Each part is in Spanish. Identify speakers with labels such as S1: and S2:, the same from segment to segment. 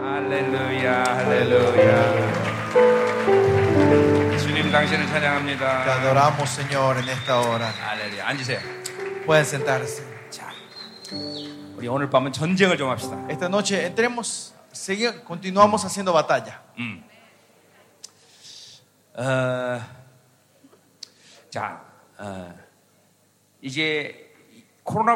S1: 할렐루야, 할렐루야.
S2: Aleluya.
S1: 주님 당신을
S2: Te
S1: 찬양합니다.
S2: adoramos, Señor, en esta hora.
S1: 할렐루야. 앉으세요.
S2: Pueden sentarse.
S1: 자, 우리 오늘 밤은 전쟁을 좀 합시다.
S2: Esta noche entremos, sigue- continuamos haciendo batalla.
S1: 음. 어, 자, 어, 이제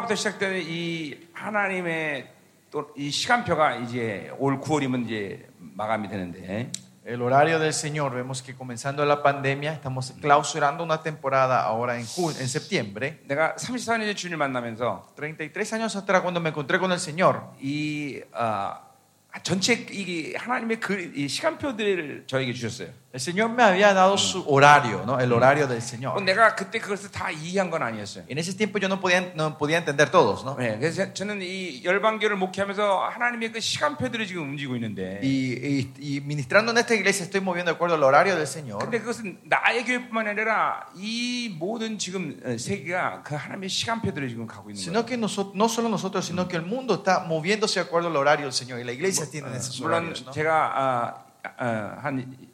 S1: 코로나부터 시작되는 이 하나님의 또 이 시간표가 이제 올 9월이면 이제 마감이 되는데
S2: El horario del Señor, vemos que comenzando la pandemia, estamos clausurando una temporada ahora en, ju- en septiembre.
S1: 내가 34년째 주님 만나면서
S2: 33 años atrás, cuando me encontré con el Señor,
S1: 이 어, 전체 이 하나님의 그 이 시간표들을 저에게 주셨어요.
S2: el Señor me había dado su horario, ¿no? el horario del Señor.
S1: 어, 내가 그때 그것을 다 이해한 건 아니었어요.
S2: En ese tiempo yo no podía, no podía entender todos, ¿no?
S1: 네, 그래서 제- 저는 이 열방교를 목회하면서 하나님의 그 시간표들이 지금 움직이고 있는데,
S2: Y, y- y ministrando en esta iglesia estoy moviendo de acuerdo al horario del Señor.
S1: 근데 그것은 나의 교회뿐만 아니라 이 모든 지금 어, 세계가 그 하나님의 시간표들을 지금 가고 있는 거예요.
S2: Sino que nosotros, no solo nosotros, sino que el mundo está moviéndose de acuerdo al horario del Señor. Y la iglesia tiene esos
S1: 물론
S2: horarios, ¿no?
S1: 제가 아, 아, 한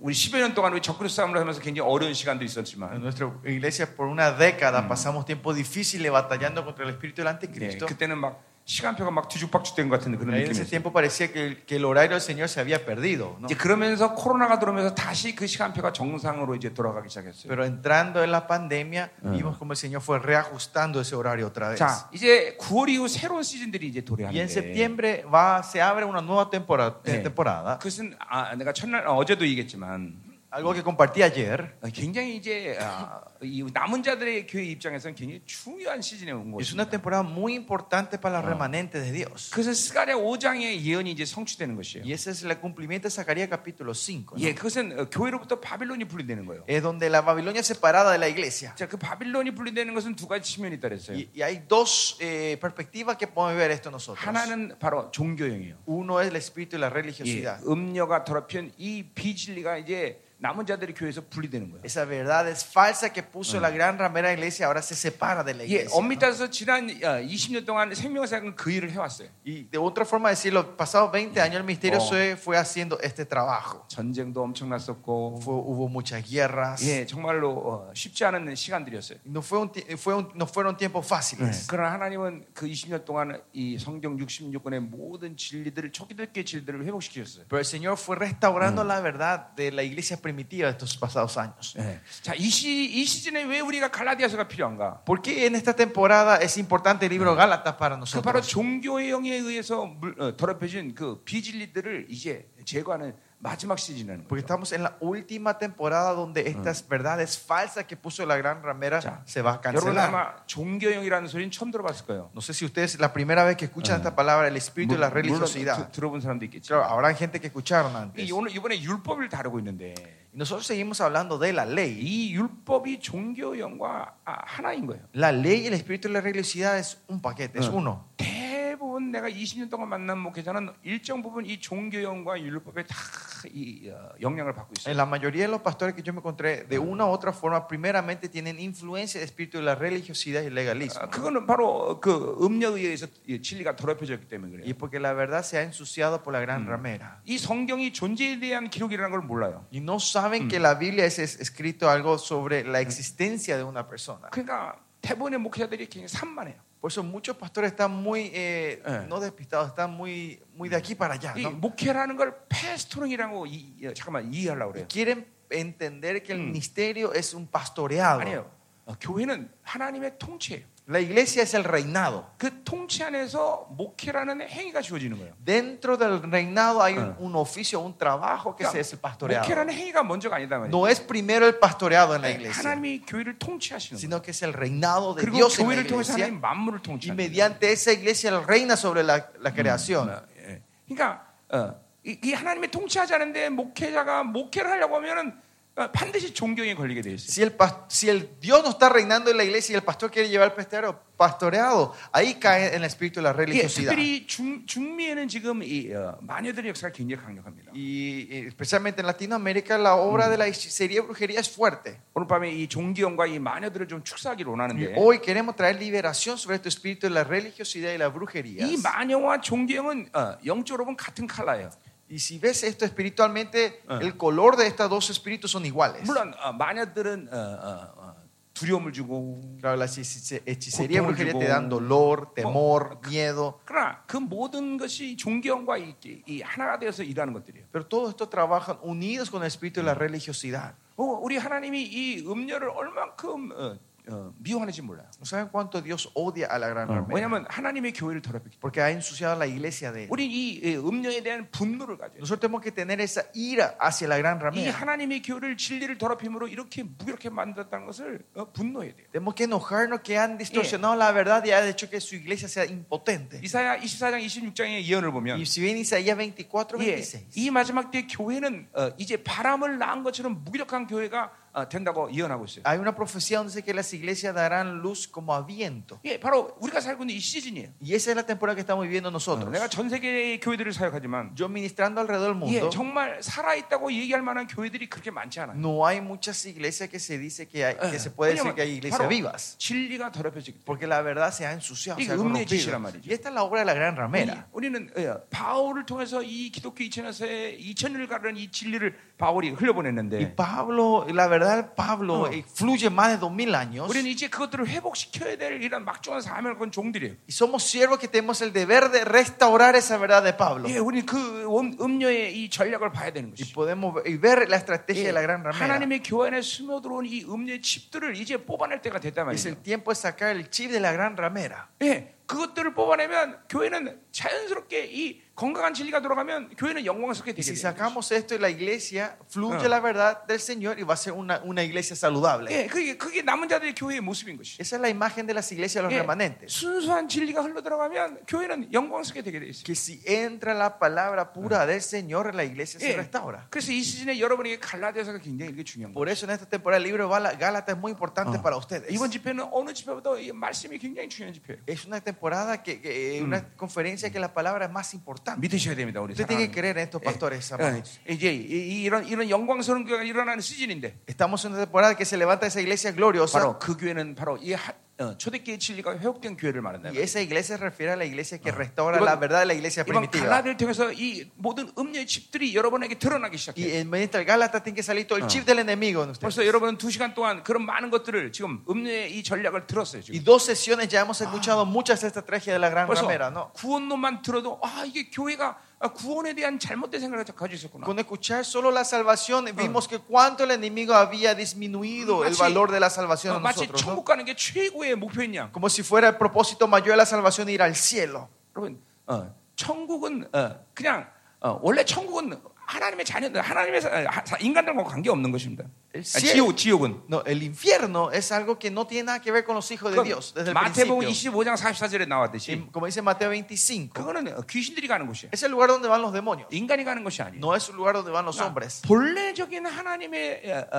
S1: 우리 10여 년 동안 우리 적그리 싸움을 하면서 굉장히 어려운 시간도
S2: En
S1: 있었지만,
S2: nuestra iglesia por una década pasamos tiempos difíciles batallando contra el espíritu del
S1: 네,
S2: anticristo.
S1: 그때는 막 시간표가 막 뒤죽박죽된 것 같은 그런
S2: En ese
S1: 느낌이었어요.
S2: tiempo parecía que, el- que el horario del Señor se había perdido. ¿no?
S1: 이제 그러면서 코로나가 들어오면서 다시 그 시간표가 정상으로 이제 돌아가기 시작했어요.
S2: Pero entrando en la pandemia vimos como el Señor fue reajustando ese horario otra vez.
S1: 자, 이제 9월 이후 새로운 시즌들이 이제
S2: Y en
S1: 도래하는데
S2: septiembre va, se abre una nueva temporada.
S1: Sí.
S2: temporada
S1: 그것은 아, 내가 첫날 어, 어제도 얘기했지만
S2: algo que compartí ayer.
S1: 어, 굉장히 이제 아, 이 남은 자들의 교회 입장에서는 굉장히 중요한 시즌에 온
S2: Es una
S1: 것입니다.
S2: temporada muy importante para los remanentes de Dios.
S1: 그것은 스가랴 5장의 예언이 이제 성취되는 것이에요.
S2: Y ese es el cumplimiento de Zacarías capítulo 5. ¿no?
S1: 예, 그것은 어, 교회로부터 바빌론이 분리되는 거예요.
S2: Es donde la Babilonia es separada de la iglesia.
S1: 자, 그 바빌론이 분리되는 것은 두 가지 측면이 있다 그랬어요.
S2: Y, y hay dos eh, perspectivas que podemos ver esto nosotros.
S1: 하나는 바로 종교형이에요.
S2: Uno es el espíritu y la
S1: 예,
S2: religiosidad.
S1: 음녀가 더럽힌 이 비진리가 이제 남은 자들의 교회에서 분리되는 거예요.
S2: Esa verdad es Mm. falsa que puso la gran ramera de la iglesia ahora se separa de la
S1: 예,
S2: iglesia.
S1: 엄밀히 따져서 지난 어, 20년 동안 생명사역은 그 일을 해왔어요.
S2: Y de otra forma decirlo, pasados 20 años el ministerio
S1: Oh.
S2: se fue haciendo este trabajo.
S1: 전쟁도 엄청났었고,
S2: Fue- hubo muchas guerras.
S1: 예, 정말로 어, 쉽지 않은 시간들이었어요.
S2: No, fue un ti- fue un- no fueron tiempos fáciles.
S1: 그러나 하나님은 그 20년 동안 이 성경 66권의 모든 진리들을 초기들의 진리들을 회복시키셨어요.
S2: Pero el Señor fue restaurando la verdad de la iglesia primitiva de estos pasados años.
S1: 예. 자, 이, 시, 이 시즌에 왜 우리가 갈라디아서가 필요한가?
S2: ¿Por qué en esta temporada es importante el libro Gálatas para
S1: 그 바로
S2: nosotros?
S1: 종교의 영에 의해서 물- 어, 더럽혀진 그 비진리들을 이제 제거하는 마지막 시즌이라는
S2: Porque
S1: 거예요.
S2: estamos en la última temporada donde estas verdades falsas que puso la gran ramera
S1: 자,
S2: se va a
S1: 여러분
S2: cancelar.
S1: 아마 종교형이라는 소리는 처음 들어봤을 거예요.
S2: No sé si ustedes la primera vez que escuchan esta palabra, el espíritu y la
S1: 물- 물론 드-
S2: religiosidad.
S1: 들어본 사람도 있겠죠.
S2: Claro, habrán gente que escucharon antes.
S1: 이 오늘 이번에 율법을 다루고 있는데
S2: Y Nosotros seguimos hablando de la ley.
S1: 이 율법이 종교형과 아, 하나인 거예요.
S2: La ley y el espíritu y la religiosidad es un paquete, es
S1: Ah.
S2: uno.
S1: 대부분 내가 20년 동안 만난 목회자는 일정 부분 이 종교형과 율법에 다이 어, 영향을 받고 있어요.
S2: En la mayoría de los pastores que yo me encontré, de una u otra forma, primeramente tienen influencia del espíritu de la religiosidad y el legalismo.
S1: 아, 그거는 바로 그 음료에 의해서 이 진리가 더럽혀졌기 때문에
S2: Y
S1: 그래요.
S2: es porque la verdad se ha ensuciado por la gran ramera.
S1: 이 성경이 존재에 대한 기록이라는 걸 몰라요.
S2: Y no saben que la Biblia es, es escrito algo sobre la existencia de una persona.
S1: 그러니까 대부분의 목회자들이 굉장히 산만해요.
S2: Por eso muchos pastores están muy, eh, Mm.
S1: Eh.
S2: no despistados, están muy, muy de aquí para allá.
S1: 이
S2: ¿no?
S1: 목회라는 걸 패스토링이라고 이, 어, 잠깐만 이해하려고
S2: Y
S1: 그래요.
S2: Quieren entender que el ministerio es un pastoreado.
S1: 아니에요. 어, 교회는 하나님의 통치예요.
S2: La iglesia es el reinado.
S1: 그 통치 안에서 목회라는 행위가 주어지는 거예요.
S2: Dentro del reinado hay un,
S1: Eh.
S2: un oficio, un trabajo que se-
S1: 그러니까
S2: es el pastoreado.
S1: 목회라는 행위가 먼저가 아니다 말이에요.
S2: No Eh, es primero el pastoreado en la iglesia,
S1: 하나님이 교회를 통치하시는 거예요.
S2: sino que es el reinado de
S1: 그리고
S2: Dios en la
S1: 교회를 통해서
S2: iglesia.
S1: 하나님 만물을
S2: Y
S1: 통치하는 거예요.
S2: mediante esa iglesia él reina sobre la, la creación.
S1: 어, 예. 그러니까 어, 이, 이 하나님이 통치하지 않은데 목회자가 목회를 하려고 하면은 어, 반드시 존경에 걸리게 돼 있어요.
S2: Si el, pas- si el Dios no está reinando en la iglesia y el pastor quiere llevar el pastoreo- pastoreado, ahí cae en el espíritu de la
S1: 이게
S2: religiosidad.
S1: 예, 특별히 중, 중미에는 지금 이 어, 마녀들의 역사가 굉장히 강력합니다.
S2: Y eh, especialmente en Latinoamérica la obra de la hechicería y brujería es fuerte.
S1: 오늘 밤에 이 종기형과 이 마녀들을 좀 축사하기를
S2: Y
S1: 원하는데
S2: hoy queremos traer liberación sobre este espíritu de la religiosidad y la brujería.
S1: 이 마녀와 종기형은 어, 영적으로 보면 같은 칼라예요.
S2: Y si ves esto espiritualmente,
S1: Ah.
S2: el color de estos dos espíritus son iguales.
S1: 물론 어, 마녀들은 어, 어, 어, 두려움을 주고
S2: Claro, la hechice- hechicería y
S1: Cotumbre,
S2: brujería te
S1: bon.
S2: dan dolor, temor, miedo.
S1: 그러나 그 모든 것이 존경과 이, 이 하나가 되어서 일하는 것들이에요.
S2: Pero todo esto trabajan unidos con el espíritu de la religiosidad.
S1: 어, 우리 하나님이 이 음녀를 얼만큼 어, 어, 미워하는지 몰라요.
S2: ¿No saben cuánto Dios odia a la
S1: Ah,
S2: gran armenia?
S1: 왜냐하면 하나님의 교회를 더럽혔기 때문에.
S2: Porque ha ensuciado la iglesia de él.
S1: 우리 이 예, 음녀에 대한 분노를 가져요.
S2: Nosotros tenemos que tener esa ira hacia la gran
S1: 이
S2: ramera.
S1: 하나님의 교회를 진리를 더럽힘으로 이렇게 무기력하게 만들었다는 것을 어, 분노해야 돼요.
S2: Tenemos que enojarnos que han distorsionado la verdad y ha hecho que su iglesia sea impotente.
S1: 이사야 24장 26장의 예언을 보면
S2: Y si bien Isaías 24,
S1: 예,
S2: 26.
S1: 이 마지막 때 교회는 어, 이제 바람을 낳은 것처럼 무기력한 교회가 어, 된다고 예언하고 있어요.
S2: Hay una profecía donde dice que las iglesias darán luz como a viento.
S1: 예, 바로 우리가 살고 있는 이 시즌이에요.
S2: Y esa es la temporada que estamos viviendo nosotros.
S1: 내가 전 세계의 교회들을 사역하지만
S2: Yo ministrando alrededor del
S1: 예,
S2: mundo,
S1: 정말 살아 있다고 얘기할 만한 교회들이 그렇게 많지 않아요.
S2: no hay muchas iglesias que se dice que, hay- que se puede decir que
S1: 왜냐면
S2: hay iglesias
S1: 바로
S2: vivas.
S1: 진리가 더럽혀지기
S2: Porque la verdad se ha ensuciado,
S1: Y
S2: se ha
S1: que un hechizo
S2: corrompido.
S1: era amarillo.
S2: Y esta es la obra de la gran
S1: 때문에
S2: ramera.
S1: 우리는 예, 바울을 통해서 이 기독교 2000년에 2000년을 가르는 이 진리를 바울이 흘려보냈는데
S2: Y Pablo, la verdad, Pablo
S1: Ah.
S2: eh, fluye más de dos mil años.
S1: 우리는 이제 그것들을 회복시켜야 될 이런 막중한 사명을 건 종들이에요.
S2: Y somos siervos que tenemos el deber de restaurar esa verdad de Pablo.
S1: 예, 우리는 그 음- 음료의 이 전략을 봐야 되는
S2: Y
S1: 것이죠.
S2: podemos ver, y ver la estrategia
S1: 예,
S2: de la gran ramera.
S1: 하나님의 교회 안에 스며 들어온 이 음료의 칩들을 이제 뽑아낼 때가 됐단
S2: Es
S1: 말이에요.
S2: el tiempo de sacar el chip de la gran ramera.
S1: 예, 그것들을 뽑아내면 교회는 자연스럽게 이 건강한 진리가 돌아가면 교회는 영광스럽게
S2: Y
S1: 되게
S2: si
S1: 돼요.
S2: sacamos esto y la iglesia, fluye
S1: Ah.
S2: la verdad del Señor y va a ser una, una iglesia saludable.
S1: 예, 그게 그게 남은 자들의 교회의 모습인 것이.
S2: Esa es la imagen de las iglesias de los
S1: 예,
S2: remanentes.
S1: 순수한 진리가 흘러 들어가면 교회는 영광스럽게 되게 돼 있어요.
S2: Que si entra la palabra
S1: Ah.
S2: pura del Señor, la iglesia se
S1: 예,
S2: restaura.
S1: 그래서 이 시즌에 여러분에게 갈라디아서가 굉장히 이게 중요한 거예요.
S2: Por eso en esta temporada el libro de Gálatas es muy importante
S1: Ah.
S2: para ustedes.
S1: 이번 집회는 어느 집회보다 이 말씀이 굉장히 중요한 집회예요.
S2: Es una temporada, que, que- eh, una conferencia que la palabra es más importante.
S1: 믿으셔야 됩니다, 우리
S2: Usted tiene
S1: 사랑하는.
S2: que creer en estos pastores,
S1: 예,
S2: amados.
S1: 예, 이제 이- 이- 이런 이런 영광스러운 교회가 일어나는 시즌인데
S2: Estamos en una temporada que se levanta esa iglesia gloriosa.
S1: 바로 그 교회는 바로 이 하- 어, 초대교회 진리가 회복된 교회를 말한다.
S2: Y esa iglesia se refiere a la iglesia que restaura
S1: Iban-
S2: la verdad de la iglesia
S1: 이번
S2: primitiva.
S1: 갈라디를 통해서 이 모든 음녀의 집들이 여러분에게 드러나기
S2: Y
S1: 시작해요.
S2: en medio del Gálatas tiene que salir todo el chip del enemigo en ustedes.
S1: 벌써 여러분은 두 시간 동안 그런 많은 것들을 지금 음녀의 이 전략을 들었어요.
S2: Y
S1: 지금.
S2: dos sesiones ya hemos escuchado muchas estrategias de la gran
S1: 벌써
S2: ramera, ¿no?
S1: 구원론만 들어도 아 이게 교회가 아, 구원에 대한 잘못된 생각을 가지고 있었구나.
S2: Con escuchar solo la salvación vimos que cuánto el enemigo había disminuido el
S1: Machi-
S2: valor de la
S1: 어,
S2: salvación en
S1: 마치
S2: nosotros,
S1: 천국
S2: ¿no?
S1: 가는 게 최고의 목표였냐.
S2: Como si fuera el propósito mayor de la salvación ir al cielo.
S1: 여러분, 어, 천국은 어, 그냥 어, 원래 천국은 하나님의 자녀들, 하나님의 사- 하- 사- 인간들과 관계 없는 것입니다. 아,
S2: 시-
S1: 지옥, 지옥은
S2: No, el infierno es algo que no tiene nada que ver con los hijos de Dios desde el
S1: 마태복음
S2: principio.
S1: 25장 44절에
S2: Y
S1: 나왔듯이
S2: como dice Mateo 25,
S1: 그거는 어, 귀신들이 가는 곳이야.
S2: es el lugar donde van los demonios.
S1: 인간이 가는 것이 아니에요.
S2: No es un lugar donde van los
S1: 그러니까
S2: hombres.
S1: 본래적인 하나님의 어, 어,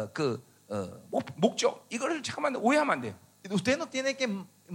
S1: 어, 어, 그 어, 목- 목적 이거를 잠깐만 오해하면 안 돼요.
S2: Usted no tiene que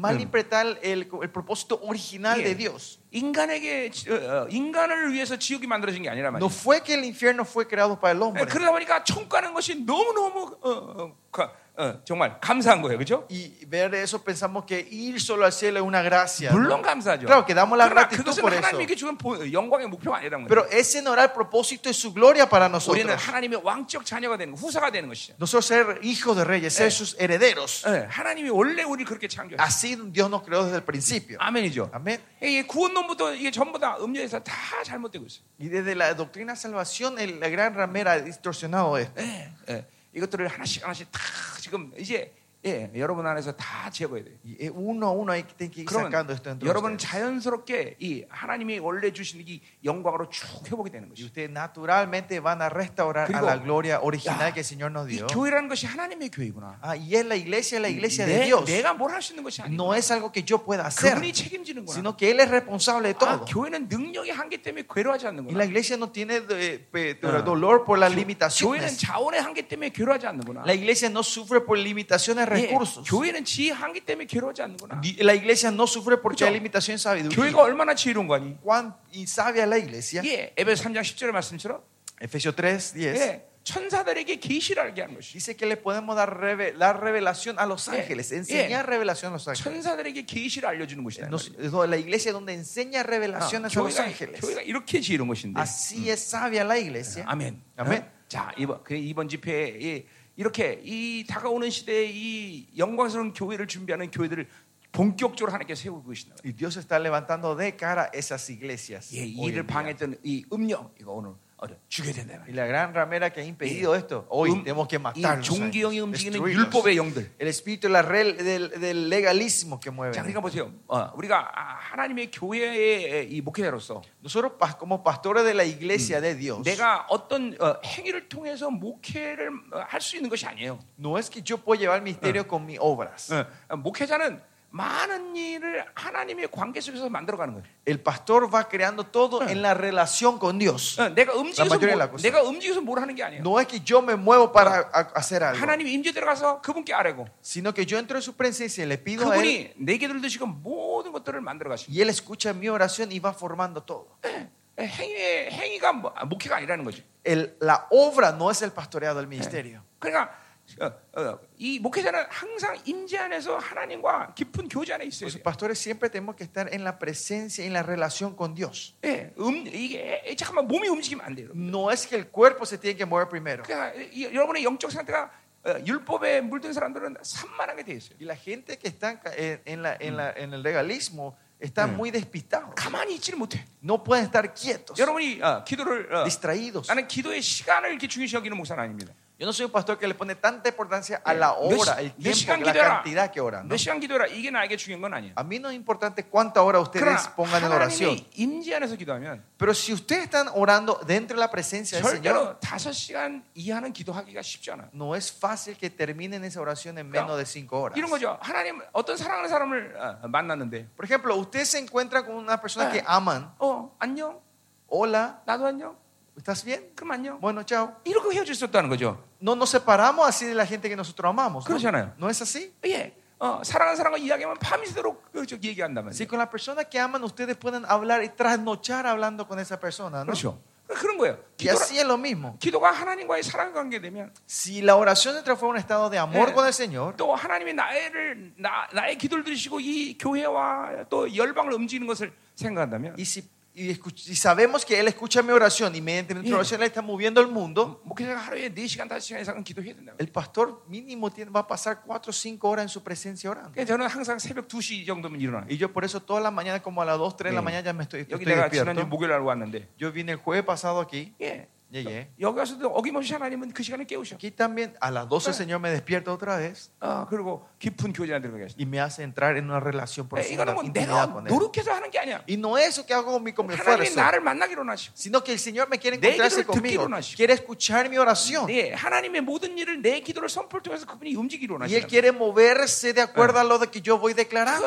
S2: malinterpretar el, el propósito original
S1: Sí.
S2: de Dios.
S1: 인간에게 지- 어, 어, 인간을 위해서 지옥이 만들어진 게 아니라 말이에요.
S2: No fue que el infierno fue creado para el
S1: 예,
S2: hombre.
S1: 그러다 보니까 천국 가는 것이 너무 너무 어, 어, 가- 어, 정말 감사한 거예요, 그렇죠?
S2: Y ver eso pensamos que ir solo al cielo es una gracia. ¿no?
S1: 물론 감사하죠.
S2: Claro, que damos la
S1: 그러나
S2: gratitud
S1: 그것은
S2: por eso.
S1: 하나님에게 주는 보- 영광의 목표가 아니라는 거예요.
S2: Pero ese no era el propósito y su gloria para
S1: 우리는
S2: nosotros.
S1: 하나님의 왕적 자녀가 되는 거, 후사가 되는 것이죠.
S2: Nosotros ser hijos de reyes, ser
S1: Eh.
S2: sus herederos.
S1: 예, 하나님이 원래 우리 그렇게 창조했어요.
S2: Así Dios nos creó desde el principio.
S1: 아멘이죠. 예,
S2: Amén.
S1: 이게 구원론부터 이게 전부 다 음료에서 다 잘못되고 있어요.
S2: Y desde la doctrina de salvación, el- la gran ramera ha distorsionado esto.
S1: 예, 예. 이것들을 하나씩 하나씩 다 지금 이제 예, 여러분 안에서 다 제거해야 돼요.
S2: Y eh, uno a uno hay que, tiene que ir
S1: 그러면
S2: sacando esto dentro de
S1: 여러분은
S2: ustedes.
S1: 자연스럽게 이 하나님이 원래 주신 이 영광으로 쭉 회복이 되는
S2: Y
S1: 것이죠.
S2: ustedes naturalmente van a restaurar a
S1: Digo,
S2: la gloria original
S1: ya,
S2: que el Señor nos
S1: 이
S2: dio.
S1: 교회라는 것이 하나님의 교회구나.
S2: Ah, y es la iglesia, la iglesia de
S1: 내-
S2: Dios.
S1: 내가 뭘 할 수 있는 것이 아니고
S2: No es algo que yo pueda hacer,
S1: 그분이 책임지는 거야.
S2: sino que Él es responsable de
S1: 아,
S2: todo.
S1: 교회는 능력의 한계 때문에 괴로워하지 않는
S2: Y la
S1: 거야.
S2: iglesia no tiene de- pe- eh,
S1: Ah.
S2: dolor por las
S1: 교회는
S2: limitaciones.
S1: 자원의 한계 때문에 괴로워하지 않는구나.
S2: La iglesia no sufre por limitaciones de
S1: 예,
S2: recursos.
S1: 교회는 지혜 한계 때문에 괴로워하지 않는구나.
S2: Di- La iglesia no sufre porque
S1: Escucha.
S2: hay limitaciones de
S1: 교회가
S2: sabiduría.
S1: 얼마나 지혜로운 거니?
S2: Cuán y sabia la iglesia.
S1: 예, 에베소 3장 10절의 말씀처럼
S2: Efesios 3, 10.
S1: 예, 천사들에게 계시를 알게 하는 것이.
S2: Dice que le podemos dar reve- la revelación a los ángeles, enseñar revelación a los ángeles.
S1: 천사들에게 계시를 알려주는 것이다. 이
S2: Nos-
S1: 말이에요.
S2: no, la iglesia es donde enseña
S1: 아,
S2: revelaciones a los
S1: 교회가,
S2: ángeles.
S1: 교회가 이렇게 지은 것인데.
S2: Así es sabia la iglesia.
S1: 아멘.
S2: 아멘.
S1: 어? 자 이번 그 이번 집회에 이- 이렇게 이 다가오는 시대에 이 영광스러운 교회를 준비하는 교회들을 본격적으로 하나님께 세우고 계신다.
S2: Y Dios está levantando de cara esas iglesias.
S1: 예,
S2: hoy en
S1: 이를
S2: día.
S1: 방해했던 이 음력 이거 오늘 어려 죽여야 된다. 이
S2: Y
S1: 말이에요.
S2: la gran ramera que ha impedido esto, hoy
S1: 음,
S2: tenemos que
S1: 이
S2: matarlos. a
S1: 종기형이
S2: ellos,
S1: 움직이는
S2: destruirlos.
S1: 율법의 영들.
S2: El espíritu de la rel- del, del legalismo que mueve.
S1: 자, 그러니까 보세요. 어, 우리가 아, 하나님의 교회의 이 목회자로서
S2: Nosotros pa- como pastores de la iglesia de Dios,
S1: 내가 어떤 어, 행위를 통해서 목회를 어, 할 수 있는 것이 아니에요.
S2: no es que yo pueda llevar el misterio con mis obras.
S1: 어, 목회자는 많은 일을 하나님의 관계 속에서 만들어가는 거예요.
S2: El pastor va creando todo en la relación con Dios.
S1: 어, 내가 움직여서
S2: 마조리에
S1: 뭘,
S2: 낳고 있어.
S1: 내가 움직여서 뭘 하는 게 아니에요.
S2: No es que yo me muevo para a- hacer algo,
S1: 하나님 임재 들어가서 그분께 아뢰고
S2: sino que yo entro en su presencia y le pido a él
S1: 그분이 내게 들으시고 모든 것들을 만들어 가시고
S2: y él escucha mi oración y va formando todo.
S1: 어, 행위 행위가 뭐- 아, 목회가 아니라는 거죠.
S2: El- la obra no es el pastoreado del ministerio.
S1: 그러니까 어, 어, 이 목회자는 항상 임재 안에서 하나님과 깊은 교제 안에 있어요.
S2: Los pastores siempre tenemos que estar en la presencia y en la relación con Dios.
S1: 예, 음, 이게 잠깐만 몸이 움직이면 안 돼요. 여러분.
S2: No es que el cuerpo se tiene que mover primero.
S1: 그러니까 이- 여러분의 영적 상태가 어, 율법에 물든 사람들은 산만하게 돼 있어요.
S2: Y la gente que está en ca- en, en la- en la- en el legalismo está muy despistado.
S1: 가만히 있지를 못해.
S2: No pueden estar quietos,
S1: 여러분이 어, 기도를 어,
S2: distraídos.
S1: 나는 기도의 시간을 이렇게 중요시 여기는 목사는 아닙니다.
S2: Yo no soy un pastor que le pone tanta importancia a la
S1: 몇 시-
S2: hora, el
S1: 몇
S2: tiempo,
S1: 시간
S2: la
S1: 기도해라.
S2: cantidad que oran. ¿no?
S1: 몇 시간 기도해라. 이게 나에게 중요한 건 아니에요.
S2: A mí no es importante cuánta hora
S1: 그러나
S2: ustedes pongan en oración.
S1: 하나님의 임재 안에서 기도하면
S2: Pero si ustedes están orando dentro de la presencia del Señor,
S1: 절대로 다섯 시간 이하는 기도하기가 쉽지 않아. 요
S2: no es fácil que terminen esa oración en menos de cinco horas.
S1: 이런 거죠. 하나님 어떤 사랑하는 사람을 어, 만났는데,
S2: Por ejemplo, usted se encuentra con una persona que aman.
S1: 어 안녕,
S2: Hola,
S1: 나도 안녕,
S2: ¿estás bien?
S1: 그럼 안녕. 뭐,
S2: Bueno, chao.
S1: 이렇게 헤어질 수 없다는 거죠.
S2: No nos separamos así de la gente que nosotros amamos.
S1: 그렇잖아요.
S2: ¿No, ¿No es así?
S1: 예, 어, 사랑하는 사람과 이야기하면 밤새도록 그, 저, 얘기한단
S2: Si
S1: 말이에요.
S2: con la persona que aman ustedes pueden hablar y trasnochar hablando con esa persona, ¿no?
S1: 그렇죠. 그런 거예요.
S2: Y
S1: 기도라,
S2: así es lo mismo.
S1: 기도가 하나님과의 사랑 관계되면
S2: Si la oración se transforma en un estado de amor
S1: Eh.
S2: con el Señor,
S1: 또 하나님이 나를 나, 나의 기도를 들으시고 이 교회와 또 열방을 움직이는 것을 생각한다면
S2: y si y escuch- y sabemos que Él escucha mi oración y mediante mi
S1: Yeah.
S2: oración Él está moviendo el mundo,
S1: 목회자가 하루에 4시간, 5시간 이상은 기도해야 된다.
S2: el pastor mínimo tiene- va a pasar 4 o 5 horas en su presencia orando.
S1: 그러니까 저는 항상 새벽 2시 정도면 일어나요.
S2: Y yo por eso toda la mañana, como a las 2, 3 de
S1: Yeah.
S2: la mañana ya me estoy, estoy
S1: 여기 내가 지난주
S2: despierto.
S1: 목요일 날 왔는데
S2: Yo vine el jueves pasado aquí,
S1: 예.
S2: llegué.
S1: 여기 와서도 어김없이 하나님은 그 시간에 깨우셔.
S2: Aquí también a las 12 el
S1: Eh.
S2: Señor me despierta otra vez
S1: 아, 그리고 깊은 교제 안에 들어가게 하시죠.
S2: y me hace entrar en una relación
S1: 예,
S2: profunda,
S1: 이거는 뭐 내가
S2: intimidad con Él.
S1: 노력해서 하는 게 아니야.
S2: Y no eso que hago con mi, con mi
S1: 하나님이
S2: esfuerzo,
S1: 나를 만나기로 원하시고
S2: sino que el Señor me quiere
S1: 내
S2: encontrarse
S1: 기도를
S2: conmigo,
S1: 듣기로 하시고.
S2: quiere escuchar mi oración.
S1: 예, 하나님의 모든 일을 내 기도를 선포를 통해서 그분이 움직이기로
S2: Y Él
S1: 원하시는
S2: quiere moverse de acuerdo a lo de que yo voy
S1: 그거는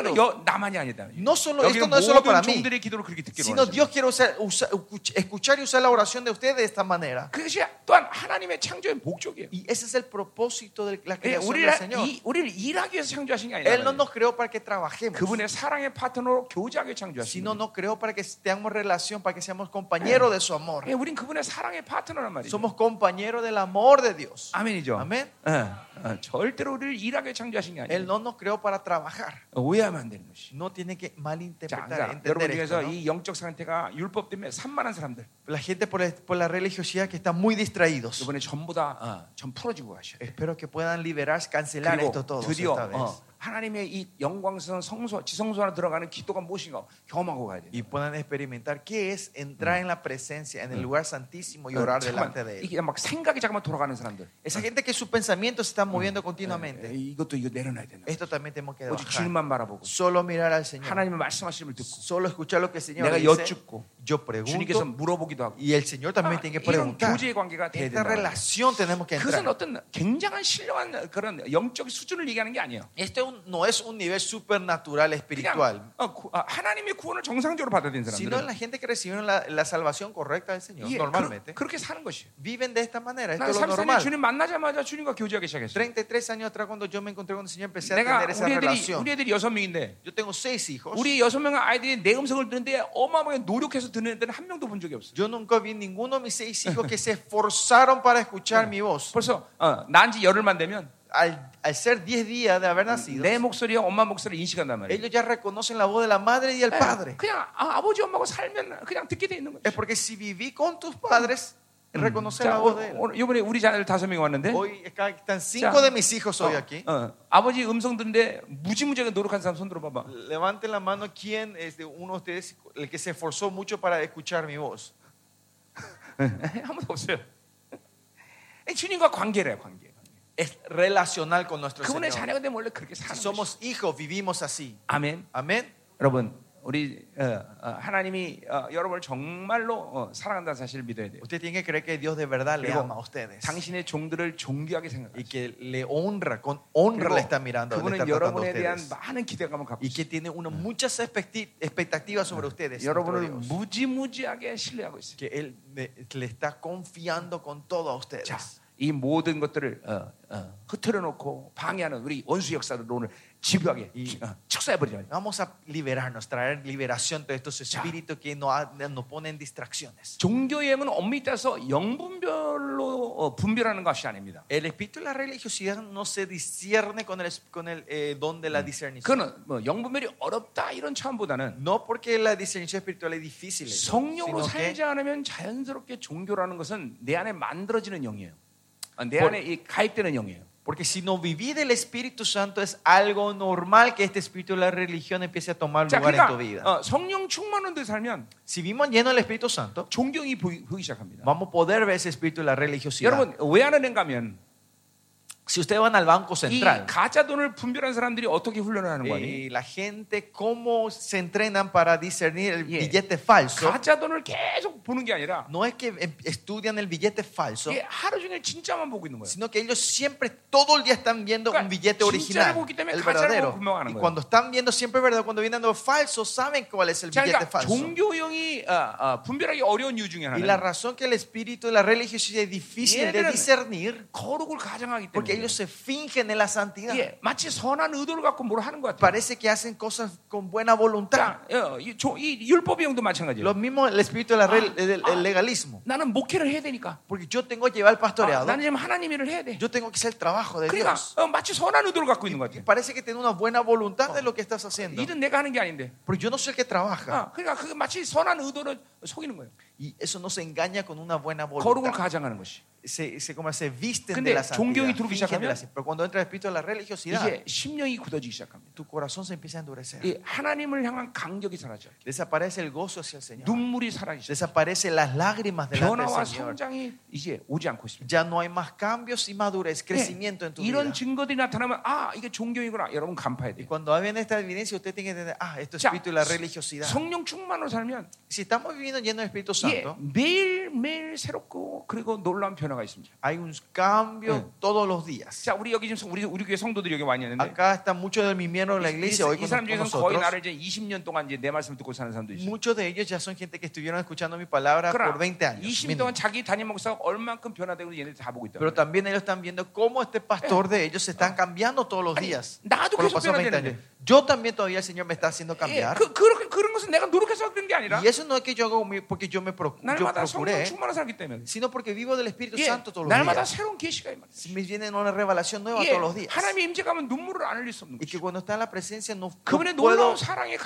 S2: declarando.
S1: 여, 나만이 아니다.
S2: No solo,
S1: 여기
S2: esto no es solo para
S1: 모든
S2: mí,
S1: 종들의 기도를 그렇게 듣기로
S2: sino
S1: 원하시는
S2: Dios quiere usar- usa- escuch- escuchar y usar la oración de ustedes de esta manera.
S1: 그것이 또한 하나님의 창조의 목적이에요.
S2: Y ese es el propósito de la
S1: 예,
S2: creación del
S1: 우리를,
S2: Señor.
S1: 이- 우리를 일하기 위해서 창조하신 게
S2: Él no
S1: 아니라
S2: nos creó para que trabajemos,
S1: 그분의 사랑의 파트너로 교제하게 창조하신
S2: sino
S1: 거예요.
S2: nos creó para que tengamos relación, para que seamos compañeros de su amor.
S1: 예, 우린 그분의 사랑의 파트너란 말이죠.
S2: Somos compañeros del amor de Dios.
S1: 아멘이죠.
S2: 아멘.
S1: 예, 어, 절대로 우리를 일하게 창조하신 게
S2: Él
S1: 아니에요.
S2: no nos creó para trabajar.
S1: 어, 오해하면 안 되는 것이.
S2: No tiene que
S1: 자,
S2: malinterpretar,
S1: 그러니까 여러분
S2: entender esto,
S1: 중에서
S2: ¿no?
S1: 이 영적 상태가 율법 때문에 산만한 사람들
S2: La gente por, el- por la religiosidad que está muy distraídos.
S1: 이번에 전부 다전 풀어지고 가셔.
S2: Espero que puedan liberarse, cancelar
S1: 그리고
S2: esto todo
S1: 드디어
S2: esta vez.
S1: 어, 하나님의 이 영광스러운 성소, 지성소 안에 들어가는 기도가 무엇인가 경험하고 가야 돼.
S2: Y puedan experimentar qué es entrar en la presencia, en el lugar santísimo y orar delante de Él.
S1: 어, 이게 막 생각이 잠깐만 돌아가는 사람들.
S2: Esa gente que sus pensamientos se están moviendo
S1: 에,
S2: continuamente.
S1: 이것도 이거 내려놔야 된다.
S2: Esto también tenemos que
S1: 오직
S2: bajar.
S1: 주님만 바라보고
S2: Solo mirar al Señor.
S1: 하나님의 말씀하심을 듣고
S2: Solo escuchar lo que el Señor
S1: 내가
S2: dice.
S1: 여쭙고
S2: Yo
S1: 주님께서
S2: pregunto.
S1: 물어보기도 하고
S2: Y el Señor también
S1: Ah,
S2: tiene
S1: 이런
S2: que preguntar.
S1: 교제의 관계가 돼야
S2: Esta
S1: 된다.
S2: relación tenemos que
S1: 그것은
S2: entrar.
S1: 어떤 굉장한 신령한 그런 영적 수준을 얘기하는 게 아니에요.
S2: Esto es Este un- no es un nivel supernatural espiritual,
S1: 그냥 어, 구- 아, 하나님의 구원을 정상적으로 받아들인
S2: sino
S1: 사람들은
S2: la gente que recibieron la, la salvación correcta del Señor
S1: 예,
S2: normalmente.
S1: 그, 그렇게 사는 것이에요.
S2: viven de esta manera, esto
S1: 난
S2: es lo
S1: 34년
S2: normal.
S1: 주님 만나자마자 주님과 교제하기 시작했어요.
S2: 33 años atrás cuando yo me encontré con el Señor empecé a
S1: 내가
S2: tener esa
S1: 우리 애들이
S2: relación.
S1: 우리 애들이 여섯 명인데
S2: Yo tengo seis hijos.
S1: 우리 여섯 명 아이들이 내 음성을 듣는데 어마어마하게 노력해서 듣는 애들은 한 명도 본 적이 없어.
S2: Yo nunca vi ninguno de mis seis hijos que se esforzaron para escuchar mi voz.
S1: 벌써 어, 난지 열흘만 되면
S2: Al, al ser 10 días de haber nacido,
S1: 내 목소리와 엄마 목소리를 인식한단 말이에요.
S2: ellos ya reconocen la voz de la madre y del padre.
S1: 그냥 아, 버지 엄마하고 살면 그냥 듣게 돼 있는 거죠.
S2: Es porque si viví con tus padres, reconocer
S1: 자,
S2: la voz de él.
S1: 오늘 이번에 우리 자녀들 다섯 명이 왔는데
S2: Hoy acá
S1: Ya.
S2: están cinco de mis hijos hoy
S1: 어,
S2: aquí.
S1: 어, 아버지 음성 듣는데 무지무지하게 노력한 사람 손들어 봐봐.
S2: Levanten la mano quién es de uno de ustedes el que se esforzó mucho para escuchar mi voz.
S1: 아무도 없어요. 주님과 관계래요, 관계.
S2: Es relacional con nuestro
S1: 그분의
S2: Señor.
S1: 자녀가 되면 원래 그렇게
S2: Si
S1: 사는 거죠.
S2: somos hijos, vivimos así.
S1: 아멘.
S2: Amén.
S1: 여러분, 우리 어, 어, 하나님이 어, 여러분을 정말로 어, 사랑한다는 사실을 믿어야 돼요.
S2: Usted tiene que creer que Dios de verdad le
S1: Luego,
S2: ama a ustedes
S1: 당신의 종들을 존귀하게 생각해요.
S2: y que le honra, con honra le está mirando, le
S1: 그분은
S2: está tratando a
S1: 여러분에 대한
S2: ustedes
S1: 많은 기대감을 갖고
S2: y
S1: 있어요.
S2: que tiene uno muchas expecti- expectativas sobre ustedes. nuestro
S1: 여러분을
S2: Dios.
S1: 무지무지하게 신뢰하고 있어요.
S2: que él le, le está confiando con todo a ustedes.
S1: 자, 이 모든 것들을 어, 어, 흐트려놓고 방해하는 우리 원수 역사를 오늘 집요하게
S2: 이-
S1: 어, 축사해버리자.
S2: Vamos a liberarnos, traer liberación de estos espíritus que nos, ha- nos ponen distracciones.
S1: 종교 여행은 엄밀히 따서 영분별로 어, 분별하는 것이 아닙니다.
S2: El espíritu de la religiosidad no se discierne con el, es- con el eh, don de la discernición.
S1: 그는 뭐 영분별이 어렵다 이런 차원보다는
S2: No porque la discernición espiritual es difícil,
S1: 성령으로
S2: sino que
S1: 살지 않으면 자연스럽게 종교라는 것은 내 안에 만들어지는 영이에요. 아, 내
S2: 뭘-
S1: 안에 이 가입되는 영이에요.
S2: Porque si no viví del Espíritu Santo es algo normal que este espíritu de la religión empiece a tomar
S1: 자,
S2: lugar en tu vida.
S1: 그러니까 어, 성령 충만한 데 살면
S2: Si vivimos llenos del Espíritu Santo,
S1: 존경이 보이, 보이기 시작합니다.
S2: vamos a poder ver ese espíritu de la religiosidad.
S1: 여러분 외환은행 가면
S2: si ustedes van al Banco
S1: 이
S2: Central
S1: 가짜 돈을 분별한 사람들이 어떻게 훈련을 하는 거 아니에요?
S2: y la gente cómo se entrenan para discernir el
S1: Yeah.
S2: billete falso,
S1: 가짜 돈을 계속 보는 게 아니라
S2: no es que em, estudian el billete falso,
S1: 이게 하루 종일 그렇죠. 진짜만 보고 있는 거예요.
S2: sino que ellos siempre, todo el día están viendo
S1: Pues. Claro,
S2: un billete
S1: 진짜를
S2: original,
S1: 보기 때문에
S2: el
S1: 가짜를
S2: verdadero.
S1: 보고 분명하는
S2: Y
S1: 거예요.
S2: cuando están viendo siempre verdad, cuando vienen algo falso, saben cuál es el
S1: 자, 그러니까
S2: billete falso.
S1: 종교형이 아, 아, 분별하기 어려운 이유 중에
S2: Y la
S1: 하나는
S2: razón que el espíritu de la religiosidad es difícil de
S1: Miren.
S2: discernir
S1: 거룩을 가장하기
S2: porque
S1: 때문에
S2: ellos se fingen en la santidad.
S1: 예, 마치 선한 의도를 갖고 뭘 하는 것 같아요.
S2: Parece que hacen cosas con buena voluntad.
S1: 자, 어, 이, 조- 이 율법의 형도 마찬가지예요.
S2: Lo mismo el espíritu de la rel- del- del legalismo.
S1: 나는 목회를 해야 되니까.
S2: Porque yo tengo que llevar el
S1: 아,
S2: pastoreado,
S1: 나는 지금 하나님 일을 해야 돼.
S2: yo tengo que hacer el trabajo de
S1: 그러니까
S2: Dios.
S1: 어, 마치 선한 의도를 갖고 있는 것 같아요.
S2: Parece que tiene una buena voluntad de lo que estás haciendo.
S1: 일은 내가 하는 게 아닌데.
S2: Pero yo no soy el que trabaja.
S1: 아, 음. 그러니까 그게 마치 선한 의도를 속이는 거예요.
S2: Y eso no se engaña con una buena
S1: 거룩을
S2: voluntad.
S1: 가장하는 것이.
S2: Se, se, como se visten
S1: 근데
S2: de la
S1: 존경이
S2: santidad.
S1: 들어오기
S2: fingen de la-
S1: 시작하면
S2: Pero cuando entra el espíritu de la religiosidad,
S1: 이제 심령이 굳어지기 시작합니다.
S2: tu corazón se empieza a endurecer.
S1: 이 하나님을 향한 간격이 사라져.
S2: Desaparece el gozo hacia el Señor.
S1: 눈물이 사라지죠.
S2: Desaparecen las lágrimas delante
S1: 변화와
S2: del Señor.
S1: 성장이 이제 오지 않고 있습니다.
S2: Ya no hay más cambios y madurez,
S1: 네,
S2: crecimiento en tu vida.
S1: 이런 증거들이 나타나면 아 이게 종교이구나 여러분 간파해야
S2: Y
S1: 돼요.
S2: cuando hay esta evidencia, usted tiene que entender, ah, esto es
S1: 자,
S2: espíritu de la religiosidad.
S1: 성령 충만으로 살면
S2: Si estamos viviendo lleno del Espíritu
S1: 예,
S2: Santo,
S1: 매일 매일 새롭고 그리고 놀라운 변화가 있습니다.
S2: hay un cambio
S1: 네.
S2: todos los días.
S1: 자 우리 여기 지금 우리 우리 교회 성도들이 여기 많이 있는데
S2: Acá están muchos de mis miembros de la
S1: 이, 이,
S2: 아, iglesia hoy
S1: 이
S2: con,
S1: 사람
S2: con
S1: 중에서 거의
S2: nosotros.
S1: 나를 이제 20년 동안 이제 내 말씀을 듣고 사는 사람도 있어요.
S2: Muchos de ellos ya son gente que estuvieron escuchando mi palabra por 20 años.
S1: 20년
S2: mínimo.
S1: 동안 자기 담임 목사가 얼만큼 변화되고 얘네들 다 보고 있다.
S2: Pero también ellos están viendo cómo este pastor de ellos se están cambiando todos los días.
S1: 나도
S2: Por los
S1: 계속
S2: pasados 20
S1: 변화되는데.
S2: años. Yo también todavía el Señor me está haciendo
S1: 예,
S2: cambiar.
S1: 그 그렇게 그런 것은 내가 노력해서 그런 게 아니라
S2: Y eso no es que yo 하고 porque yo me procu- yo
S1: 날마다 성령
S2: procuré,
S1: 충만한 살기 때문에.
S2: sino porque vivo del Espíritu
S1: 예,
S2: Santo todos los
S1: 날마다
S2: días.
S1: 새로운 계시가 임하는.
S2: Si me viene una revelación nueva
S1: 예,
S2: todos los días.
S1: 하나님의 임재가면 눈물을 안 흘릴 수 없는
S2: Y
S1: 거죠.
S2: que cuando está en la presencia no, no
S1: 그분의
S2: puedo
S1: 놀라운 사랑의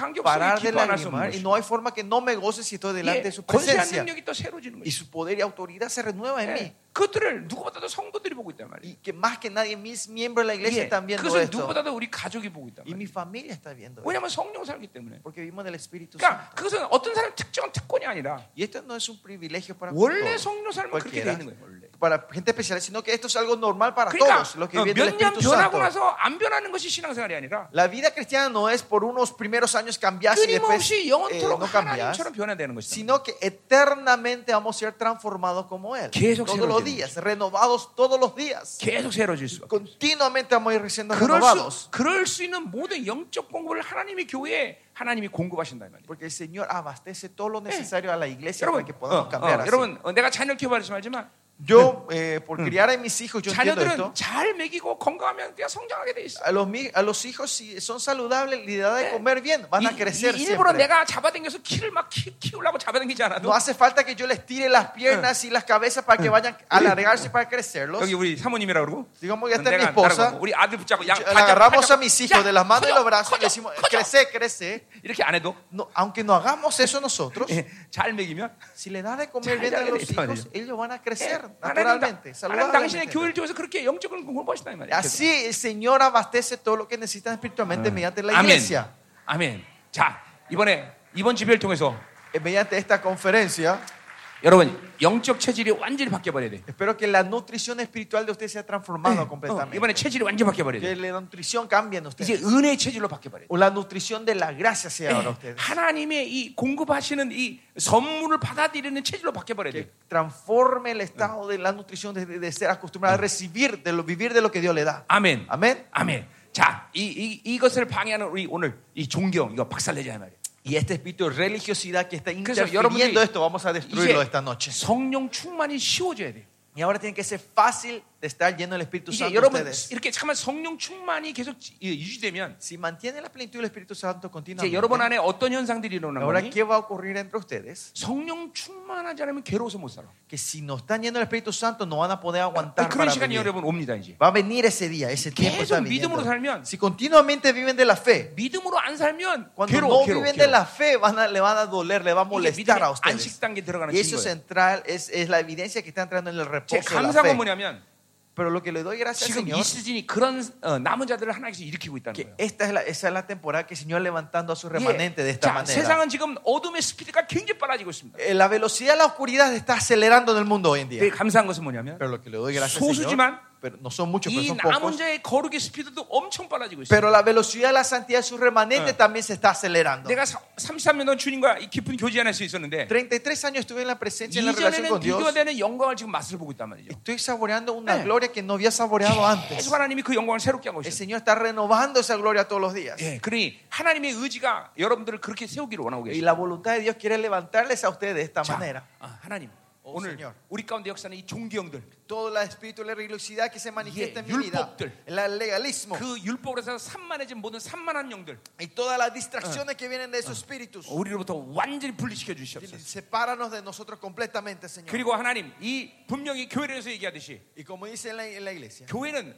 S1: 간격성이
S2: parar de
S1: 기뻐 안할 수 없는
S2: lagrimar y
S1: 거죠.
S2: no hay forma que no me goce si estoy delante
S1: 예,
S2: de su
S1: 권세한
S2: presencia.
S1: 능력이 또 새로지는
S2: Y
S1: 거죠.
S2: su poder y autoridad se renueva en mí.
S1: 예, 그것들을 누구보다도 성도들이 보고 있단 말이에요.
S2: Y que más que nadie, mis miembros de la iglesia
S1: 예,
S2: están viendo
S1: 그것을
S2: esto.
S1: 누구보다도 우리 가족이 보고 있단
S2: Y
S1: 말이에요.
S2: mi familia está viendo esto.
S1: 왜냐하면 성령 살기 때문에.
S2: Porque vivimos del Espíritu
S1: 그러니까
S2: Santo.
S1: 그것은 어떤 사람 특정한 특권이 아니라
S2: Y esto no es un privilegio para
S1: 원래
S2: todos,
S1: 성령 살면 그렇게 돼
S2: cualquiera.
S1: 있는 거예요. 원래.
S2: para gente especial, sino que esto es algo normal para
S1: 그러니까
S2: todos los que viven del
S1: 몇 년
S2: Espíritu
S1: 변하고
S2: Santo.
S1: 나서 안 변하는 것이 신앙생활이 아니라
S2: La vida cristiana no es por unos primeros años cambiar y después
S1: 끊임없이
S2: eh,
S1: 예, 영원토록
S2: no cambiar,
S1: 하나님처럼 변화되는 것이다.
S2: sino que eternamente vamos a ser transformados como Él.
S1: 계속
S2: Todos los
S1: 새로워지는
S2: días, renovados todos los días.
S1: 계속 새로워질 수밖에.
S2: Continuamente vamos a ir siendo
S1: 그럴
S2: renovados.
S1: 수, 그럴 수 있는 모든 영적 공급을 하나님이 교회에 하나님이 공급하신다 이 말이에요.
S2: Porque el Señor abastece todo lo necesario a la iglesia para
S1: 여러분,
S2: que
S1: 어,
S2: podamos cambiar.
S1: 어,
S2: así.
S1: 여러분 어, 내가 자녀 키워 말씀하지만
S2: Yo, eh, por criar a mis hijos, yo entiendo esto.
S1: 자녀들은 잘 먹이고 건강하면 그냥 성장하게 돼 있어.
S2: A los, mi- a los hijos, si son saludables, le da de comer bien, van a
S1: 이-
S2: crecer
S1: 이- 일부러
S2: siempre.
S1: 내가 잡아당겨서 키를 막 키, 키우려고 잡아당기지 않아도
S2: No Eh. hace falta que yo les tire las piernas y las cabezas para que vayan a alargarse para crecerlos.
S1: 여기 우리 사모님이라고 그러고
S2: Digamos, ya
S1: 내가
S2: está mi
S1: 안 따라가고
S2: esposa.
S1: 우리 아들 붙잡고 양
S2: Yo-
S1: 발짝-
S2: Agarramos a
S1: 발짝-
S2: mis
S1: 야,
S2: hijos de las manos y
S1: 커져,
S2: los brazos y
S1: 커져,
S2: le decimos, "Eh".
S1: 커져.
S2: crece, crece.
S1: 이렇게 안 해도
S2: No, aunque no hagamos eso nosotros,
S1: 예, 잘 먹이면
S2: si Eh. le Eh, da de comer bien a
S1: Chale,
S2: los
S1: chale.
S2: hijos, ellos van a
S1: 하나님,
S2: crecer
S1: 당-
S2: naturalmente,
S1: 하나님 당신의 교회를
S2: saludablemente.
S1: 통해서 그렇게 영적인 공급을 보신다 이 말이에요.
S2: Así el Señor abastece todo lo que necesitan espiritualmente mediante la
S1: 아멘.
S2: iglesia.
S1: 아멘. 자, 이번에 이번 집회를 통해서
S2: Eh, Mediante esta conferencia,
S1: 여러분 영적 체질이 완전히 바뀌어 버려야 돼.
S2: espero que la nutrición espiritual de usted sea transformada
S1: 어,
S2: completamente.
S1: 이번에 체질이 완전히 바뀌어 버려야
S2: Que
S1: 돼.
S2: la nutrición cambie en
S1: 이제
S2: usted.
S1: 은혜의 체질로 바뀌어 버려야 돼.
S2: O la nutrición de la gracia sea ahora
S1: 예,
S2: usted.
S1: 하나님의 이 공급하시는 이 선물을 받아들이는 체질로 바뀌어 버려야
S2: Que
S1: 돼.
S2: transforme el estado de la nutrición de, de ser acostumbrado a recibir, de lo, vivir de lo que Dios le da.
S1: 아멘.
S2: Amén.
S1: 아멘. 자, 이, 이 이것을 방해하는 우리 오늘 이 존경 이거 박살내자 이 말이야.
S2: Y este espíritu de religiosidad que está
S1: 그래서
S2: interfiriendo
S1: 여러분들이
S2: esto, vamos a destruirlo esta noche.
S1: 이제 성령 충만이 쉬워져야 돼.
S2: Y ahora tiene que ser fácil de estar lleno del Espíritu
S1: 이제
S2: Santo
S1: 여러분
S2: ustedes.
S1: 이렇게 잠깐 성령 충만이 계속 이- 유지되면
S2: Si mantiene la plenitud del Espíritu Santo
S1: 이제 여러분 안에
S2: continuamente,
S1: 어떤 현상들이 일어나는
S2: ahora
S1: 거니?
S2: ¿qué va a ocurrir entre ustedes?
S1: 성령 충만하지 않으면 괴로워서 못 살아.
S2: Que si no están llenos del Espíritu Santo no van a poder aguantar
S1: 그런
S2: para
S1: 시간이
S2: vivir.
S1: 여러분 옵니다 이제.
S2: Va a venir ese día, ese tiempo está
S1: 계속 믿음으로
S2: viniendo.
S1: 살면
S2: Si continuamente viven de la fe,
S1: 믿음으로 안 살면
S2: cuando
S1: 괴로워,
S2: no
S1: 괴로워.
S2: viven de
S1: 괴로워.
S2: la fe van a, le van a doler, le va a
S1: 이게
S2: molestar
S1: 믿음의
S2: a ustedes.
S1: 안식 단계 들어가는
S2: Y eso
S1: 증거예요.
S2: central es, es la evidencia que está entrando en el
S1: 제
S2: reposo de la
S1: 감사가
S2: fe.
S1: 뭐냐면
S2: Pero lo que le doy gracias al
S1: 지금
S2: Señor
S1: 이 시즌이 그런 어, 남은 자들을 하나님께서 일으키고 있다는
S2: que
S1: 거예요.
S2: esta es la, esa es la temporada que el Señor levantando a su
S1: 예.
S2: remanente de esta
S1: 자,
S2: manera.
S1: 세상은 지금 어둠의 스피드가 굉장히 빨라지고 있습니다.
S2: Eh, La velocidad de la oscuridad está acelerando en el mundo hoy en
S1: 되게
S2: día.
S1: 감사한 것은 뭐냐면
S2: Pero lo que le doy gracias al Señor,
S1: 소수지만
S2: pero no son muchos, pero
S1: 이
S2: son
S1: 남은
S2: pocos.
S1: 자의 거룩의 스피드도 엄청 빨라지고 있어요.
S2: Pero la velocidad de la santidad de su remanente
S1: Ah.
S2: también se está acelerando.
S1: 내가 33년 동안 주님과 이 깊은 교제 안에서 있었는데
S2: 33 años estuve en la presencia, en la relación
S1: 이전에는
S2: con Dios.
S1: 비교되는 영광을 지금 맛을 보고 있단 말이죠.
S2: Estoy saboreando una
S1: Eh.
S2: gloria que no había saboreado antes.
S1: 계속 하나님이 그 영광을 새롭게 하고
S2: El
S1: 있어요.
S2: Señor está renovando esa gloria todos los días.
S1: 예, 그러니 하나님의 의지가 여러분들을 그렇게 세우기를 원하고
S2: Y
S1: 계세요.
S2: la voluntad de Dios quiere levantarles a ustedes de esta
S1: 자,
S2: manera.
S1: 아, 하나님
S2: 오,
S1: 오늘
S2: Señor.
S1: 우리 가운데 역사는 이 종교형들
S2: Todo el espíritu de la religiosidad que se manifiesta en mi vida,
S1: 율법들.
S2: el legalismo
S1: 그 율법으로서 산만해진 모든 산만한 영들
S2: y todas las
S1: Ah.
S2: distracciones que vienen de esos espíritus.
S1: 우리로부터 완전히 분리시켜 주시옵소서.
S2: Sepáranos de nosotros completamente, Señor.
S1: 그리고 하나님 이 분명히 교회를 위해서 얘기하듯이
S2: Y como dice en la, en la iglesia,
S1: 교회는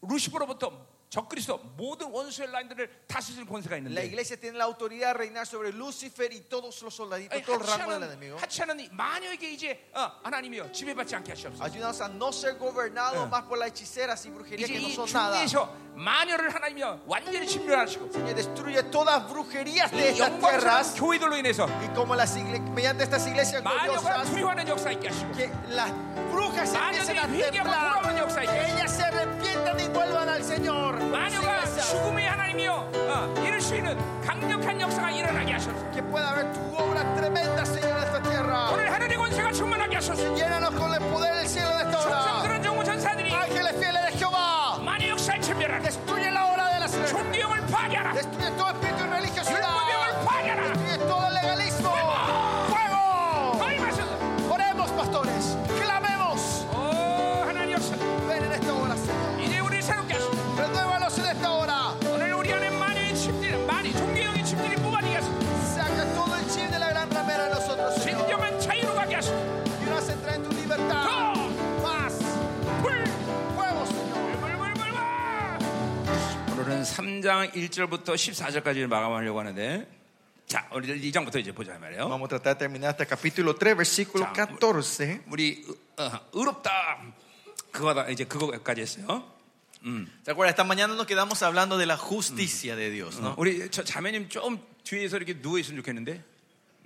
S1: 루시퍼로부터 적그리스도 모든 원수의 라인들을 다스리는 권세가
S2: la
S1: 있는데
S2: iglesia tiene la autoridad de reinar sobre Lucifer y todos los soldaditos,
S1: 아니,
S2: todo el ramo del enemigo.
S1: 하찮은, 하찮은 이 마녀에게 이제 어, 하나님이여 지배받지 않게 하시옵소서.
S2: Ayúdanos a no ser gobernados más por las hechiceras y brujerías
S1: 아, 이제
S2: que no
S1: 이
S2: son nada.
S1: 중에서 마녀를 하나님이여 완전히 침멸하시고
S2: Señor, destruye todas brujerías
S1: 이
S2: de estas
S1: 영광스러운
S2: tierras
S1: 교회들로 인해서
S2: y como las igle- mediante estas iglesias
S1: 마녀가
S2: gloriosas
S1: 두려워하는 역사 있게 하시고
S2: que las brujas empiecen a
S1: 마녀들이 회개하고
S2: temblar
S1: 돌아오는 역사 있게
S2: que
S1: 하시고
S2: ellas se arrepientan y vuelvan al Señor
S1: 마녀가
S2: Iglesias,
S1: 죽음의 하나님이여 어, 이룰 수 있는 강력한 역사가 일어나게 하소서
S2: que pueda haber tu obra tremenda Señor en esta tierra
S1: 오늘 하늘의 권세가 충만하게 하소서
S2: llénanos con el poder del cielo de esta hora
S1: 충성스러운 정부 전사들이
S2: ángeles fieles de Jehová
S1: 마녀 역사를 침멸하고
S2: destruye la obra de las
S1: 종교형을 파괴하라
S2: destruye todo espíritu de religiosidad
S1: 율법형을 파괴하라
S2: destruye todo legalismo fuego
S1: 거임하소서
S2: oremos pastores clamemos
S1: 오 하나님 역사
S2: ven en esta hora Señor
S1: 이제 우리를 새롭게 하소서
S2: renuévanos en esta hora
S1: 오늘 우리 안에 마녀의 침질, 마녀 종교형의 침질이 뽑아내게 하소서.
S2: Saca todo el chip de la gran ramera de nosotros, Señor.
S1: 진정한 자유로 가게 하소서.
S2: Y nos entra en tu libertad.
S1: 더
S2: Paz,
S1: 불,
S2: fuego, Señor.
S1: 불불불불불. 오늘은 3장 1절부터 14절까지 마감하려고 하는데, 자, 우리들 2장부터 이제 보자 이 말이에요.
S2: Vamos a tratar de terminar hasta capítulo 3, versículo
S1: Ya.
S2: 14.
S1: 우리 어, 어, 의롭다 그거다 이제 그거까지 했어요.
S3: ¿Se acuerdan? Esta mañana nos quedamos hablando de la justicia de Dios, ¿no?
S1: 우리 저 자매님 좀 뒤에서 이렇게 누워 있으면 좋겠는데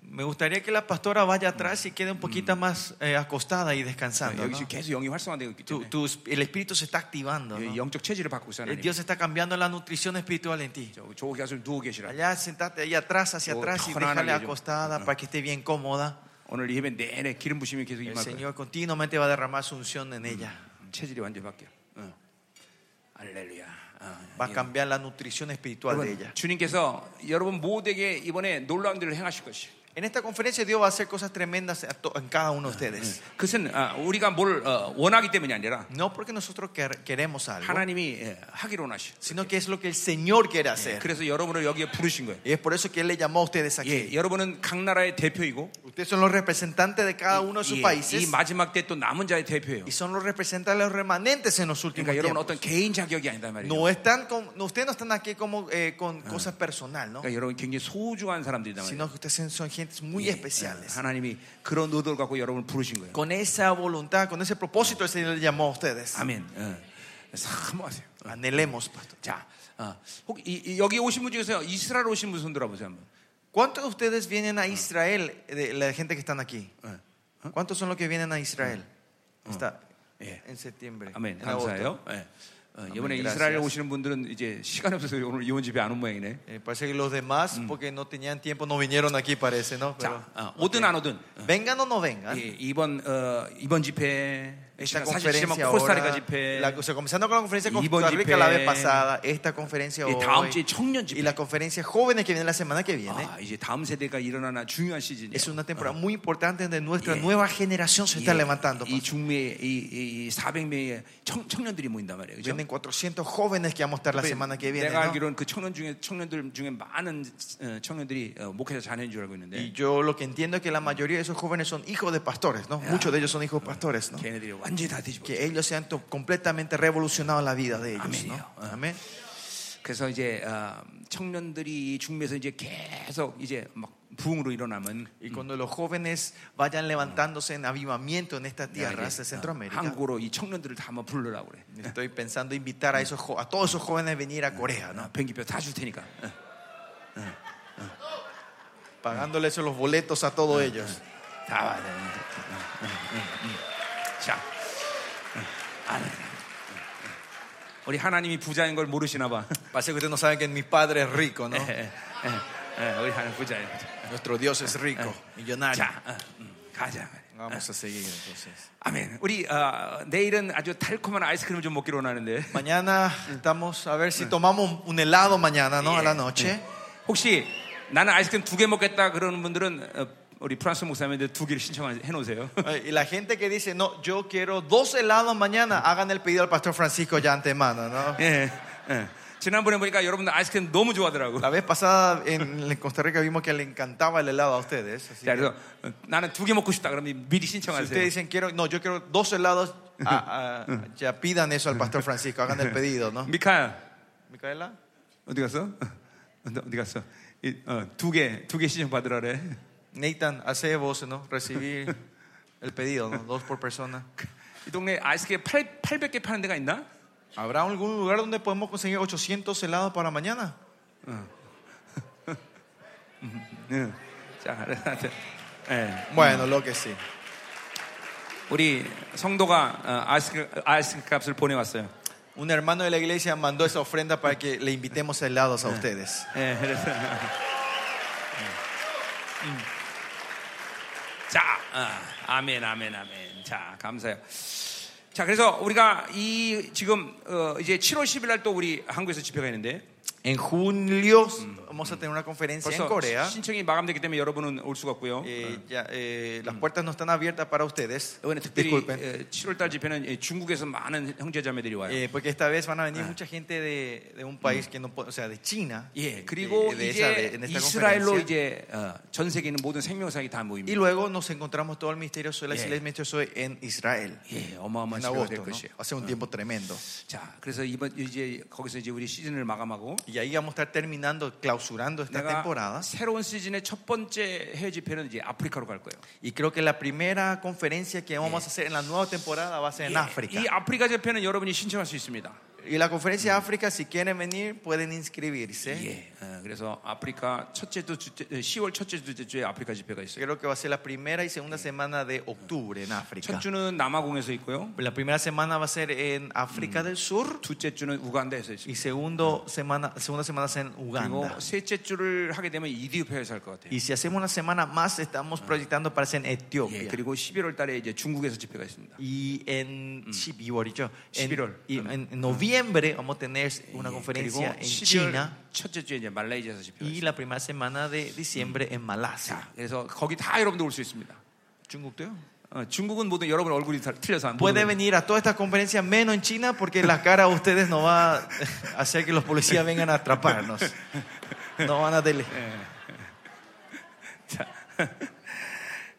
S3: Me gustaría que la pastora vaya atrás y quede un
S2: Mm.
S3: poquito más eh, acostada y descansando.
S1: 여기서
S3: ¿no?
S1: 계속 영이 활성화되고 있기
S3: Tu-
S1: 때문에
S3: tu- el espíritu se está activando. ¿no?
S1: 예, 영적 체질을 바꾸고 있어요.
S3: Eh,
S1: 하나님.
S3: Dios está cambiando la nutrición espiritual en ti.
S1: 저- 저기 가서 누워 계시라.
S3: Allá sentate ahí atrás, hacia
S1: Oh,
S3: atrás y
S1: 편안하게
S3: déjale
S1: 좀.
S3: acostada
S1: 어.
S3: para que esté bien cómoda.
S1: 오늘 이 예배 내내 기름 부심이 계속
S3: El
S1: 임할 거예요.
S3: Señor continuamente va a derramar su unción
S2: Mm,
S3: en ella.
S1: 체질이 완전히 바뀌어. 응. 알렐루야. 어,
S3: Va a
S1: 예.
S3: cambiar la nutrición espiritual de
S1: 여러분,
S3: ella.
S1: 주님께서 여러분 모두에게 이번에 놀라운 일을 행하실 것이.
S3: En esta conferencia Dios va a hacer cosas tremendas a to- en cada uno de ustedes.
S1: 그것은 아, 우리가 뭘 어, 원하기 때문이 아니라
S3: No porque nosotros quer- queremos algo,
S1: 하나님이 예, 하기로 원하시.
S3: sino que es lo que el Señor quiere hacer.
S1: 그래서 여러분을 여기에 부르신 거예요.
S3: Y es por eso que Él le llamó a ustedes
S1: 예,
S3: aquí.
S1: 여러분은 각 나라의 대표이고
S3: Ustedes son los representantes de cada uno de sus
S1: 예, 이
S3: países
S1: 마지막 때 또 남은 자의 대표예요.
S3: y son los representantes de los remanentes en los últimos
S1: 그러니까 여러분
S3: tiempos.
S1: 어떤 개인 자격이 아니다 말이에요.
S3: No están con- no, ustedes no están aquí como eh, con cosas personal, ¿no?
S1: 그러니까 여러분 굉장히 소중한 사람들이다 말이에요.
S3: sino que ustedes son- son gentes muy
S1: 예,
S3: especiales.
S1: 어, 하나님이 그런 의도를 갖고 여러분을 부르신 거예요.
S3: Con esa voluntad, con ese propósito, el Señor les llamó a ustedes.
S1: 아멘. 어, 사모하세요.
S3: Anhelemos, pastor.
S1: 자, 어, 혹 이, 이- 여기 오신 분 중에서 이스라엘 오신 분 손들어 보세요 한번.
S3: ¿Cuántos de ustedes vienen a Israel, de la gente que están aquí?
S1: 어.
S3: ¿Cuántos son los que vienen a Israel?
S1: Mm.
S3: Está
S1: 예.
S3: en septiembre.
S1: 아멘.
S3: en agosto.
S1: 감사해요. 예. 어, 이번에
S3: 아멘,
S1: 이스라엘
S3: gracias.
S1: 오시는 분들은 이제 시간 없어서 오늘 이혼 집에 안 온 모양이네.
S3: Eh, parece que los demás,
S1: Mm.
S3: porque no tenían tiempo, no vinieron aquí, parece, ¿no? Pero-
S1: 자, 어, 오든 안 오든 어,
S3: vengan o no vengan.
S1: 예, 이번 어, 이번 집회
S3: Esta
S1: 사실 지금
S3: conferencia
S1: 코스타리카
S3: ahora,
S1: 집회 아,
S3: la- o sea, comenzando con la conferencia con
S1: Ibon
S3: Costa Rica la
S1: Jipe,
S3: vez pasada, esta conferencia
S1: 이 다음 주에
S3: hoy,
S1: 청년 집회. Ah,
S3: y la conferencia jóvenes que viene la semana que viene,
S1: 아, 이제 다음 세대가 일어나는 중요한 시즌이에요.
S3: es una temporada
S1: Ah.
S3: muy importante donde nuestra
S1: Yeah.
S3: nueva generación se está levantando.
S1: 이
S3: pastor.
S1: 중미에 이, 이, 이 400명의 청, 청년들이 모인단 말이에요. 그죠?
S3: Vienen 400 jóvenes que vamos a estar la semana que viene.
S1: 내가
S3: ¿no?
S1: 알기로는 그 청년 중에 청년들 중에 많은 어, 청년들이 어, 목회자 자녀인 줄 알고
S3: Y
S1: 있는데
S3: yo lo que entiendo es que la mayoría de esos jóvenes son hijos de pastores, ¿no? Muchos de ellos son hijos de pastores, ¿no?
S1: 걔네들이 완전히 다 뒤집어.
S3: Que ellos se han to- completamente revolucionado la vida de ellos, ¿no?
S1: Amén. Ah.
S3: Amén.
S1: 그래서 이제 어, 청년들이 이 중미에서 이제 계속 이제 막 부흥으로 일어나면
S3: Y cuando los jóvenes vayan levantándose en avivamiento en estas
S1: 내가
S3: tierras
S1: 이제,
S3: de
S1: 어,
S3: Centroamérica,
S1: 한국으로 이 청년들을 다 한번 불러라 그래.
S3: estoy pensando invitar a, esos, jo- a todos esos jóvenes a venir a Corea, ¿no?
S1: 나 비행기표 어, 다 줄 테니까. 어.
S3: Pagándoles los boletos a todos ellos.
S1: 다 와야 돼. 어, 응, 응, 응, 응. 어, 자, 어, 응, 아멘. 응, 응. 어. 우리 하나님이 부자인 걸 모르시나 봐.
S3: Parece que ustedes no saben que mi padre es rico, ¿no?
S1: 예, 예, 예, 우리 하나님 부자인 거죠.
S3: Nuestro Dios es rico, millonario.
S1: 자, 어, 음, 가자.
S3: Vamos a seguir entonces.
S1: 아멘. 우리 어, 내일은 아주 달콤한 아이스크림 좀 먹기로 하는데.
S3: Mañana estamos a ver si tomamos un helado mañana, ¿no? A la
S1: 예,
S3: noche.
S1: 예. 혹시 나는 아이스크림 두 개 먹겠다 그러는 분들은 어, 우리 프랑스 목사님한테 두 개를 신청해 놓으세요.
S3: Eh, Y la gente que dice, no, yo quiero dos helados mañana, hagan el pedido al pastor Francisco ya antemano, ¿no?
S1: 예. 예. 지난번에 보니까 여러분들 아이스크림 너무 좋아하더라고.
S3: La vez pasada en Costa Rica vimos que le encantaba el helado a ustedes. así
S1: 자,
S3: que
S1: 그래서 어, 나는 두 개 먹고 싶다 그러면 미리
S3: si
S1: 신청하세요.
S3: ustedes dicen, quiero, no, yo quiero dos helados, ah, ah, ya pidan eso al pastor Francisco, hagan el pedido, ¿no?
S1: 어? 미카
S3: Micaela,
S1: 어디 갔어? 어, 너 어디 갔어? 두 개 두 개 신청 받으라 그래.
S3: Nathan, hace vos, ¿no? Recibir el pedido, ¿no? Dos por persona.
S1: 이 동네 에 아이스크림 8 800개 파는 데가 있나?
S3: ¿Habrá algún lugar donde podemos conseguir 800 helados para mañana?
S1: 예. 자, 그래서 예.
S3: Bueno, lo que sí.
S1: 우리 성도가 어, 아이스크림 아이스크림 값을 보내왔어요.
S3: Un hermano de la iglesia mandó esa ofrenda para que le invitemos helados a ustedes.
S1: 예, 그래서. 음. 자, 아, 아멘, 아멘, 아멘. 자, 감사해요. 자, 그래서 우리가 이 지금 어, 이제 7월 10일 날 또 우리 한국에서 집회가 있는데
S3: En julio vamos a tener una conferencia en
S1: 벌써
S3: Corea.
S1: 신청이 마감됐기 때문에 여러분은 올 수가 없고요.
S3: Eh, ya, eh, las puertas no están abiertas para ustedes.
S1: 이번에 특별히
S3: Disculpen.
S1: 7월 달 집회는 예, 중국에서 많은 형제자매들이 와요.
S3: Eh, porque esta vez van a venir mucha gente de, de un país que no po- o sea, de China.
S1: 예,
S3: Eh,
S1: 그리고
S3: de esa- de-
S1: 이제
S3: en esta
S1: 이스라엘로
S3: conferencia.
S1: 이제 어, 전 세계 있는 모든 생명사역이 다
S3: Y
S1: 모입니다.
S3: luego nos encontramos todo el misterio Soy la
S1: Yeah.
S3: Iglesia Misterio Soy en Israel.
S1: 예, 어마어마한
S3: En
S1: 시간이 될
S3: agosto, ¿no?
S1: 것이에요.
S3: hace un tiempo tremendo.
S1: 자, 그래서 이번 이제 거기서 이제 우리 시즌을 마감하고
S3: Y ahí vamos a estar terminando, clausurando esta
S1: 내가
S3: temporada.
S1: 새로운 시즌의 첫 번째 해외 집회는 이제 아프리카로 갈 거예요.
S3: Y creo que la primera conferencia que vamos a hacer en la nueva temporada va a ser en
S1: 예,
S3: África.
S1: 이 아프리카 집회는 여러분이 신청할 수 있습니다.
S3: Y la conferencia de África, si quieren venir, pueden inscribirse.
S1: 예. 어, 그래서 아프리카 첫째 두 주째, 10월 첫째 두째 주에 아프리카 집회가 있어요.
S3: Creo que va a ser la primera y segunda semana de octubre en
S1: 첫
S3: África.
S1: 주는 남아공에서 있고요.
S3: La primera semana va a ser en África del Sur
S1: 둘째 주는 우간다에서 있어요.
S3: y segundo semana, segunda semana es en Uganda.
S1: 그리고 셋째 주를 하게 되면 이디오피아에서 할 것 같아요.
S3: Y si hacemos una semana más, estamos proyectando para ser en
S1: 예,
S3: Etiopía.
S1: 그리고 11월 달에 이제 중국에서 집회가 있습니다.
S3: Y en, 12월, dicho, en,
S1: 11월.
S3: y en- en noviembre vamos a tener una
S1: 예,
S3: conferencia en
S1: 그리고 12월
S3: China
S1: 첫째 주에 이제 말레이시아에서 집회가
S3: y
S1: 있습니다.
S3: la primera semana de diciembre en Malasia.
S1: 자, 그래서 거기 다 여러분들 올 수 있습니다.
S3: 중국도요?
S1: 어, 중국은 모든 여러분 얼굴이 다 틀려서 안
S3: Puede
S1: 보는 거예요.
S3: venir a todas estas conferencias menos en China porque la cara de ustedes no va a hacer que los policías vengan a atraparnos. No van a tele.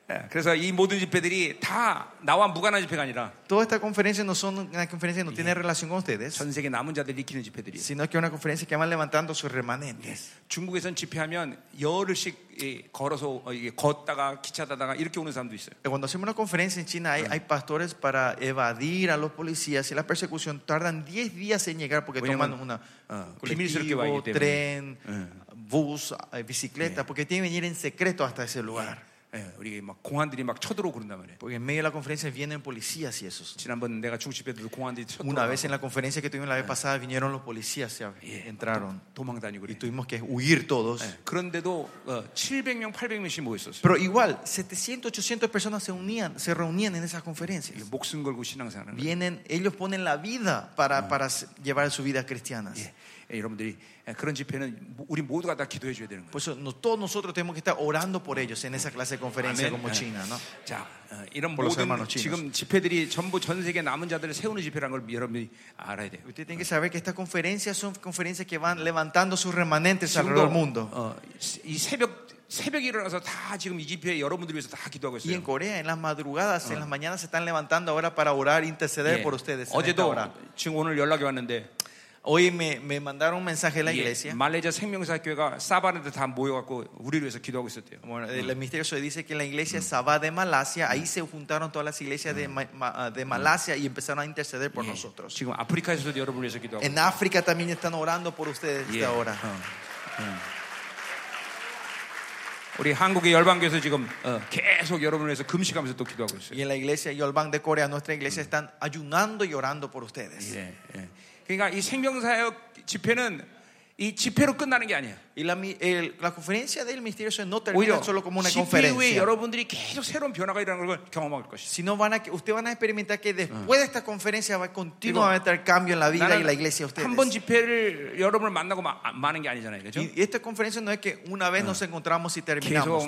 S1: 예, 그래서 이 모든 집회들이 다 나와 무관한 집회가 아니라
S3: Todas estas conferencias no son una conferencia que no tiene relación con ustedes,
S1: 전 세계 남은 자들 일으키는 집회들이에요.
S3: sino que es una conferencia que van levantando sus remanentes.
S1: 중국에선 집회하면 열흘씩 이, 걸어서 어, 이게 걷다가 기차 타다가 이렇게 오는 사람도 있어요.
S3: Eh, Cuando hacemos una conferencia en China hay, hay pastores para evadir a los policías y la persecución tardan 10 días en llegar porque toman
S1: 왜냐면,
S3: una
S1: 어, 비밀스럽게 와
S3: colectivo,
S1: 있기 때문에.
S3: tren, bus, eh, bicicleta, porque tienen que venir en secreto hasta ese lugar.
S1: 예, 우리 막 공안들이 막 쳐들어오고 그런단 말이에요.
S3: Porque en medio de la conferencia vienen policías y esos.
S1: 지난번 내가 중국 집회도 공안들이 쳐들어
S3: Una vez en la conferencia que tuvimos la vez pasada vinieron los policías, ¿sabe? entraron
S1: 도망 다니고
S3: y
S1: 그래.
S3: tuvimos que huir todos.
S1: 예, 그런데도 어, 700명, 800명씩 모였었어요.
S3: Pero igual, 700, 800 personas se unían, se reunían en esas conferencias.
S1: 목숨 걸고 신앙생활하는 거예요.
S3: Vienen, ellos ponen la vida para, para llevar su vida cristiana.
S1: 예, 예, 여러분들이 예, 그런 집회는 모- 우리 모두가 다 기도해 줘야 되는 거예요.
S3: Por eso no- todos nosotros tenemos que estar orando por ellos en esa clase de conferencia
S1: Amén.
S3: como
S1: Eh.
S3: China, ¿no?
S1: 자, 어, 이런
S3: Por los
S1: 모든
S3: hermanos chinos.
S1: 지금 집회들이 전부 전 세계 남은 자들을 세우는 집회라는 걸 여러분이 알아야 돼요.
S3: Usted tiene que saber que estas conferencias son conferencias que van levantando sus
S1: 그
S3: remanentes alrededor del
S1: 지금도
S3: mundo.
S1: 어, 이 새벽 새벽에 일어나서 다 지금 이 집회에 여러분들 위해서 다 기도하고
S3: Y en
S1: 있어요.
S3: Corea, en las madrugadas, en las mañanas se están levantando ahora para orar, interceder
S1: 예,
S3: por ustedes. en esta
S1: 어제도
S3: hora.
S1: 지금 오늘 연락이 왔는데
S3: Hoy me, me mandaron un mensaje de la
S1: 예,
S3: iglesia.
S1: 말레이시아 생명사 교회가 사바네도 다 모여갖고 우리를 위해서 기도하고 있었대요.
S3: Bueno, el ministerio se dice que en la iglesia Sabá de Malasia, ahí se juntaron todas las iglesias de, Ma- Ma- de Malasia y empezaron a interceder por
S1: 예,
S3: nosotros.
S1: 지금 아프리카에서도 여러분을 위해서 기도하고
S3: En África también están orando por ustedes
S1: 예,
S3: hasta ahora.
S1: 어, 음. 우리 한국의 열방교에서 지금 어, 계속 여러분을 위해서 금식하면서 또 기도하고 있어요.
S3: Y en la iglesia Yolban de Corea, nuestra iglesia, están ayunando y orando por ustedes.
S1: 예, 예. 그러니까 이 생명사역 집회는 이 집회로 끝나는 게 아니에요.
S3: Y la, mi- el- la conferencia del misterioso no
S1: 오히려
S3: termina solo como una
S1: 집회 후에
S3: conferencia.
S1: 여러분들이 계속 새로운 변화가 일어나는 걸 경험할 것이죠.
S3: Sino van a, que- ustedes van a experimentar que después de esta conferencia va continuamente a haber cambio en la vida y la iglesia de ustedes.
S1: 한 번 집회를 여러분을 만나고 마, 아, 마는 게 아니잖아요, 그렇죠?
S3: Y esta conferencia no es que una vez nos encontramos y terminamos,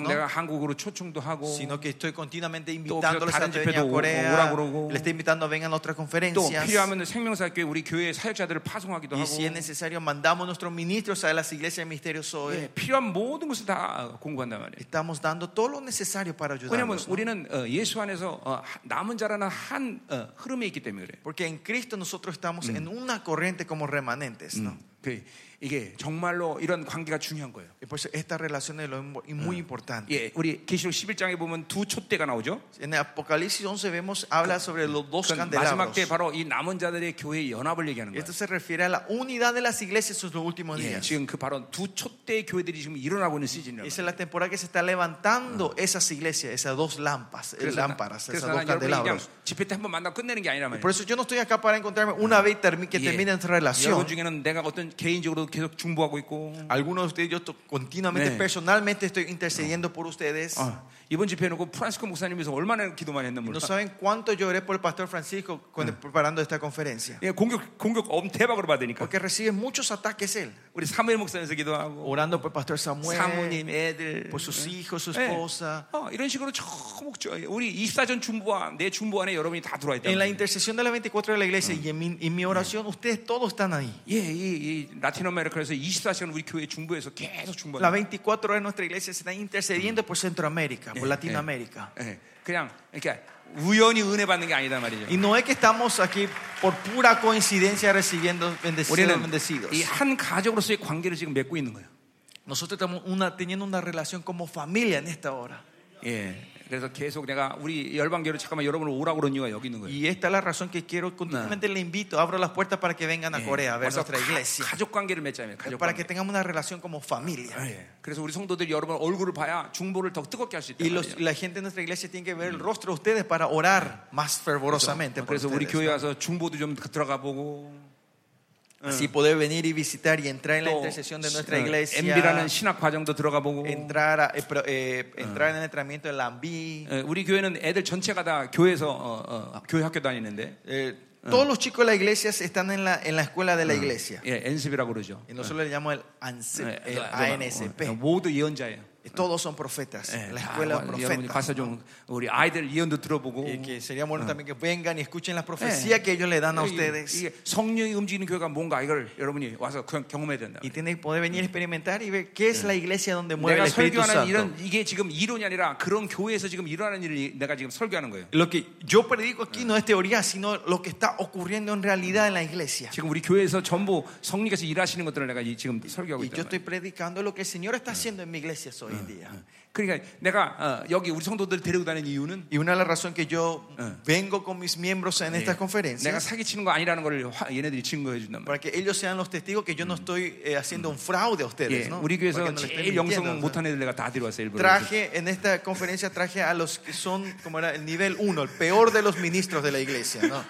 S1: 계속
S3: ¿no?
S1: 내가 한국으로 초청도 하고
S3: sino que estoy continuamente invitándoles
S1: 다른
S3: a que
S1: 집회도
S3: vengan a
S1: 오- 오라
S3: Corea,
S1: 그러고.
S3: les estoy invitando a vengan a otras
S1: 또
S3: conferencias.
S1: 필요하면 생명사교회 우리 교회 사역자들을 파송하기도
S3: Y
S1: 하고
S3: si es necesario, mandamos nuestros ministros a las iglesias de misterios hoy.
S1: 예, 필요한 모든 것을 다 어, 공부한단 말이에요.
S3: Estamos dando todo lo necesario para
S1: 왜냐하면
S3: ayudarnos. ¿no?
S1: 우리는 어, 예수 안에서 어, 하- 남은 자라는 한 어, 흐름에 있기 때문에 그래요.
S3: Porque en Cristo nosotros estamos en una corriente como remanentes. ¿no?
S1: 그, 이게 정말로 이런 관계가 중요한 거예요.
S3: Y por eso esta relación es lo im- y muy importante.
S1: 예, 우리 계시록 11장에 보면 두 촛대가 나오죠.
S3: En Apocalipsis 11 vemos, habla sobre los dos
S1: 그건 마지막 때
S3: candelabros.
S1: 바로 이 남은 자들의 교회 연합을 얘기하는 거예요.
S3: Esto se refiere a la unidad de las iglesias en los últimos
S1: 예,
S3: días.
S1: 지금 그 바로 두 촛대의 교회들이 지금 일어나고 있는 시즌이라고.
S3: Esa es la temporada que se está levantando esas iglesias, esas dos lámparas, eh,
S1: 그래서 나-
S3: lámparas,
S1: 그래서
S3: esas dos
S1: 나는 여러분이 그냥
S3: candelabros.
S1: 집회 때 한 번 만나 끝내는 게 아니라 말이에요.
S3: Por eso yo no estoy acá para encontrarme una vez termi- que
S1: 예.
S3: termine nuestra
S1: 여러분
S3: relación.
S1: 중에는 내가 어떤 개인적으로 계속 중보하고 있고
S3: Algunos de ustedes, yo to- continuamente,
S1: 네.
S3: personalmente estoy intercediendo por ustedes.
S1: 어, 이번 집회 놓고 프란스코 목사님에서 얼마나 기도만 했나 몰라.
S3: No saben cuánto lloré por el pastor Francisco cuando preparando esta conferencia.
S1: 예, 공격 공격 엄 대박으로 받으니까
S3: Porque recibe muchos ataques él.
S1: 우리 사무엘 목사님에서 기도하고
S3: Orando por el pastor
S1: 사모님
S3: Samuel,
S1: 애들
S3: por sus hijos, su
S1: 예.
S3: esposa.
S1: 어, 이런 식으로 전부 저- 우리 입사전 중보와 내 중보 안에 여러분이 다 들어와 있다.
S3: En la intercesión de las 24 de la iglesia y en mi, en mi oración, ustedes todos están ahí.
S1: 예, 이, 이 라틴 아메리카에서 24시간 우리 교회 중보에서 계속
S3: Las
S1: 중보한다.
S3: 24 horas de nuestra iglesia se están intercediendo por Centroamérica, por Latinoamérica.
S1: 예, 그냥 이렇게 우연히 은혜 받는 게 아니다 말이죠.
S3: Y no es que estamos aquí por pura coincidencia recibiendo bendecidos,
S1: 우리는
S3: bendecidos.
S1: 이 한 가족으로서의 관계를 지금 맺고 있는 거예요.
S3: Nosotros estamos una, teniendo una relación como familia en esta hora.
S1: 예. 그래서 계속 내가 우리 열방교로 잠깐만 여러분 오라고 그런 이유가 여기 있는 거예요.
S3: Y esta es la razón que quiero, continuamente le invito, abro las puertas para que vengan a Corea a ver
S1: 예, 벌써
S3: nuestra iglesia,
S1: 가족 관계를 맺자면 가족
S3: para que
S1: 관계.
S3: tengamos una relación como familia.
S1: 예. 그래서 우리 성도들이 여러분 얼굴을 봐야 중보를 더 뜨겁게 할 수
S3: Y
S1: 있다.
S3: los- la gente de nuestra iglesia tiene que ver el rostro de ustedes para orar más fervorosamente. por
S1: 그래서 우리
S3: ustedes,
S1: 교회
S3: ¿no?
S1: 와서 중보도 좀 들어가 보고
S3: Así poder venir y visitar y entrar en la
S1: 또
S3: intercesión de nuestra
S1: MB라는
S3: iglesia,
S1: 신학 과정도 들어가 보고
S3: entrar, a- eh, pro- eh, entrar en el entrenamiento de la AMBI.
S1: 예, 우리 교회는 애들 전체가 다 교회에서 어, 어, 교회 학교 다니는데
S3: Eh, todos los chicos de la iglesia están en la, en la escuela de la iglesia.
S1: 예, 엔습이라고 그러죠.
S3: Y nosotros le llamamos el, ANSP,
S1: 예,
S3: el
S1: 그러니까 어,
S3: ANSP.
S1: 모두 예언자예요.
S3: Y Eh, Todos son profetas.
S1: 예,
S3: La
S1: 다
S3: escuela
S1: 와-
S3: de
S1: 여러분이
S3: profetas.
S1: 가서 좀 우리 아이들 예언도 들어보고
S3: Y que sería bueno también que vengan y escuchen las
S1: 예.
S3: profecías que ellos le dan a
S1: 이게-
S3: ustedes.
S1: 이게 성령이 움직이는 교회가 뭔가 이걸 여러분이 와서 경- 경험해야 된다.
S3: Y tienen que poder venir a experimentar y ver qué es la iglesia donde mueve el
S1: 내가
S3: Espíritu
S1: 설교하는
S3: Santo.
S1: 이런 이게 지금 이론이 아니라 그런 교회에서 지금 일어나는 일을 내가 지금 설교하는 거예요.
S3: Lo que yo predico aquí no es teoría, sino lo que está ocurriendo en realidad en la iglesia.
S1: 지금 우리 교회에서 전부 성리께서 일하시는 것들을 내가 이- 지금 설교하고
S3: Y
S1: 있잖아요.
S3: yo estoy predicando lo que el Señor está haciendo en mi iglesia
S1: eh.
S3: hoy en día.
S1: 그러니까 내가 어, 여기 우리 성도들 데리고 다니는 이유는
S3: Y una de las razones que yo vengo con mis miembros en estas
S1: 내가
S3: conferencias
S1: 사기치는 거 아니라는 걸 화- 얘네들이 증거해 준단 말이에요.
S3: para que ellos sean los testigos que yo no estoy eh, haciendo un fraude a
S1: 예,
S3: ustedes. ¿no?
S1: 우리
S3: Para
S1: 교회에서
S3: que no le estén
S1: 제일 영성
S3: mintiendo, ¿no?
S1: 못한 애들 내가 다 데려왔어요. 일부러.
S3: Traje en esta conferencia traje a los que son como era el nivel 1, el peor de los ministros de la iglesia, ¿no?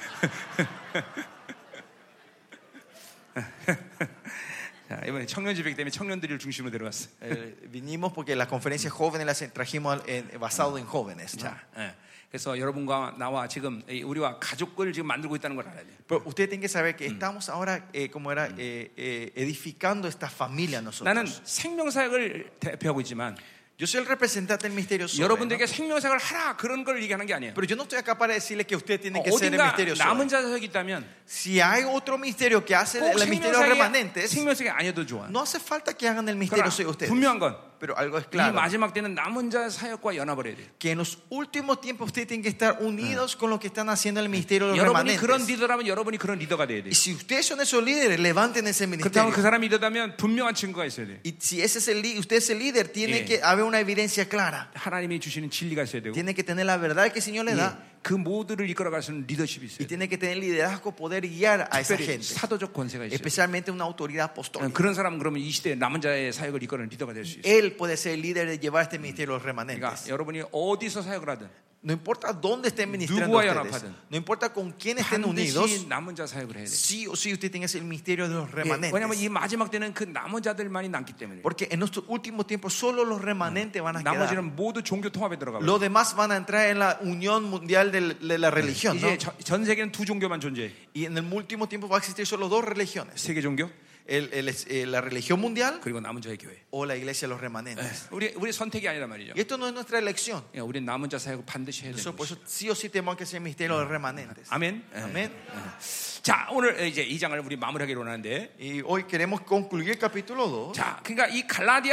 S1: 자, 이번에 청년 집회기 때문에 청년들을 중심으로 데려왔어요.
S3: Eh, vinimos porque las conferencias jóvenes las trajimos al- en- basado en jóvenes. ¿no?
S1: 자, 예. 그래서 여러분과 나와 지금 이 우리와 가족을 지금 만들고 있다는 걸 알아야 돼요.
S3: Pero ustedes tienen que saber que estamos ahora, eh, como era, eh, eh, edificando esta familia
S1: 나는
S3: nosotros.
S1: 생명사역을 대표하고 있지만
S3: Yo soy el representante del misterio sobre,
S1: 여러분들에게
S3: ¿no?
S1: 생명사역을 하라 그런 걸 얘기하는 게 아니에요.
S3: Pero yo no estoy acá para decirles que ustedes tienen que ser el
S1: 어딘가
S3: misterio
S1: 남은
S3: sobre.
S1: 자석이 있다면
S3: Si hay otro misterio que hace
S1: 꼭
S3: el misterio
S1: 생명사역이
S3: remanentes,
S1: 생명사역이 아니어도 좋아.
S3: no hace falta que hagan el
S1: 그러나
S3: misterio sobre ustedes.
S1: 분명한 건 이
S3: Pero algo es claro.
S1: 마지막 때는 남은 자 사역과 연합을 해야 돼요.
S3: que en los últimos tiempos ustedes tienen que estar unidos con lo que están haciendo en el ministerio de los
S1: 여러분이 그런
S3: remanentes.
S1: 리더라면 여러분이 그런 리더가 돼야 돼요.
S3: Y si ustedes son esos líderes, levanten ese
S1: 그렇다면 그
S3: ministerio.
S1: 사람이 리더다면 분명한 증거가 있어야 돼요.
S3: Y si ese es el, lí- usted es el líder, tiene
S1: 예.
S3: que haber una evidencia clara.
S1: 하나님이 주시는 진리가 있어야 되고
S3: Tiene que tener la verdad que el Señor le da.
S1: 예, 그 모두를 이끌어갈 수 있는 리더십이
S3: Y
S1: 있어요.
S3: tiene que tener liderazgo, poder guiar a esa
S1: 특별히
S3: gente.
S1: 사도적 권세가 있어요.
S3: Especialmente una autoridad apostólica.
S1: 그런 사람은 그러면 이 시대에 남은 자의 사역을 이끄는 리더가 될 수 있어요.
S3: Él puede ser el líder de llevar este ministerio a los
S1: 그러니까
S3: remanentes.
S1: 여러분이 어디서 사역을 하든
S3: No importa dónde estén ministrando
S1: 누구와
S3: ustedes,
S1: 연합하든.
S3: no importa con quién estén unidos,
S1: 반드시 남은 자 사역을 해야 돼요.
S3: sí o sí usted tiene el ministerio de los
S1: 예, 왜냐하면
S3: remanentes.
S1: 이 마지막 때는 그 남은 자들만이 남기 때문에
S3: Porque en nuestro último tiempo solo los remanentes van a quedar.
S1: 나머지는 모두 종교 통합에 들어가고
S3: Los demás van a entrar en la unión mundial del- de la religión. ¿no?
S1: 이제 저- 전 세계는 두 종교만 존재해.
S3: Y en el último tiempo va a existir solo dos religiones.
S1: 세계 종교
S3: El- el- es- eh, la religión mundial
S1: 그리고 남은 자의 교회. 예,
S3: o la iglesia de los remanentes.
S1: 우리 우리 선택이 아니란 말이죠.
S3: Y esto no es nuestra elección.
S1: 예, 우리 남은 자 사역을 반드시 해야
S3: Eso,
S1: 되는
S3: por
S1: 거죠.
S3: eso sí o sí tenemos que ser misterio de los remanentes.
S1: 아멘. 예.
S3: Amén.
S1: 자 오늘 어, 이제 이 장을 우리 마무리하기로 하는데.
S3: Y hoy queremos concluir el capítulo 2.
S1: 자, 그러니까 이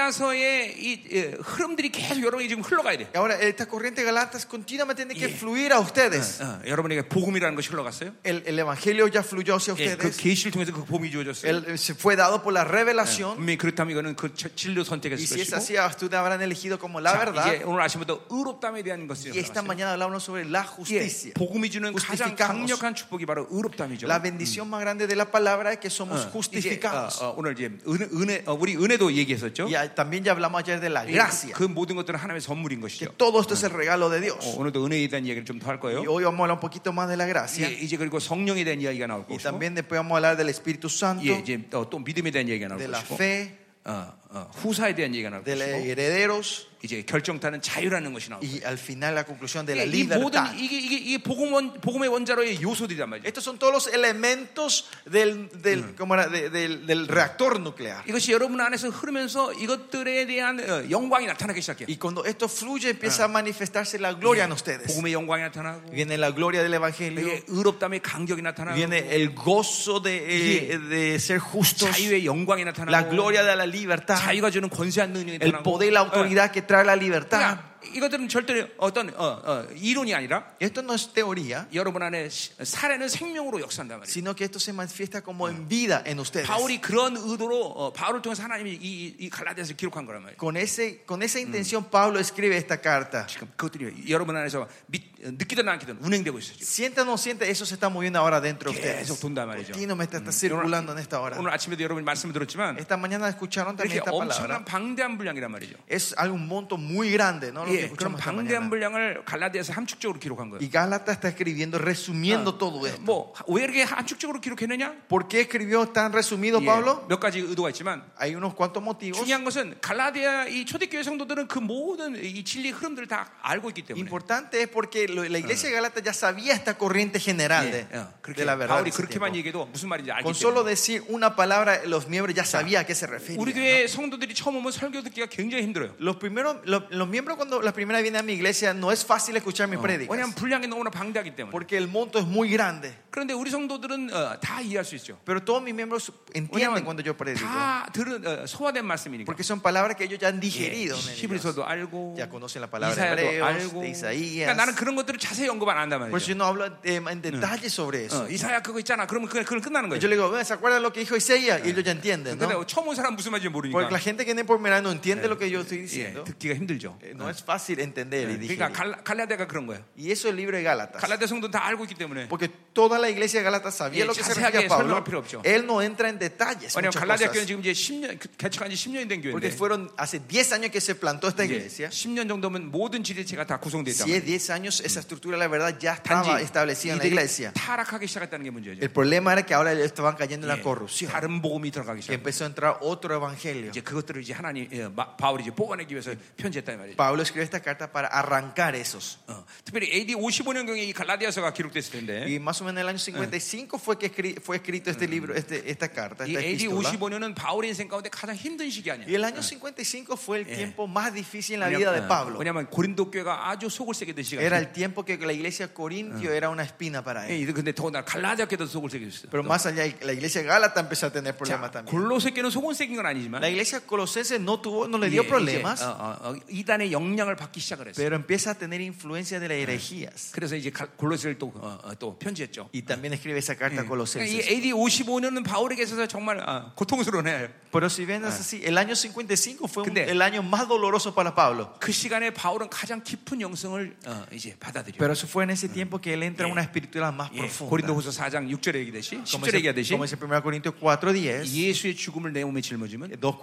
S1: 갈라디아서의 이 예, 흐름들이 계속 여러분이 지금 흘러가야 돼.
S3: Ahora, esta corriente de galatas continuamente tiene que fluir a ustedes.
S1: 어, 여러분에게 복음이라는 것이 흘러갔어요.
S3: El, el evangelio ya fluyó hacia
S1: 예, 그
S3: ustedes.
S1: 계시를 통해서 그 복음이 주어졌어요.
S3: Él, eh, se fue dado por la revelación.
S1: 분명히 그렇다면 이거는 그 저- 진료
S3: Y
S1: 선택했을
S3: si es
S1: 것이고.
S3: así, ustedes habrán elegido como la
S1: 자,
S3: verdad.
S1: 이제 오늘 아침부터 의롭담에 대한 것이요.
S3: Y esta mañana hablamos sobre la
S1: 예,
S3: justicia.
S1: 복음이 주는 가장
S3: Justificados.
S1: 강력한 축복이 바로 의롭담이죠.
S3: La bendición más grande de la palabra es que
S1: Uh.
S3: somos
S1: 이제, 어,
S3: justificados.
S1: 어, 오늘 이제 은혜, 은혜- 어, 우리 은혜도 얘기했었죠.
S3: Y ah, también ya hablamos ayer de la
S1: 이-
S3: gracia.
S1: 그 모든 것들은 하나님의 선물인
S3: Que
S1: 것이죠.
S3: todo esto es el regalo de
S1: 어,
S3: Dios.
S1: 오늘도 은혜에 대한 이야기를 좀 더 할
S3: Y
S1: 거예요.
S3: hoy vamos a hablar un poquito más de la
S1: 예,
S3: gracia.
S1: 이제 그리고 성령에 대한 이야기가 나올
S3: Y
S1: 것이고,
S3: también después vamos a hablar del Espíritu Santo,
S1: 예, 이제 어, 또 믿음에 대한 이야기가
S3: de
S1: 나올
S3: la
S1: 것이고,
S3: fe,
S1: 어, 어, 후사에 대한 얘기가 나올
S3: de los
S1: 것이고,
S3: herederos
S1: 이제 결정타는 자유라는 것이 나올 것이고.
S3: y al final la conclusión de la
S1: 예, 이
S3: libertad.
S1: 모든 이게 이게 이 복음 원, 복음의 원자로의 요소들이란 말이죠.
S3: Estos son todos los elementos del, del, ¿cómo era? De- del- del reactor nuclear.
S1: 이것이 여러분 안에서 흐르면서 이것들에 대한 어, 영광이 나타나기 시작해요.
S3: Y cuando esto fluye, empieza a manifestarse la gloria en ustedes.
S1: 복음의 영광이 나타나고
S3: Viene la gloria del Evangelio,
S1: 이게 의롭다의 감격이 나타나고
S3: viene el gozo de, eh, de ser justos,
S1: 자유의 영광이
S3: la
S1: 나타나고
S3: gloria de la libertad,
S1: 자유가 주는 권세한 능력이
S3: el
S1: 나타나고
S3: poder y la autoridad que trae la
S1: 예.
S3: libertad.
S1: 그러니까 이것들은 절대로 어떤 어, 어, 이론이 아니라
S3: Esto no es teoría,
S1: 여러분 안에 시- 살아있는 생명으로 역사한단 말이에요.
S3: sino que esto se manifiesta como en vida en ustedes.
S1: 바울이 그런 의도로 어, 바울을 통해서 하나님이 이, 이- 이 갈라디아서 기록한 거란 말이에요.
S3: Con, ese, con esa intención Pablo escribe esta carta.
S1: 지금 그것들이 여러분 안에서 믿- 느끼든 안 느끼든 운행되고 있어요. 지금.
S3: Sientan o no sientan, eso se está moviendo ahora dentro de
S1: 계속
S3: ustedes.
S1: 돈단 말이죠.
S3: Continuamente me está, está circulando en esta hora.
S1: 오늘 아침에도 여러분이 말씀을 들었지만
S3: Esta mañana escucharon
S1: 이렇게
S3: también esta
S1: 엄청난
S3: palabra.
S1: 방대한 분량이란 말이죠.
S3: Es algo- un monto muy grande, ¿no? Lo que
S1: 예, 그런
S3: escuchamos esta
S1: 방대한
S3: mañana.
S1: 분량을 갈라디아서 함축적으로 기록한 거예요.
S3: Y Gálata está escribiendo,
S1: Ah,
S3: resumiendo todo esto.
S1: 뭐 왜 이렇게 함축적으로 기록했느냐?
S3: ¿Por qué escribió tan resumido
S1: 예,
S3: Pablo?
S1: 몇 가지 의도가 있지만
S3: Hay unos cuantos motivos.
S1: 중요한 것은 갈라디아 이 초대교회 성도들은 그 모든 이 진리 흐름들을 다 알고 있기 때문에
S3: Importante es porque lo- la iglesia de Galata ya sabía esta corriente general de,
S1: 예, 어,
S3: de
S1: 그렇게
S3: la verdad.
S1: 바울이
S3: de ese
S1: 그렇게만
S3: tiempo.
S1: 얘기해도 무슨 말인지 알기
S3: Con solo
S1: 때문에
S3: decir una palabra, los miembros ya sabían a qué se refería.
S1: 우리
S3: ¿no?
S1: 교회 성도들이 처음 오면 설교 듣기가 굉장히 힘들어요.
S3: Los, primeros, lo- los, miembros cuando la primera viene a mi iglesia no es fácil escuchar mis prédicas
S1: 왜냐하면 분량이 너무나 방대하기 때문에.
S3: porque el monto es muy grande.
S1: 그런데 우리 성도들은 어, 다 이해할 수 있죠.
S3: Pero todos mis miembros entienden cuando yo predico
S1: 다 들은 어, 소화된 말씀이니까. 예,
S3: porque son palabras que ellos ya han digerido. en ellos.
S1: 히브리서도 알고
S3: Ya conocen la palabra de
S1: 이사야도
S3: Hebreos,
S1: 알고. 그러니까
S3: de Isaías.
S1: 나는 그런 것들을 자세히 언급 안 한단
S3: Por
S1: 말이죠.
S3: eso yo no hablo eh, en detalle sobre eso.
S1: 어, 이사야 그거 있잖아. 그러면 그냥 그걸 끝나는
S3: Yo
S1: 거예요.
S3: le digo, "Eh, ¿se acuerdan lo que dijo Isaías? Y ellos ya entienden,
S1: 근데
S3: ¿no?
S1: 처음 온 사람 무슨 말인지 모르니까
S3: Porque la gente que viene por primera vez no entiende lo que yo estoy
S1: 예,
S3: diciendo.
S1: 듣기가 힘들죠.
S3: Eh, No es fácil entender y
S1: 그러니까
S3: digerir.
S1: 갈라, 갈라데가 그런 거예요.
S3: Y eso el libro de Gálatas.
S1: 갈라데 성도는 다 알고 있기 아, 때문에.
S3: Porque toda la iglesia de Gálatas
S1: Eh,
S3: sabía lo que se
S1: 자세하게
S3: refería a Pablo.
S1: 설명할 필요 없죠.
S3: Él no entra en detalles.
S1: 왜냐하면
S3: muchas
S1: 갈라디아
S3: cosas.
S1: 교회는 지금 이제 10년 그 개척한 지 10년이 된
S3: Porque
S1: 교회인데
S3: fueron hace 10 años que se plantó esta
S1: 이제
S3: iglesia.
S1: 10년 정도면 모든 지리체가 다 구성돼 있다.
S3: Si es 10 años, esa estructura, la verdad, ya estaba
S1: 단지
S3: establecida en la
S1: 이들이
S3: iglesia.
S1: 타락하기 시작했다는 게 문제죠.
S3: El problema era que ahora estaban cayendo en la
S1: 예,
S3: corrupción.
S1: 다른 복음이 들어가기
S3: Que
S1: 시작.
S3: empezó a entrar otro evangelio.
S1: 이제 그것들을 이제 하나님 예, 마- 바울이 이제 뽑아내기 위해서 편지했다는 말이죠.
S3: Pablo escribió esta carta para arrancar esos.
S1: 어, 특별히 AD 55년경에 이 갈라디아서가 기록됐을 텐데
S3: Y más o menos en el año 55 fue que escri- fue escrito este libro, este, esta carta,
S1: 이
S3: esta
S1: AD
S3: epístola.
S1: 55년은 바울의 인생 가운데 가장 힘든 시기
S3: Y
S1: 아니에요.
S3: el año 55 fue el tiempo más difícil en la vida de
S1: 왜냐면,
S3: Pablo.
S1: 왜냐면 고린도 교회가 아주 속을 새기던
S3: Era
S1: 시간이에요.
S3: el tiempo que la iglesia corintio era una espina para él.
S1: 예, 근데 더나 갈라디아 교회도 속을 새겼어요.
S3: Pero más allá, la iglesia gálata empezó a tener problemas
S1: 자,
S3: también.
S1: 골로새 교회는 속은 새긴 건 아니지만
S3: La iglesia colosense no, tuvo, no le
S1: 네, 이게
S3: dio
S1: 이제,
S3: problemas,
S1: 어, 어, 어, 이단의 영향을 받기 시작을 했어요.
S3: pero empieza a tener influencia de las herejías.
S1: 그래서 이제 가- 골로새를 또, 어, 어, 또 편지했죠.
S3: Y también escribe esa carta a
S1: 그러니까 이
S3: Colosenses.
S1: AD 55년은 바울에게 있어서 정말 아, 고통스러운 해요.
S3: Pero si ven es así, el año 55 fue un-
S1: 근데-
S3: el año más doloroso para Pablo.
S1: 그 시간에 바울은 가장 깊은 영성을 어, 이제 받아들여요.
S3: Pero eso fue en ese tiempo que él entra en una espiritualidad más
S1: 예,
S3: profunda.
S1: 고린도후서 4장 6절에 얘기듯이 10절에
S3: Como dice,
S1: 얘기하듯이
S3: como dice 1 Corintios eh, 4.10
S1: 예수의 죽음을 내 몸에 짊어지면
S3: 2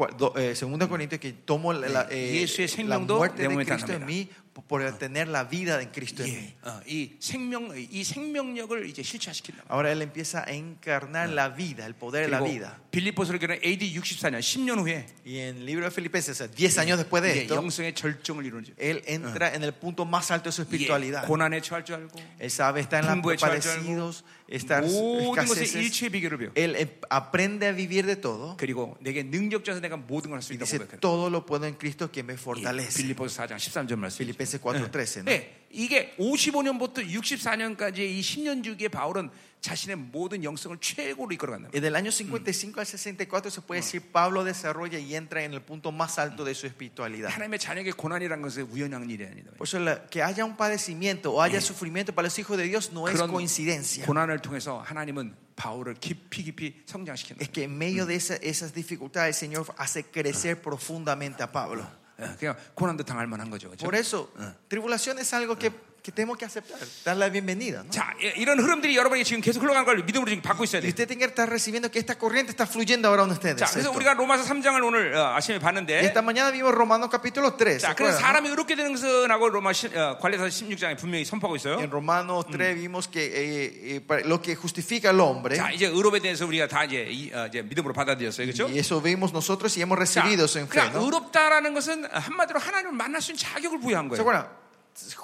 S3: Corintios que tomo la, la, eh,
S1: Yesu의
S3: la
S1: 생명도
S3: muerte
S1: 내 몸에
S3: de Cristo
S1: 담합니다.
S3: en mí por tener la vida en Cristo en mí
S1: 예, 어, 이 생명 이 생명력을 이제 실체화시킨다.
S3: ahora él empieza a encarnar la vida el poder de la
S1: 그리고
S3: vida
S1: 빌립보서를 기는 AD 64년 10년 후에
S3: y en el libro de Filipenses o sea, 10 años después de
S1: 이제
S3: esto
S1: 영성의 절정을 이루는
S3: él entra en el punto más alto de su
S1: 예,
S3: espiritualidad
S1: 고난에 처할 줄 알고
S3: él sabe estar en
S1: 풍부에
S3: los
S1: 처할 줄 알고,
S3: parecidos estar
S1: 모든 것의
S3: escaseces
S1: 일체의 비결을 배워.
S3: él eh, aprende a vivir de todo
S1: 그리고 내게 능력자서 내가 모든 걸 할 수
S3: y
S1: 있다고
S3: dice
S1: 고백해요.
S3: todo lo puedo en Cristo que me fortalece
S1: 빌립보서 4장 13절 말씀.
S3: Filipenses 4.13 ¿no?
S1: 네, 이게 55년부터 64년까지 이 10년 주기에 바울은 자신의 모든 영성을 최고로 이끌어간다.
S3: Y del año 55 al 64 se puede decir Pablo desarrolla y entra en el punto más alto de su espiritualidad.
S1: 하나님의 자녀에게 고난이라는 것은 우연한 일이 아니다.
S3: Por eso la- que haya un padecimiento o haya sufrimiento para los hijos de Dios no es
S1: 그런
S3: coincidencia.
S1: 고난을 통해서 하나님은 바울을 깊이 깊이 성장시킨다.
S3: Es que en medio de esa- esas dificultades el Señor hace crecer profundamente a Pablo.
S1: 예, 그냥 고난도 당할 만한 거죠. 그렇죠?
S3: Por eso, tribulación es algo que, que tenemos que aceptar, dar la bienvenida. ¿no?
S1: 자, 예, 이런 흐름들이 여러분이 지금 계속 흘러가는 걸 믿음으로 지금 받고 있어야
S3: Y
S1: 돼요.
S3: usted tiene que estar recibiendo que esta corriente está fluyendo ahora en ustedes.
S1: 자, 그래서
S3: esto.
S1: 우리가 로마서 3장을 오늘 어, 아침에
S3: Y
S1: 봤는데
S3: esta mañana vimos Romanos capítulo 3. ¿se
S1: 자, 그래서
S3: acuerdan, no?
S1: 사람이 의롭게 되는 것은 하고 로마 시, 어, 관례사 16장에 분명히 선포하고 있어요.
S3: En Romanos 3 vimos que eh, eh, para- lo que justifica al hombre.
S1: 자, 이제 의롭에 대해서 우리가 다 이제, 이, 어, 이제 믿음으로 받아들였어요. 그렇죠?
S3: Y eso vimos nosotros y hemos
S1: 자,
S3: recibido eso en fe.
S1: 그러니까
S3: ¿no?
S1: 의롭다라는 것은 한마디로 하나님을 만날 수 있는 자격을 부여한 거예요.
S3: ¿Se acuerdan?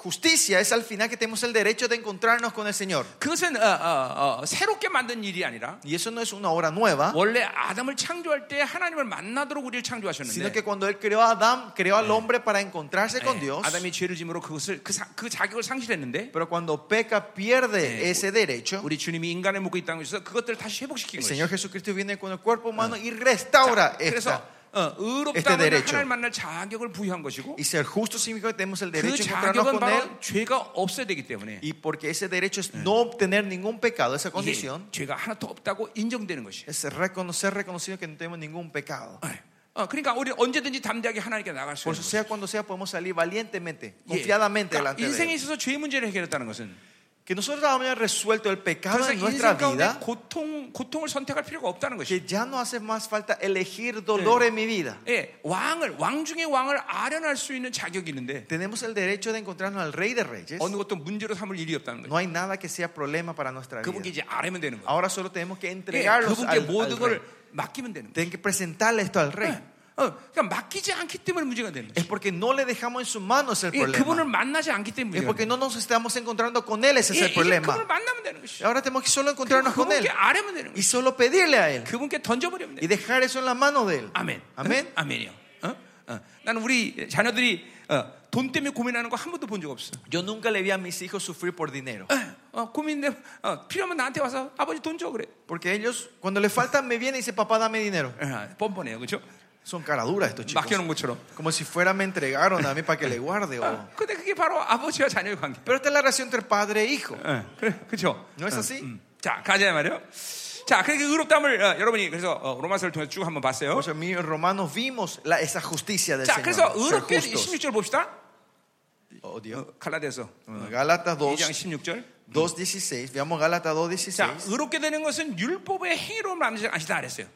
S3: Justicia es al final que tenemos el derecho de encontrarnos con el Señor.
S1: 그것은 어, 어, 어, 새롭게 만든 일이 아니라
S3: Y eso no es una obra nueva,
S1: 원래 아담을 창조할 때 하나님을 만나도록 우리를
S3: sino
S1: 창조하셨는데
S3: que cuando Él creó a Adán, creó al hombre para encontrarse con
S1: 예,
S3: Dios.
S1: 아담이 죄를 짐으로 그것을 그, 사- 그 자격을 상실했는데
S3: Pero cuando peca, pierde ese derecho.
S1: 우리 주님이 인간을 묶고 있다는 것에서 그것들을 다시 회복시킨 거예요.
S3: El Señor Jesucristo viene con el cuerpo humano y restaura
S1: 그래서
S3: esta
S1: 어,
S3: Este
S1: 의롭다는
S3: derecho.
S1: 하나님 만날 자격을 부여한 것이고
S3: Y ser justo significa que tenemos el
S1: 그
S3: derecho a encontrarnos
S1: 자격은
S3: con Él.
S1: 바로 죄가 없어야 되기 때문에
S3: Y porque ese derecho es no obtener ningún pecado, esa
S1: 이게
S3: condición
S1: 죄가 하나도 없다고 인정되는 것이.
S3: es reconocer, reconocido que no tenemos ningún pecado.
S1: 어, 그러니까 우리 언제든지 담대하게 하나님께 나갈 수
S3: Por eso,
S1: 있는
S3: sea cuando sea, podemos salir
S1: 예.
S3: valientemente, confiadamente
S1: 그러니까
S3: delante de
S1: 인생에
S3: Él.
S1: 있어서 죄 문제를 해결했다는 것은
S3: Que nosotros hayamos resuelto el pecado
S1: 그래서
S3: en nuestra
S1: 인생 가운데
S3: vida,
S1: 고통 고통을 선택할 필요가 없다는 것이.
S3: que ya no hace más falta elegir dolor en mi vida.
S1: 예, 왕을 왕 중의 왕을 아련할 수 있는 자격이 있는데
S3: Tenemos el derecho de encontrarnos al Rey de Reyes.
S1: 어느 것도 문제로 삼을 일이 없다는 거예요.
S3: No hay nada que sea problema para nuestra
S1: 그분께
S3: vida.
S1: 이제 알면 되는 거예요.
S3: Ahora solo tenemos que
S1: 예,
S3: entregarlos
S1: 그분께
S3: al, al
S1: 모든
S3: Rey.
S1: 걸 맡기면 되는 거예요.
S3: Tienen que presentarle esto al Rey.
S1: 예, 어, 그러니까 맡기지 않기 때문에 문제가 되는
S3: Es
S1: 거예요.
S3: porque no le dejamos en sus manos el
S1: 예, 그분을
S3: problema.
S1: 만나지 않기 때문에
S3: Es
S1: 문제가
S3: porque
S1: 되는
S3: no nos estamos encontrando con Él, ese
S1: 거예요.
S3: es
S1: 예,
S3: el
S1: 이제 그분을
S3: problema.
S1: 만나면 되는 것이죠.
S3: Ahora tenemos que solo encontrarnos con Él
S1: 그분께 알면 되는
S3: y
S1: 거예요.
S3: solo pedirle a Él
S1: 그분께 던져버리면
S3: y
S1: 돼요.
S3: dejar eso en la mano de Él.
S1: 아멘.
S3: Amén.
S1: 어? 아멘이요. 어? 어. 나는 우리 자녀들이 어, 돈 때문에 고민하는 거 한 번도 본 적 없어.
S3: Yo nunca le vi a mis hijos sufrir por dinero.
S1: 어, 어, 고민인데 어, 필요하면 나한테 와서 아버지 돈 줘 그래.
S3: Porque ellos, cuando les faltan, me vienen y dicen, papá, dame dinero.
S1: 어, 뻔뻔해요, 그렇죠?
S3: Son caraduras estos chicos.
S1: 맡겨놓은 것처럼.
S3: Como si fuera me entregaron a mí para que le guarde. o-
S1: 어, 근데 그게 바로 아버지와 자녀의 관계.
S3: Pero esta es la relación entre padre e hijo.
S1: 어, 그래, 그렇죠?
S3: ¿No es así?
S1: 자, 가자 말이요. 자, 그러니까 의롭다함을 어, 여러분이 그래서 어, 로마서를 통해 서쭉 한번 봤어요. 네,
S3: Por eso, en Romanos vimos la- esa justicia del
S1: 자, 그래서
S3: Señor. ser
S1: 의롭게
S3: justos.
S1: 16절 봅시다.
S3: Oh, Dios.
S1: 어, 갈라디아서
S3: Gálatas 2,
S1: 2장 16절.
S3: 2.16. Veamos Gálatas
S1: 자,
S3: 2.16.
S1: 의롭게 되는 것은 율법의 행위로 만들지 않시다 그랬어요.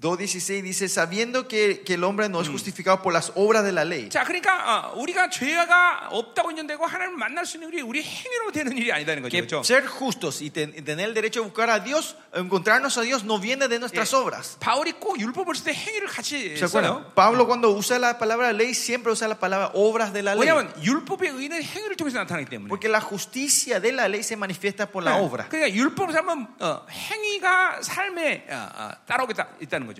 S3: 2.16 dice, sabiendo que, que el hombre no es justificado por las obras de la ley.
S1: 자, 그러니까 어, 우리가 죄가 없다고 인정되고 하나님을 만날 수 있는 일이 우리 행위로 되는 일이 아니다는 거죠.
S3: Que
S1: 그렇죠?
S3: ser justos y ten- y tener el derecho a buscar a Dios, encontrarnos a Dios, no viene de nuestras
S1: 예.
S3: obras.
S1: 바울이 꼭 율법을 쓸 때 행위를 같이
S3: ¿Se
S1: 써요.
S3: acuerdan? Pablo cuando usa la palabra ley siempre usa la palabra obras de la ley.
S1: 왜냐하면 율법의 의는 행위를 통해서 나타나기 때문에.
S3: Porque la justicia de la ley se manifiesta por la
S1: 네.
S3: obra.
S1: 그러니까 율법을 삼으면 어, 행위가 삶에 어, 어, 따라오겠다 있다는 거죠.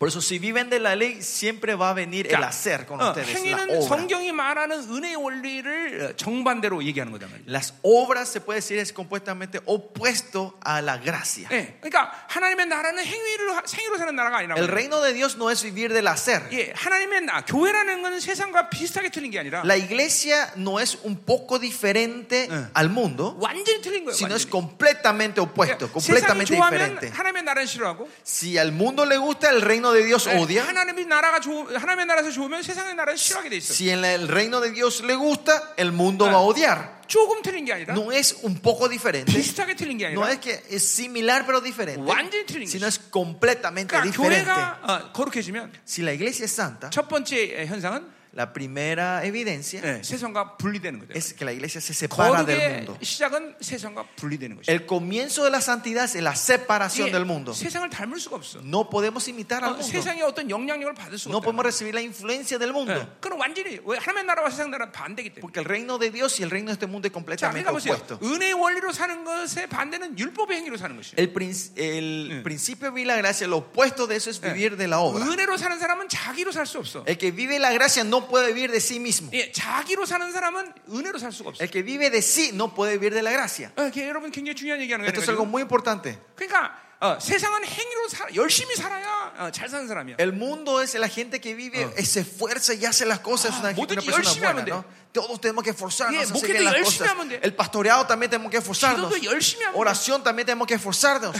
S3: Por eso si viven de la ley siempre va a venir el
S1: 자,
S3: hacer con
S1: 어,
S3: ustedes. La
S1: 행위는
S3: obra.
S1: 성경이 말하는 은혜의 원리를 어, 정반대로 얘기하는 거단 말이에요.
S3: Las obras se puede decir es completamente opuesto a la gracia.
S1: 예, 그러니까 하나님의 나라는 행위를 하- 행위로 사는 나라가 아니라고.
S3: El reino de Dios no es vivir del hacer.
S1: 예, 하나님의 나, 교회라는 건 세상과 비슷하게 틀린 게 아니라
S3: La iglesia no es un poco diferente al mundo,
S1: 완전히 틀린 거예요.
S3: sino es
S1: 완전히.
S3: completamente opuesto,
S1: 그러니까 세상이
S3: completamente
S1: 좋아하면
S3: diferente.
S1: 하나님의 나라는 싫어하고
S3: Si al mundo le gusta, el reino de Dios
S1: 예,
S3: odia.
S1: 하나님의 나라가 좋 하나님의 나라에서 좋으면 세상의 나라는 싫어하게 돼 있어. 요
S3: Si en la- el reino de Dios le gusta, el mundo va a odiar.
S1: 조금 틀린 게 아니라
S3: No es un poco diferente.
S1: 비슷하게 틀린 게
S3: No
S1: 아니라
S3: es que es similar pero diferente,
S1: 완전히 틀린
S3: sino
S1: 것이.
S3: es completamente
S1: 그러니까
S3: diferente.
S1: 교회가 어, 거룩해지면
S3: Si la iglesia es santa,
S1: 첫 번째 현상은
S3: la primera evidencia
S1: 예, 세상과 분리되는 거죠.
S3: es que la iglesia se separa del
S1: 거룩의
S3: mundo.
S1: 시작은 세상과 분리되는 것이죠.
S3: El comienzo de la santidad es la separación
S1: 이게
S3: del mundo.
S1: 세상을 닮을 수가 없어.
S3: No podemos imitar
S1: 어,
S3: al mundo.
S1: 세상의 어떤 영향력을 받을 수가
S3: No
S1: 없다. 네.
S3: podemos recibir la influencia del mundo.
S1: 그건 완전히 왜 하나님의 나라와 세상 나라 반대기 때문에.
S3: Porque el reino de Dios y el reino de este mundo es
S1: 자, 그러니까
S3: completamente
S1: 보세요.
S3: opuesto.
S1: 은혜의 원리로 사는 것의 반대는 율법의 행위로 사는 것이에요.
S3: El, princ- el principio de la gracia, lo opuesto de
S1: Eh.
S3: eso es vivir de la obra.
S1: 네. 은혜로 사는 사람은 자기로 살 수 없어.
S3: El que vive la gracia no puede vivir de sí mismo.
S1: 예, 자기로 사는 사람은 은혜로 살 수가 없어.
S3: El que vive de sí no puede vivir de la gracia.
S1: 어, 이게 여러분 굉장히 중요한 얘기하는
S3: Esto
S1: 거예요.
S3: es algo muy importante.
S1: 그러니까 어, 세상은 행위로 살 열심히 살아야 어, 잘 사는 사람이야.
S3: El mundo es la gente que vive, eh, se esfuerza y hace las cosas. Es
S1: Ah,
S3: una,
S1: 모든
S3: una
S1: 게
S3: persona
S1: 열심히
S3: buena,
S1: 하면
S3: ¿no? Todos tenemos que esforzarnos.
S1: Yeah,
S3: a hacer
S1: 목회도
S3: bien las
S1: 열심히
S3: cosas.
S1: 하면 돼.
S3: El pastoreado también tenemos que esforzarnos.
S1: 기도도 열심히 하면 돼.
S3: Oración también tenemos que esforzarnos.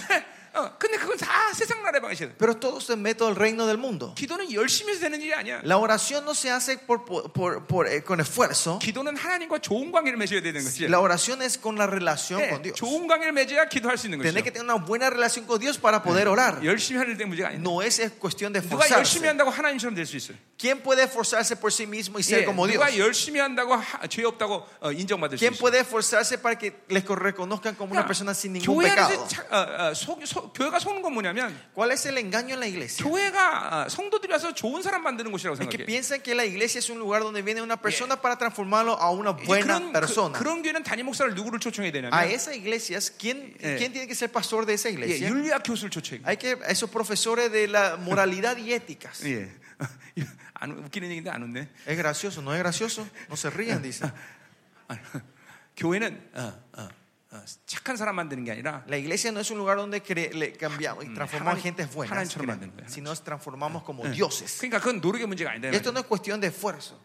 S1: 어, 근데 그건 다 세상 나라의 방식이야.
S3: Pero todo es en método del reino del mundo.
S1: 기도는 열심히 해서 되는 일이 아니야.
S3: La oración no se hace por, por- por- por, eh, con esfuerzo.
S1: 기도는 하나님과 좋은 관계를 맺어야 되는 것이야.
S3: La oración es con la relación
S1: 네,
S3: con Dios.
S1: 좋은 관계를 맺어야 기도할 수 있는
S3: Tener que
S1: 것이죠.
S3: tener una buena relación con Dios para poder orar.
S1: 열심히 하는 데 문제가 아니다.
S3: No es es cuestión de
S1: 누가 열심히
S3: esforzarse.
S1: 한다고 하나님처럼 될 수 있어요.
S3: ¿Quién puede esforzarse por sí mismo y
S1: 예,
S3: ser como Dios?
S1: 누가 열심히 한다고 하- 죄 없다고 어, 인정받을 수 있어요.
S3: ¿Quién
S1: 그러니까
S3: puede esforzarse para que les reconozcan como una persona sin ningún
S1: 교회 안에서
S3: pecado?
S1: 차- 어, 어, 속- 속- 교회가 속는 건 뭐냐면
S3: ¿Cuál es el engaño en la iglesia?
S1: 교회가 어, 성도들이 와서 좋은 사람 만드는 곳이라고
S3: Es que
S1: 생각해.
S3: piensan que la iglesia es un lugar donde viene una persona para transformarlo a una
S1: 이제
S3: buena
S1: 그런 그,
S3: persona.
S1: 그런 교회는 담임 목사를 누구를 초청해야
S3: A
S1: 되냐면
S3: esas iglesias, ¿quién,
S1: Eh.
S3: ¿quién tiene que ser pastor de esa
S1: 예,
S3: iglesia?
S1: 윤리학 교수를 초청해.
S3: Hay que esos profesores de la moralidad y éticas.
S1: 예. 안, 웃기는 얘기인데 안 웃네.
S3: Es gracioso, no es gracioso, no se rían, dice.
S1: 아, 교회는 어, 어, 어, 착한 사람 만드는 게 아니라
S3: La iglesia no es un lugar donde cre- le cambiamos y transformamos a
S1: 하나님-
S3: gente buena,
S1: 하나님처럼 만드는 거예요.
S3: si nos transformamos como dioses.
S1: 그러니까 그건 노력의 문제가 아니다. 이
S3: Esto
S1: 말이에요.
S3: no es cuestión de esfuerzo.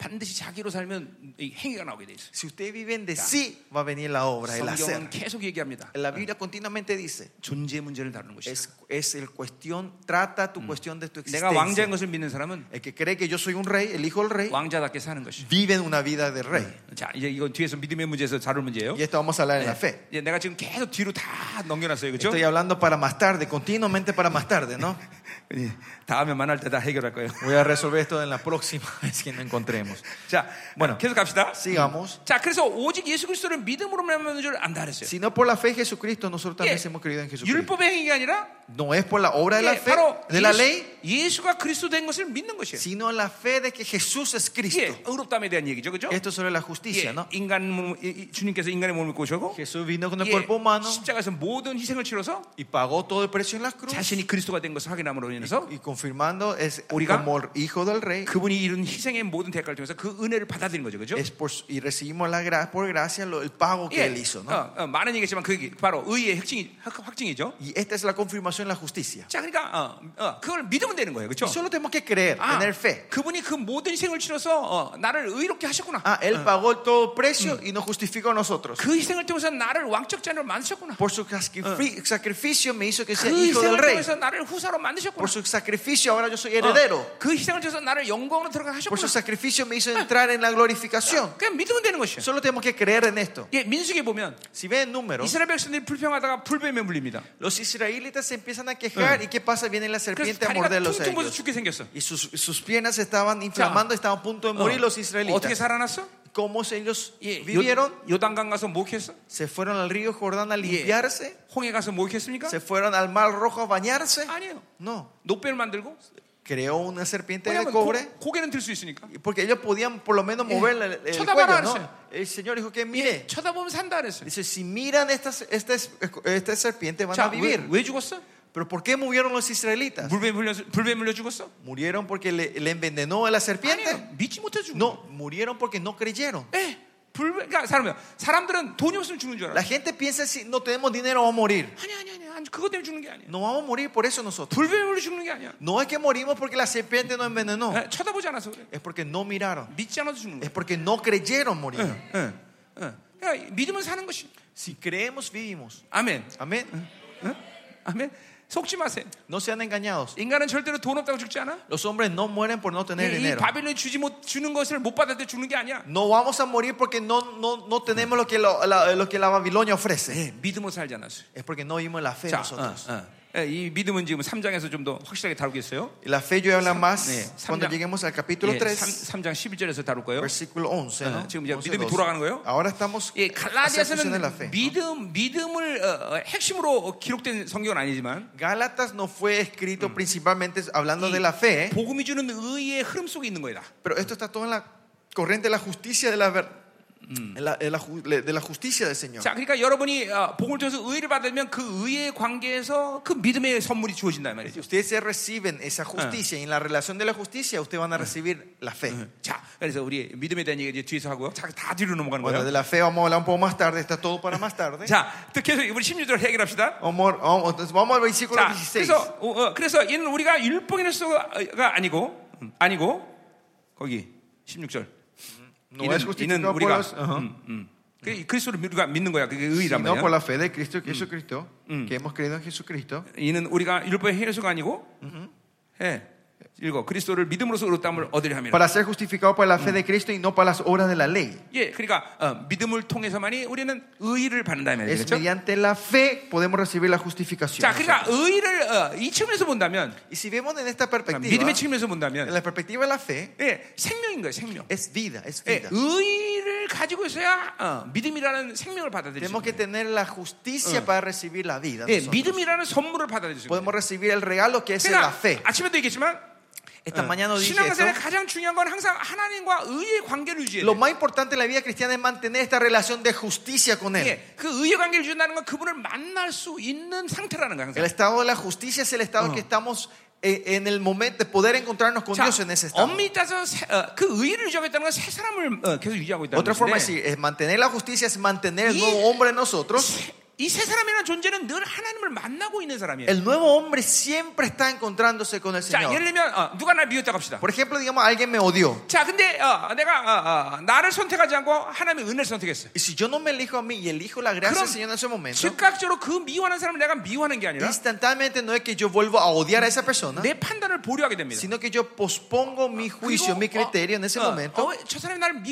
S1: 반드시 자기로 살면 이 행위가 나오게 돼 있어요.
S3: Si usted viven de sí, va a venir la obra, el
S1: 성경은
S3: hacer.
S1: 계속 얘기합니다.
S3: La Biblia continuamente dice,
S1: 존재 문제를 다루는 것이다.
S3: es, es el cuestión, trata tu cuestión de tu
S1: 내가 왕자인
S3: existencia.
S1: 것을 믿는 사람은
S3: El que cree que yo soy un rey, el hijo del rey,
S1: 왕자답게 사는 것이.
S3: vive una vida de rey.
S1: 자, 이제 이건 뒤에서 믿음의 문제에서 다룰 문제예요.
S3: Y esto vamos a hablar en la fe.
S1: 예, 내가 지금 계속 뒤로 다 넘겨놨어요, 그렇죠?
S3: Estoy hablando para más tarde, continuamente para más tarde, ¿no?
S1: 예, 다음에 만날 때 다 해결할 거예요.
S3: Voy a resolver esto en la próxima vez que nos encontremos.
S1: 자,
S3: Bueno.
S1: 계속 갑시다.
S3: Sigamos.
S1: 자, 그래서 오직 예수 그리스도를 믿음으로만 하는 줄 안다 그랬어요.
S3: Si no por la fe en Jesucristo, nosotros
S1: 이게
S3: también hemos creído en Jesucristo.
S1: 율법의 행위가 아니라
S3: No es por la obra de la
S1: 이게
S3: fe,
S1: 바로
S3: de la
S1: 예수-
S3: ley,
S1: 예수가 그리스도 된 것을 믿는 것이에요.
S3: sino la fe de que Jesús es
S1: 이게
S3: Cristo.
S1: 의롭담에 대한 얘기죠, 그렇죠?
S3: Esto es sobre
S1: 예,
S3: la justicia, ¿no?
S1: 인간 몸, 이- 이- 주님께서 인간의 몸을 입고 오셨고
S3: Jesús vino con el
S1: 예,
S3: cuerpo humano
S1: 십자가에서 모든 희생을 치러서
S3: y pagó todo el precio en la cruz.
S1: 자신이 그리스도가 된 것을 확인함으로 인해서
S3: Y confirmando, es
S1: ¿Uriga?
S3: como el hijo del rey.
S1: 그분이 이룬 희생의 모든 대가를 통해서 그 은혜를 받아들인 거죠, 그렇죠?
S3: Es por, y recibimos la gra- por gracia lo- el pago que él hizo, ¿no?
S1: 어, 어, 많은 얘기지만 그게 바로 의의 확증이, 확- 확증이죠.
S3: Y esta es la confirmación de la justicia.
S1: 자, 그러니까 어, 어, 그걸 믿으면 되는 거예요, 그렇죠?
S3: Y solo tenemos que creer,
S1: 아,
S3: tener fe.
S1: 그분이 그 모든 희생을 치러서 어, 나를 의롭게 하셨구나.
S3: Ah, Mm. él pagó todo precio y nos justificó a nosotros.
S1: 그 희생을 통해서 나를 왕적 자녀로 만드셨구나.
S3: Por su sacrifi- sacrificio me hizo que sea
S1: 그
S3: hijo del
S1: 희생을
S3: rey.
S1: 통해서 나를 후사로 만드셨구나.
S3: Por su sacrificio ahora yo soy heredero.
S1: 어, 그 희생을 통해서 나를 영광으로 들어가
S3: Por su
S1: 하셨구나.
S3: sacrificio me hizo entrar en la glorificación.
S1: 그냥 믿으면 되는 것이야.
S3: Solo tenemos que creer en esto.
S1: 예, 민수기 보면
S3: Si ven números,
S1: 이스라엘 백성들이 불평하다가 불뱀에 물립니다.
S3: los israelitas se empiezan a quejar y ¿qué pasa? Viene la
S1: 그래서
S3: serpiente a
S1: 다리가
S3: morderlos a
S1: 퉁퉁 부어서
S3: ellos.
S1: 죽게 생겼어.
S3: Y sus, sus piernas estaban inflamando, estaban a punto de morir
S1: Oh.
S3: los
S1: 어떻게
S3: israelitas.
S1: 살아났어?
S3: ¿Cómo ellos
S1: 예,
S3: vivieron?
S1: 요, 요단강 가서 목욕했어?
S3: ¿Se fueron al río Jordán a
S1: 예.
S3: limpiarse?
S1: 홍해 가서 목욕했습니까?
S3: ¿Se fueron al mar rojo a bañarse?
S1: 아니에요.
S3: No.
S1: 노뼈를 만들고
S3: Creó una serpiente de
S1: 왜냐면
S3: cobre.
S1: 고- 고개는 들 수 있으니까.
S3: Y Porque ellos podían por lo menos mover el, el
S1: 쳐다봐라
S3: cuello, ¿no?
S1: 그랬어요.
S3: El Señor dijo que
S1: 예,
S3: mire.
S1: 쳐다보면 산다 그랬어요.
S3: Dice, si miran estas, estas, esta serpiente van
S1: 자,
S3: a
S1: 왜, 아.
S3: vivir.
S1: 왜 죽었어?
S3: Pero ¿por qué murieron los israelitas?
S1: 불뱀 물려 불뱀 물려 죽었어?
S3: ¿Murieron porque le, le envenenó a la serpiente?
S1: 아니에요. 믿지 못해 죽은.
S3: No, murieron porque no creyeron.
S1: 예, 불 그러니까 사람이요. 사람들은 돈이 없으면 죽는 줄 알아.
S3: La gente piensa si no tenemos dinero vamos a morir.
S1: 아니 아니 아니 아니 그것 때문에 죽는 게 아니야.
S3: No vamos a morir por eso nosotros.
S1: 불뱀 물려 죽는 게 아니야.
S3: No es que morimos porque la serpiente nos envenenó.
S1: 예, 쳐다보지 않아서 그래.
S3: Es porque no miraron.
S1: 믿지 않아도 죽는
S3: Es
S1: 거야.
S3: porque no creyeron morir.
S1: 예, 예. 그러니까 믿으면 사는 것이.
S3: Si creemos, vivimos.
S1: 아멘.
S3: Amén.
S1: 예? 아멘. 속지 마세요.
S3: No sean engañados.
S1: 인간은 절대로 돈 없다고 죽지 않아.
S3: Los hombres no mueren por no
S1: 예,
S3: tener
S1: 이
S3: dinero.
S1: 바빌론 주지 못 주는 것을 못 받을 때 죽는 게 아니야.
S3: No vamos a morir porque no, no, no tenemos lo que, lo- la, lo que la Babilonia
S1: 예,
S3: ofrece.
S1: 믿음으로 살지 않았어요.
S3: Es porque no vimos la fe
S1: 자,
S3: nosotros.
S1: 어, 어. 예, 이 믿음은 지금 3장에서 좀 더 확실하게 다루겠어요.
S3: Y La fe yo voy a hablar más
S1: 네,
S3: cuando
S1: 3장.
S3: lleguemos al capítulo
S1: 예,
S3: 3,
S1: 3, 장 11절에서 다룰 거예요.
S3: versículo 11. ¿no?
S1: 예, 지금 이제
S3: 11,
S1: 믿음이
S3: 12.
S1: 돌아가는 거예요.
S3: Ahora estamos
S1: 예,
S3: hacia función de la
S1: 갈라디아서는
S3: fe.
S1: 믿음 믿음을 어, 어, 핵심으로 기록된 성경은 아니지만
S3: Gálatas no fue escrito principalmente hablando de la fe, ¿eh?
S1: 복음이 주는 의의 흐름 속에 있는 거다.
S3: pero esto está todo en la corriente de la justicia de la, ver- en la- en la ju- de la justicia del Señor.
S1: 자, 그러니까 여러분이 어, 복음을 통해서 의를 받으면 그 의의 관계에서 그 믿음의 선물이 주어진다 말이죠.
S3: Ustedes se reciben esa justicia y en la relación de la justicia ustedes van a recibir la fe.
S1: 자, 그래서 우리 믿음에 대한 얘기 이제 뒤에서 하고요. 자, 다 뒤로 넘어가는 네,
S3: Bueno, de
S1: 거예요.
S3: la fe vamos a hablar un poco más tarde, está todo para más tarde.
S1: 자, 또 계속 우리 16절 해결합시다.
S3: Vamos, vamos, entonces vamos al versículo
S1: 자,
S3: 16.
S1: 그래서 어, 어, 그래서 얘는 우리가 율법인으로서가 아니고 음, 아니고 거기 16절.
S3: no
S1: 이는,
S3: es
S1: 이는
S3: justificado por,
S1: 우리가
S3: los- Ajá.
S1: 음, 음. 그 그리스도를 우리가 믿는 거야. 그게 의란
S3: sino
S1: 말이야.
S3: por la fe de Cristo, que Jesucristo, que hemos creído en Jesucristo.
S1: 이는 우리가 율법의 해수가 아니고 예. 읽어. 그리스도를 믿음으로써 의롭다함을 얻으려 함이라.
S3: Para ser justificado por la fe de Cristo y no por las obras de la ley.
S1: 예, 그러니까 어, 믿음을 통해서만이 우리는 의를 받는다 이 말이죠.
S3: Es
S1: 그렇죠?
S3: mediante la fe podemos recibir la justificación.
S1: 자, 그러니까 의를 어, 이 측면에서 본다면
S3: y si vemos en esta perspectiva,
S1: 믿음의 측면에서
S3: en
S1: 본다면
S3: la perspectiva de la fe,
S1: 예, 생명인 거예요, 생명.
S3: es vida, es
S1: 예,
S3: vida.
S1: 의를 가지고 있어야 어, 믿음이라는 생명을 받아들일 수
S3: Tenemos que
S1: 있는
S3: tener la justicia para recibir la Ah. Eh, vida.
S1: 예,
S3: nosotros.
S1: 믿음이라는 선물을 받아들일 수 있는
S3: Podemos recibir el regalo que es en la
S1: 그러니까
S3: fe.
S1: 아침에도 얘기했지만
S3: Esta mañana dije
S1: 신앙생활의
S3: esto.
S1: 가장 중요한 건 항상 하나님과 의의 관계를 유지해야
S3: Lo
S1: 돼.
S3: más importante en la vida cristiana es mantener esta relación de justicia con Él.
S1: 예, 그 의의 관계를 유지한다는 건 그분을 만날 수 있는 상태라는 거야 항상.
S3: El estado de la justicia es el estado en que estamos e- en el momento de poder encontrarnos con
S1: 자,
S3: Dios en ese estado.
S1: 엄밀히 따서 그 의를 유지하겠다는 건 세 사람을 어, 계속 유지하고 있다는
S3: Otra forma de
S1: 건데
S3: decir, es mantener la justicia es mantener el
S1: Y-
S3: nuevo hombre en nosotros.
S1: 이 세 사람이라는 존재는 늘 하나님을 만나고 있는 사람이에요.
S3: El nuevo hombre siempre está encontrándose con el
S1: 자, 예를
S3: Señor.
S1: 들면 어, 누가 날 미웠다고 합시다.
S3: Por ejemplo, digamos, alguien me odió.
S1: 자, 근데 어, 내가 어, 어, 나를 선택하지 않고 하나님의 은혜를 선택했어.
S3: Y si yo no me elijo a mí y elijo la gracia
S1: 그럼
S3: del Señor en ese momento,
S1: 즉각적으로 그 미워하는 사람을 내가 미워하는 게 아니라
S3: instantáneamente no es que yo vuelvo a odiar a esa persona,
S1: 내 판단을 보류하게 됩니다.
S3: sino que yo pospongo mi juicio,
S1: 네. 그리고,
S3: mi criterio en ese
S1: 어,
S3: momento.
S1: 어, 저 사람이 나를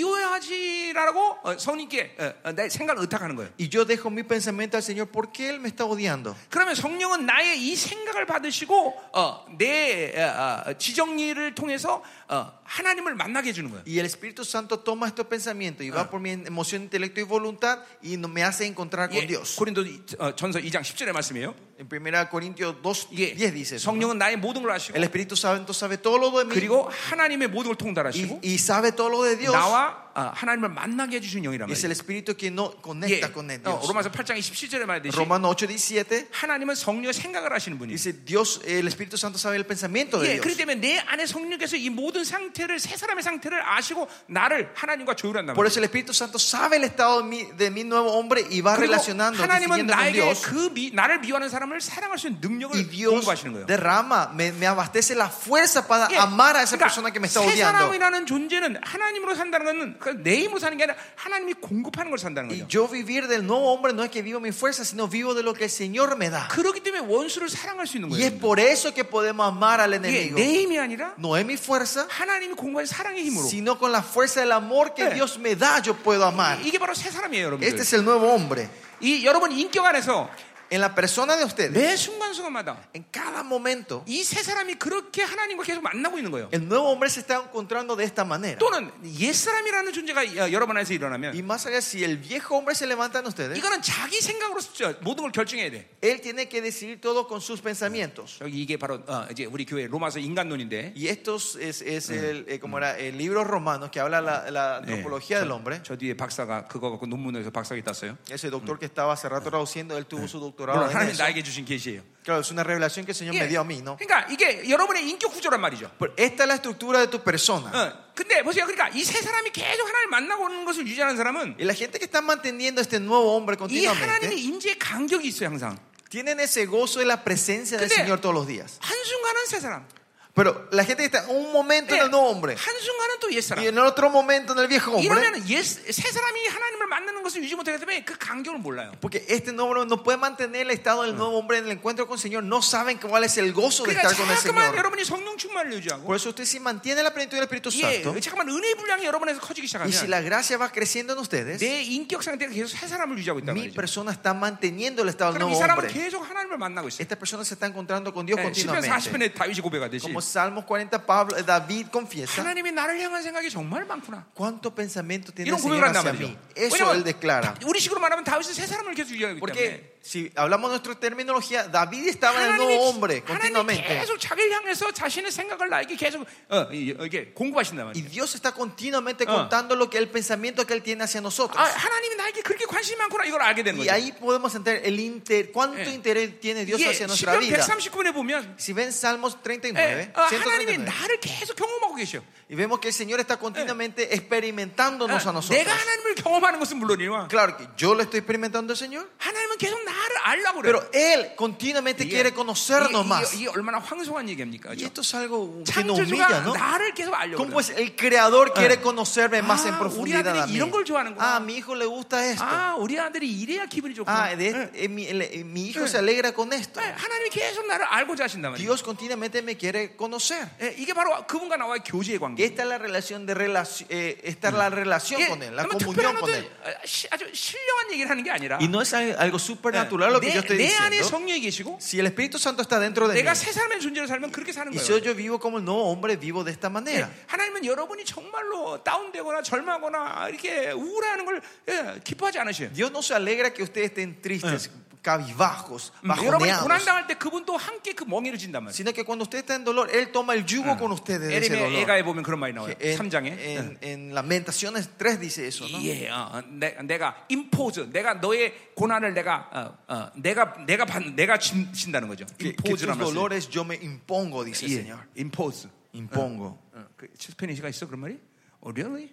S1: 미워하지라고 어, 성님께 어, 어, 내 생각을 의탁하는 거예요.
S3: Y yo dejo mi pensamiento al Señor, ¿por qué Él me está odiando?
S1: 그러면 성령은 나의 이 생각을 받으시고 어, 내 어, 어, 지정리를 통해서 어, 하나님을 만나게 해주는 거예요.
S3: Y el Espíritu Santo toma estos pensamientos y va por mi emoción, intelecto y voluntad y no- me hace encontrar con
S1: 예,
S3: Dios.
S1: 고린도 어, 전서 2장 10절의 말씀이에요.
S3: En 1 Corintios 2,
S1: 예, 이게
S3: 10 dice: eso, ¿no?
S1: 성령은 나의 모든 걸 아시고
S3: El Espíritu Santo sabe todo lo de mí
S1: 그리고 하나님의 모든 걸
S3: y,
S1: 통달하시고
S3: y sabe todo lo de Dios.
S1: 나와 어, 하나님을 만나게 해주신 영이란
S3: Y es el
S1: 말이에요.
S3: Espíritu que no
S1: 예,
S3: Mm. conecta con el
S1: 어,
S3: Dios.
S1: 로마서 8장 27절에 말했듯이
S3: Romano 8, 17
S1: 하나님은 성령의 생각을 하시는 분이에요.
S3: dice: Dios, el Espíritu Santo sabe el pensamiento de
S1: 예, 그렇기
S3: Dios.
S1: 때문에 내 안에 성령께서 이 모든 상태를 세 사람의 상태를 아시고 나를 하나님과 조율한다.
S3: Por eso el Espíritu Santo sabe el estado de mi, de mi nuevo hombre y va relacionando,
S1: 하나님은
S3: dirigiendo con
S1: 나에게
S3: Dios.
S1: 그 미- 나를 미워하는 사람을 사랑할 수 있는
S3: y
S1: 능력을
S3: Dios
S1: 공부하시는 거예요.
S3: derrama, me, me abastece la fuerza para
S1: 예,
S3: amar a esa
S1: 그러니까
S3: persona que me está
S1: 세
S3: odiando.
S1: 사람이라는 존재는 하나님으로 산다는 것은 그내 힘으로 사는 게 아니라 하나님이 공급하는 걸 산다는
S3: Y
S1: 거죠.
S3: yo vivir del nuevo hombre no es que vivo mi fuerza, sino vivo de lo que el Señor me da.
S1: 그렇기 때문에 원수를 사랑할 수 있는
S3: Y es
S1: 거예요.
S3: por eso que podemos amar al
S1: 이게
S3: enemigo.
S1: 내 힘이 아니라
S3: No es mi fuerza,
S1: 하나님이 공부한 사랑의 힘으로.
S3: sino con la fuerza del amor que
S1: 예.
S3: Dios me da, yo puedo amar.
S1: 이게 바로 세 사람이에요,
S3: Este
S1: 여러분들.
S3: es el nuevo hombre.
S1: 이 여러분 인격 안에서
S3: En la persona de ustedes,
S1: 매 순간순간마다
S3: en cada momento,
S1: 이 세 사람이 그렇게 하나님과 계속 만나고 있는 거예요.
S3: el nuevo hombre se está encontrando de esta manera.
S1: 또는 옛사람이라는 존재가 어, 여러분 안에서
S3: Y
S1: 일어나면
S3: más allá, si el viejo hombre se levanta en ustedes,
S1: 이거는 자기 생각으로 저, 모든 걸 결정해야 돼.
S3: él tiene que decidir todo con sus pensamientos.
S1: 여기 이게 바로 어, 이제 우리 교회 로마서 인간론인데
S3: Y esto es, es el, eh, como era, el libro romano que habla la, la antropología del hombre.
S1: 저 뒤에 박사가 그거 갖고 논문에서 박사학위 땄어요.
S3: Ese doctor que estaba hace rato traduciendo, él tuvo su doctorado.
S1: 물론
S3: en
S1: 하나님
S3: eso.
S1: 나에게 주신 계시예요.
S3: Claro, es una revelación que el Señor me dio a mí, ¿no?
S1: 그러니까 이게 여러분의 인격 구조란 말이죠.
S3: Pero esta es la estructura de tu persona.
S1: 어, 근데 보세요. 그러니까 이 세 사람이 계속 하나님 만나고 오는 것을 유지하는 사람은
S3: Y la gente que está manteniendo este nuevo hombre
S1: 이 하나님의
S3: continuamente
S1: 임재의 간격이 있어요 항상.
S3: tienen ese gozo de la presencia del
S1: 근데-
S3: Señor todos los días.
S1: 한 순간은 세 사람,
S3: Pero la gente que está un momento
S1: 그러니까
S3: en el nuevo hombre
S1: 한 순간은 또옛 사람.
S3: y en el otro momento en el viejo hombre.
S1: 이러면 세 사람이 하나님을 만나는 것을 유지 못하기 때문에 그 간격을 몰라요.
S3: Porque este nuevo hombre no puede mantener el estado del nuevo hombre en el encuentro con el Señor. No saben cuál es el gozo de
S1: 그러니까
S3: estar con el Señor.
S1: 자꾸만 여러분이 성령 충만을 유지하고
S3: Por eso usted si mantiene la plenitud del Espíritu
S1: 예,
S3: Santo
S1: 잠깐만 은혜의 분량이 여러분에서 커지기
S3: y si
S1: 시작하면
S3: la gracia va creciendo en ustedes,
S1: 내 인격 상태가 계속 세 사람을 유지하고 있단 말이죠.
S3: mi persona está manteniendo el estado del
S1: 그럼 이
S3: nuevo
S1: 사람은
S3: hombre.
S1: 계속 하나님을 만나고 있어요. 예,
S3: Esta persona se está encontrando con Dios
S1: 10편
S3: continuamente.
S1: 40편에 다윗이 고백하듯이
S3: Como Salmos 40, Pablo, eh, David confiesa,
S1: 하나님이 나를 향한 생각이 정말 많구나.
S3: ¿cuánto pensamiento tiene el
S1: 이런
S3: Señor
S1: 고백을 한단
S3: hacia mí?
S1: 말이죠.
S3: Eso él
S1: 왜냐면
S3: declara.
S1: 다- 우리 식으로 말하면 다윗은 세 사람을 계속 유지하고 있기 때문에
S3: Porque si hablamos nuestra terminología, David estaba en el
S1: 하나님이,
S3: nuevo hombre
S1: 하나님이
S3: continuamente.
S1: 계속 자기를 향해서 자신의 생각을 나에게 계속 어, 이- 이게 공부하신단
S3: Y
S1: 말이에요.
S3: Dios está continuamente
S1: Ah.
S3: contando lo que el pensamiento que él tiene hacia
S1: 아,
S3: nosotros.
S1: 하나님이 나에게 그렇게 관심이 많구나 이걸 알게 된
S3: Y
S1: 거죠.
S3: ahí podemos entender el inter, cuánto
S1: Eh.
S3: interés tiene Dios
S1: 이게
S3: hacia nuestra
S1: 10편
S3: vida.
S1: 139분에 보면
S3: Si ven Salmos 39,
S1: 예, 어, 하나님이 어,
S3: 139,
S1: 나를 계속 경험하고 계셔.
S3: y vemos que el Señor está continuamente
S1: 뭐
S3: experimentándonos a nosotros.
S1: 아, 내가 하나님을 경험하는 것은 물론이와
S3: Claro que yo lo estoy experimentando al Señor,
S1: 하나님은 계속 나를 알라고 그래요.
S3: pero Él continuamente
S1: 이게-
S3: quiere conocernos
S1: 이게-
S3: más.
S1: 이게, 이게 얼마나 황송한 얘기입니까?
S3: Y
S1: 그죠?
S3: esto es algo que nos humilla,
S1: 창조주가
S3: ¿no?
S1: 나를 계속 알려고
S3: ¿Cómo
S1: 그래요.
S3: es? El Creador quiere
S1: Eh.
S3: conocerme más en
S1: Ah,
S3: profundidad
S1: 우리
S3: a
S1: 아들이
S3: mí.
S1: 이런 걸 좋아하는구나.
S3: Ah, a mi hijo le gusta esto.
S1: 아, 우리 아들이 네. 이래야 기분이
S3: Ah,
S1: 좋구나.
S3: de- Ah, eh, mi, el- eh, mi hijo se alegra con esto.
S1: 예, 하나님이 계속 나를 알고자 하신단 말이에요.
S3: Dios continuamente me quiere conocer.
S1: 예, 이게 바로 그분과 나와의 교제의
S3: Y
S1: 관계.
S3: Esta es la relación de relaci- eh, esta es la relación con Él, la
S1: 그러면
S3: comunión
S1: 특별한
S3: con
S1: 어떤
S3: Él.
S1: 어, 시- 아주 신령한 얘기를 하는 게 아니라 예,
S3: Y no es al- algo supernatural lo que
S1: 내,
S3: yo estoy
S1: 내 안에
S3: diciendo.
S1: 성령이 계시고
S3: Si el Espíritu Santo está dentro de mí
S1: 내가 새 사람의 존재로 살면 그렇게 사는
S3: y si yo,
S1: 거예요.
S3: yo vivo como el nuevo hombre, vivo de esta
S1: 예,
S3: manera.
S1: 하나님은 여러분이 정말로 다운되거나 절망하거나 이렇게 우울해하는 걸 예, 기뻐하지 않으셔요. 네.
S3: Dios no se alegra que ustedes estén tristes, cabizbajos,
S1: 여러분이
S3: bajoneados,
S1: 고난당할 때 그분도 함께 그 멍에를 진단 말이에요. 예.
S3: sino que cuando usted está en dolor, Él toma el yugo
S1: Ah.
S3: con
S1: 네.
S3: ustedes de ¿eh? ese
S1: 에레미야
S3: dolor.
S1: 애가에 보면 그런 말이 나와요.
S3: Que En,
S1: 3장에. 네.
S3: en- en Lamentaciones 3 dice eso, ¿no?
S1: 예, 어, 어, 내, 가 임포즈, 내가 너의 고난을 내가 어, 어, 내가 내가 받, 내가 진, 진다는 거죠.
S3: Que, que tus
S1: 임포즈라는 말씀.
S3: dolores yo me impongo, dice el
S1: 예,
S3: Señor.
S1: 임포즈.
S3: Impongo.
S1: 어, 그 스페니시가 있어 그런 말이? Oh, really?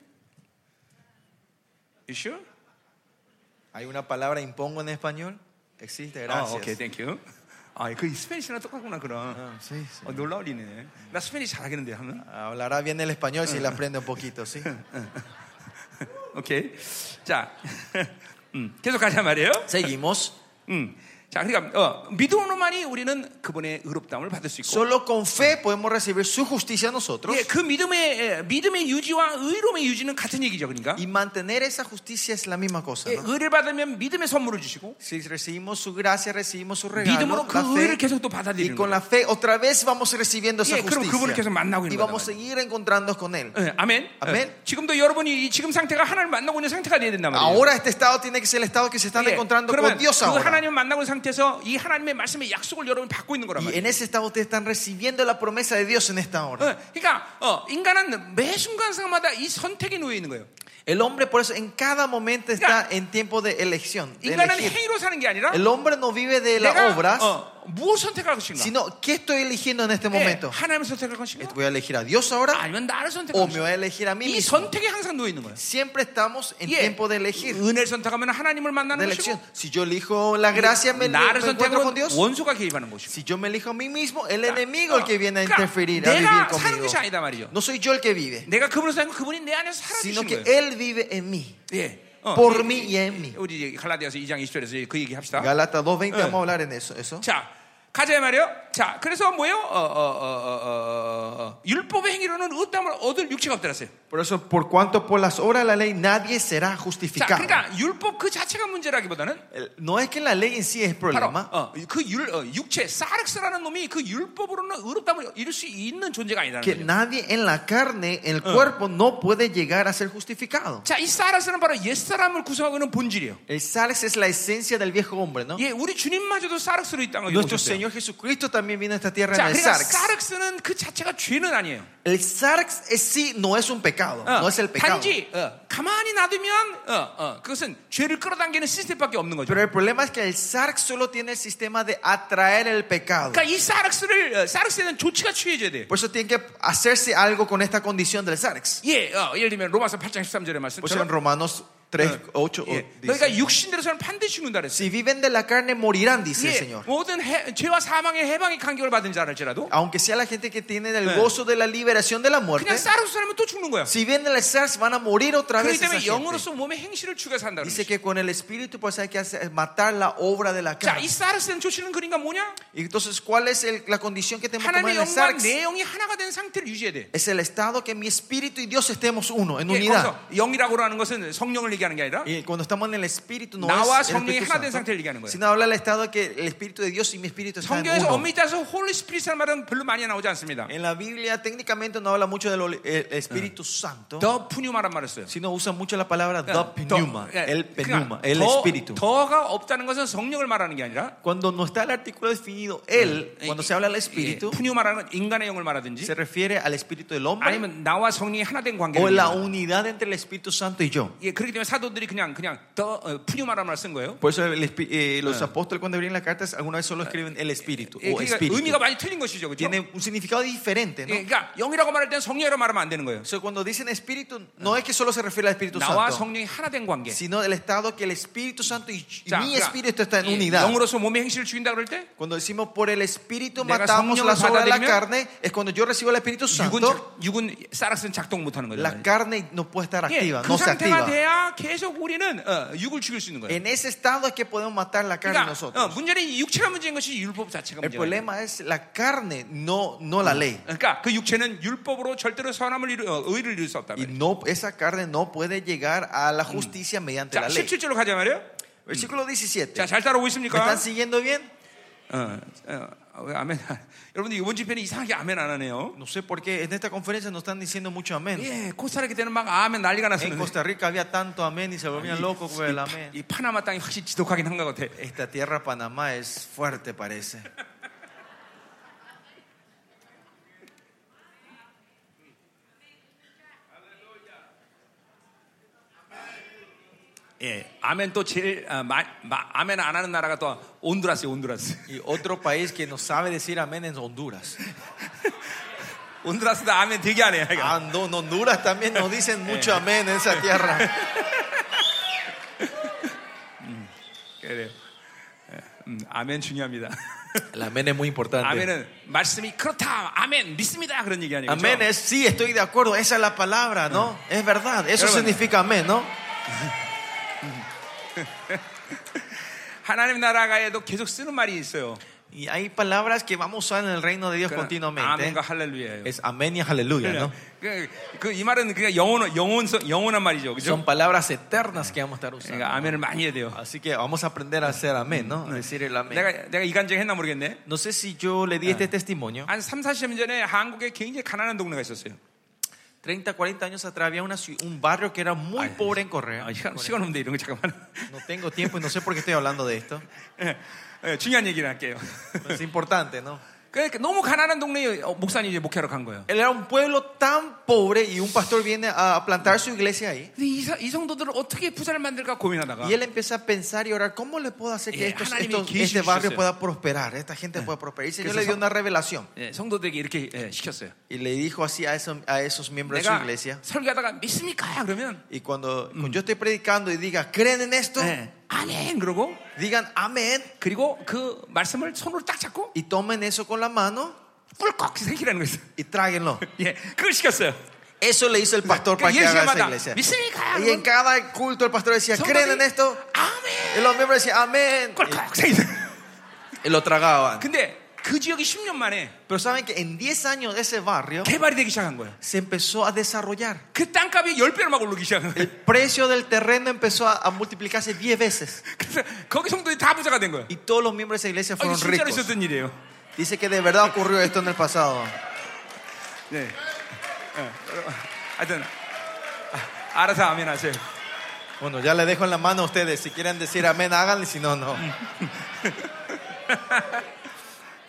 S1: You sure?
S3: ¿Hay una palabra impongo en español?
S1: Ah,
S3: Existe, 네, gracias.
S1: 아, 오케이, thank you. 아, 그 스페니시랑 똑같구나 그럼.
S3: Ah, sí, sí.
S1: 어, 놀라울 일이네. 나 스페니시 잘하겠는데 하면.
S3: Hablará bien el español si le aprende un poquito, ¿sí?
S1: 오케이. 자, 음, 계속 가자 말이에요.
S3: Seguimos.
S1: 음, 자, 그러니까 어, 믿음으로만이 우리는 그분의 의롭다함을 받을 수 있고.
S3: Solo con fe podemos recibir su justicia nosotros.
S1: 예, 그 믿음의 예, 믿음의 유지와 의로움의 유지는 같은 얘기죠, 그러니까.
S3: Y mantener esa justicia es la misma cosa.
S1: 예,
S3: ¿no?
S1: 의를 받으면 믿음의 선물을 주시고
S3: Si recibimos su gracia, recibimos su regalo.
S1: 믿음으로
S3: la
S1: 그
S3: fe,
S1: 의를 계속 또
S3: y
S1: 받아들이는
S3: con
S1: 거예요.
S3: la fe otra vez vamos recibiendo esa
S1: 예, 그럼 그분을 계속
S3: justicia.
S1: 만나고
S3: Y
S1: 있는
S3: vamos a
S1: 거예요.
S3: seguir encontrándonos con Él.
S1: 예, 아멘.
S3: 아멘.
S1: 예, 지금도 여러분이 이 지금 상태가 하나님 을 만나고 있는 상태가 되어야 된단 말이에요.
S3: Ahora este estado tiene que ser el estado que se están
S1: 예,
S3: encontrando
S1: 그러면
S3: con
S1: 그
S3: Dios ahora.
S1: 하나님을 만나고 있는 상태에서 이 하나님의 말씀의 약속을 여러분 이 받고 있는 거란
S3: Y
S1: 말이에요.
S3: en ese estado ustedes están recibiendo la promesa de Dios en esta hora.
S1: 예, 그러니까 어, 인간은 매 순간상마다 이 선택에 놓여 있는 거예요.
S3: El hombre por eso en cada momento está en tiempo de elección. de
S1: 인간은
S3: elegir.
S1: 행위로 사는 게 아니라
S3: El hombre no vive de
S1: 내가
S3: las obras,
S1: 네, 어, 무엇 선택할 것인가?
S3: sino ¿qué estoy eligiendo en este
S1: 예,
S3: momento?
S1: 하나님을 선택할 것인가?
S3: ¿Voy a elegir a Dios ahora
S1: 아니면 나를 선택할
S3: o me
S1: 것인가?
S3: voy a elegir a mí
S1: 이
S3: mismo?
S1: 선택에 항상 놓여 있는 거예요.
S3: Siempre estamos en tiempo de elegir,
S1: 예. 은혜를 선택하면 하나님을
S3: de
S1: 만나는
S3: elección.
S1: 것이고
S3: Si yo elijo la gracia, me, me
S1: 나를
S3: encuentro
S1: 선택하면
S3: con Dios.
S1: 원수가 개입하는 것이고
S3: Si yo me elijo a mí mismo, el
S1: Claro.
S3: enemigo el que viene a
S1: Claro.
S3: interferir, a
S1: Nega
S3: vivir
S1: saben que ya hay, da
S3: conmigo.
S1: 말이죠.
S3: No soy yo el que vive,
S1: 내가 그분을 선택하면 그분이 내 안에서
S3: sino
S1: 살아주시는
S3: que
S1: 거예요
S3: él vive en mí.
S1: 예.
S3: por
S1: 이-
S3: mí
S1: 이-
S3: y en mí.
S1: 우리 이제 갈라디아서 2장 20절에서 그 얘기 합시다
S3: Galata 2.20,
S1: Eh.
S3: vamos a hablar en eso. eso.
S1: 자 가자 말이요 자 그래서 뭐예요 어, 어, 어, 어, 어, 어, 율법의 행위로는 의담을 얻을 육체가 없더랬어요
S3: Por eso, por cuanto por las obras de la ley nadie será
S1: 자
S3: justificado.
S1: 그러니까 율법 그 자체가 문제라기보다는
S3: El- No es que la ley en sí es
S1: 바로
S3: problema,
S1: 어, 그 율, 어, 육체 사르스라는 놈이 그 율법으로는 의롭담을 잃을 수 있는 존재가 아니라는
S3: que
S1: 거죠
S3: nadie en la carne, en el cuerpo, no puede llegar a ser justificado.
S1: 자이 사르스는 바로 옛사람을 구성하고 있는 본질이에요
S3: El sales es la esencia del viejo hombre, ¿no?
S1: 예, 우리 주님마저도 사륵스로 이 땅을
S3: Nuestro
S1: 오셨어요.
S3: Señor Jesucristo también vino a esta tierra
S1: 자,
S3: en el
S1: 그러니까
S3: sarx.
S1: 사륵스는 그 자체가 죄는 아니에요.
S3: El sarx es sí no es un pecado,
S1: 어,
S3: no es el pecado.
S1: 단지 어, 가만히 놔두면 어, 어, 그것은 죄를 끌어당기는 시스템밖에 없는 거죠.
S3: Pero el problema es que el sarx solo tiene el sistema de atraer el pecado.
S1: 그러니까 이 사륵스를 어, 사륵스에는 조치가 취해져야 돼요.
S3: Por eso tiene que hacerse algo con esta condición del sarx.
S1: 예, 어, 예를 들면 로마서 8장 13절의
S3: Por eso en
S1: 말씀처럼 어,
S3: Romanos 3, 8
S1: 예,
S3: dice,
S1: 그러니까 육신대로서는 반드시 죽는다 그랬어요.
S3: Si viven de la carne morirán, dice el
S1: 예,
S3: Señor.
S1: 모든 해- 죄와 사망의 해방의 간격을 받은 자랄지라도
S3: Aunque sea la gente que tiene
S1: Eh.
S3: el gozo de la liberación de la muerte,
S1: 아, 그냥 사륵스라면 또 죽는 거야.
S3: si vienen del SARS van a morir otra
S1: 그렇기
S3: vez. esa
S1: 때문에
S3: gente.
S1: 영으로서 네. 몸의 행실을 죽여 산다 그랬어요.
S3: Dice que con el espíritu pues hay que hacer- matar la obra de la
S1: 자,
S3: carne.
S1: 이 사륵스는 조치는 그러니까 뭐냐?
S3: Y entonces, ¿cuál es el- la condición que tenemos que tomar
S1: 하나님의
S3: en el
S1: 영광
S3: sarx?
S1: 내 영이 하나가 된 상태를 유지해야 돼.
S3: Es el estado que mi espíritu y Dios estemos uno, en
S1: 예,
S3: unidad.
S1: 거기서 영이라고 하는 것은 성령을 얘기하는 게 아니라
S3: Y cuando estamos en el espíritu, no
S1: 나와
S3: es el
S1: 성령이
S3: Espíritu
S1: 하나 된
S3: Santo,
S1: 상태를 얘기하는 거예요.
S3: sino habla el estado que el espíritu de Dios y mi espíritu están en
S1: 성경에서
S3: uno.
S1: 엄밀히 따서 홀리 스피릿이라는 말은 별로 많이 나오지 않습니다.
S3: En la Biblia técnicamente no habla mucho del ol- el Espíritu Santo,
S1: 더 푸뉴마란 말을 써요.
S3: sino usa mucho la palabra
S1: 그러니까
S3: the pneuma,
S1: 더, 예,
S3: el pneuma,
S1: 그러니까
S3: el
S1: 더,
S3: Espíritu.
S1: 더가 없다는 것은 성령을 말하는 게 아니라
S3: Cuando no está el artículo definido él, cuando se habla del Espíritu,
S1: 푸뉴마라는 예, 건 인간의 영을 말하든지
S3: se refiere al Espíritu del hombre
S1: 아니면 나와 성령이 하나 된
S3: o
S1: 관계를
S3: la
S1: 얘기합니다.
S3: unidad entre el Espíritu Santo y yo.
S1: 예, 그렇기 때문에 사도들이 그냥 그냥 더 어, 푸뉴마란 말을 쓴 거예요.
S3: Por eso el espi- eh, los apóstoles cuando abrían las cartas alguna vez solo escriben el Espíritu
S1: 예,
S3: o
S1: 그러니까 의미가
S3: Espíritu.
S1: 많이 틀린 것이죠, 그렇죠?
S3: Tiene un significado diferente, ¿no?
S1: 예, 그러니까 영이라고 말할 때는 성령이라고 말하면 안 되는 거예요.
S3: O sea, cuando dicen Espíritu, no es que solo se refiere al Espíritu
S1: 나와
S3: Santo,
S1: 성령이 하나 된 관계.
S3: sino el estado que el Espíritu Santo y, y
S1: 자,
S3: mi
S1: 그러니까
S3: Espíritu está en
S1: 예,
S3: unidad.
S1: 영으로서 몸의 행실을 죽인다 그럴 때
S3: Cuando decimos por el Espíritu
S1: 내가
S3: matamos
S1: 성령을
S3: las obras de la
S1: 받아들이면
S3: carne, es cuando yo recibo el Espíritu
S1: 육은
S3: Santo,
S1: 작- 육은 사락스는 작동 못하는 거죠.
S3: la carne no puede estar
S1: 예,
S3: activa,
S1: 그
S3: no se
S1: 상태가
S3: activa.
S1: 돼야 계속 우리는 어, 육을 죽일 수 있는 거예요.
S3: En ese estado es que podemos matar la carne
S1: 그러니까 어,
S3: nosotros.
S1: 문제는 이 육체가 문제인 것이 율법 자체가
S3: El
S1: 문제예요.
S3: problema es la carne, no, no la ley.
S1: 그러니까 그 육체는 율법으로 절대로 선함을 이루, 어, 의를 이룰 수 없다.
S3: Y no, esa carne no puede llegar a la justicia mediante
S1: 자,
S3: la ley.
S1: 17절로 가자 말이에요.
S3: Versículo 17.
S1: 자, 잘 따라오고
S3: ¿Me
S1: 있습니까?
S3: están siguiendo bien?
S1: 어, 어, 아멘. 여러분들 이번 집회는 이상하게 아멘 안 하네요.
S3: No sé por qué en esta conferencia no están diciendo mucho amén.
S1: 예, 코스타리카 때는 막 아멘 난리가
S3: En
S1: 났었는데
S3: Costa Rica había tanto amén y se volvían locos por el amén.
S1: 이 파나마 땅이 확실히 지독하긴 한 것 같아.
S3: Esta tierra Panamá es fuerte, parece.
S1: 예, 아멘 또 제일 아, 마, 마- 아멘 안 하는 나라가 또 온두라스, 온두라스.
S3: Y otro país que no sabe decir amén es Honduras.
S1: 온두라스도 아멘 되게 안 해.
S3: Ah, no, en Honduras también nos dicen mucho amén en esa tierra.
S1: 그래. 음, 아멘 중요합니다.
S3: El amén es muy importante.
S1: 아멘은 말씀이 그렇다, 아멘 믿습니다 그런 얘기 아니에요. 그렇죠?
S3: Amén es, sí, estoy de acuerdo, esa es la palabra, ¿no? Es verdad, eso
S1: Hermano.
S3: significa amén, ¿no?
S1: 하나님 나라가에도 계속 쓰는 말이 있어요.
S3: Y hay palabras que vamos a usar en el reino de Dios continuamente.
S1: 아멘과 할렐루야예요.
S3: Es amén y aleluya, ¿no?
S1: 그이 말은 그냥 영혼 영혼 영혼한 말이죠, 그죠?
S3: Son palabras eternas que vamos a estar usando.
S1: 그러니까 아멘을 네. 많이 해야 돼요.
S3: Así que vamos a aprender a hacer amén, ¿no? A decir el amén.
S1: 내가 내가 이간증 했나 모르겠네.
S3: No sé si yo
S1: Ah.
S3: le di este testimonio.
S1: 한 3, 40년 전에 한국에 굉장히 가난한 동네가 있었어요.
S3: 30, 40 años atrás había una ciu- un barrio que era muy
S1: Ay.
S3: pobre en Correa.
S1: 아, 시간, 시간 없는데 이런 거 잠깐만.
S3: No tengo tiempo y no sé por qué estoy hablando de esto.
S1: 예, 예, 중요한 얘기를 할게요.
S3: Pero Es importante, ¿no?
S1: 그러니까 너무 가난한 동네에 어, 목사님이 이제 목회하러 간 거예요.
S3: Él era un pueblo tan pobre y un pastor viene a a plantar su iglesia ahí.
S1: 근데 이, 사- 이 성도들을 어떻게 부자를 만들까 고민하다가
S3: Y él empieza a pensar y orar, ¿cómo le puedo hacer que
S1: Eh,
S3: estos-
S1: 하나님이
S3: estos-
S1: 계시
S3: este barrio
S1: 주셨어요.
S3: pueda prosperar? eh, Esta gente pueda prosperar. Y el Señor
S1: 그래서
S3: le dio
S1: 성-
S3: una revelación.
S1: 예, 성도들에게 이렇게 예, 시켰어요.
S3: Y le dijo así a esos, a esos miembros de su
S1: 내가
S3: iglesia.
S1: 설교하다가 믿습니까? 그러면
S3: Y cuando, cuando yo estoy predicando y diga, ¿creen en esto?
S1: 예, 아멘 그러고
S3: Digan amén.
S1: 그리고 그 말씀을 손으로 딱 잡고
S3: Y tomen eso con la mano
S1: 꿀꺽 생기라는 거였어요.
S3: y tráguenlo.
S1: 예, 그걸 시켰어요.
S3: Eso le hizo el pastor para
S1: Y
S3: que
S1: él
S3: haga
S1: se
S3: esa
S1: llama,
S3: iglesia.
S1: "Misericordia".
S3: Y en cada culto el pastor decía, ¿creen en esto? Y
S1: 아멘.
S3: los miembros decían, amén.
S1: 꿀꺽 생기.
S3: Y lo tragaban.
S1: 근데 그 지역이 10년 만에
S3: Pero saben que en 10 años de ese barrio
S1: 개발이 되기 시작한 거예요.
S3: se empezó a desarrollar.
S1: 그 땅값이 10배로 막 오르기 시작한 거예요.
S3: El precio del terreno empezó a, a multiplicarse 10 veces.
S1: 그래서 거기 성도들이 다 부자가 된 거예요.
S3: Y todos los miembros de esa iglesia
S1: 아, 이게
S3: fueron
S1: 진짜로
S3: ricos.
S1: 있었던 일이에요.
S3: Dice que de verdad ocurrió esto en el pasado.
S1: 네. 예, 여러분, 하여튼 아, 알아서 아멘 하세요.
S3: Bueno, ya le dejo en la mano a ustedes. Si quieren decir amén, háganle. Si no, no.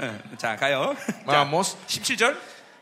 S1: 예, 자, 가요.
S3: Vamos.
S1: 17절.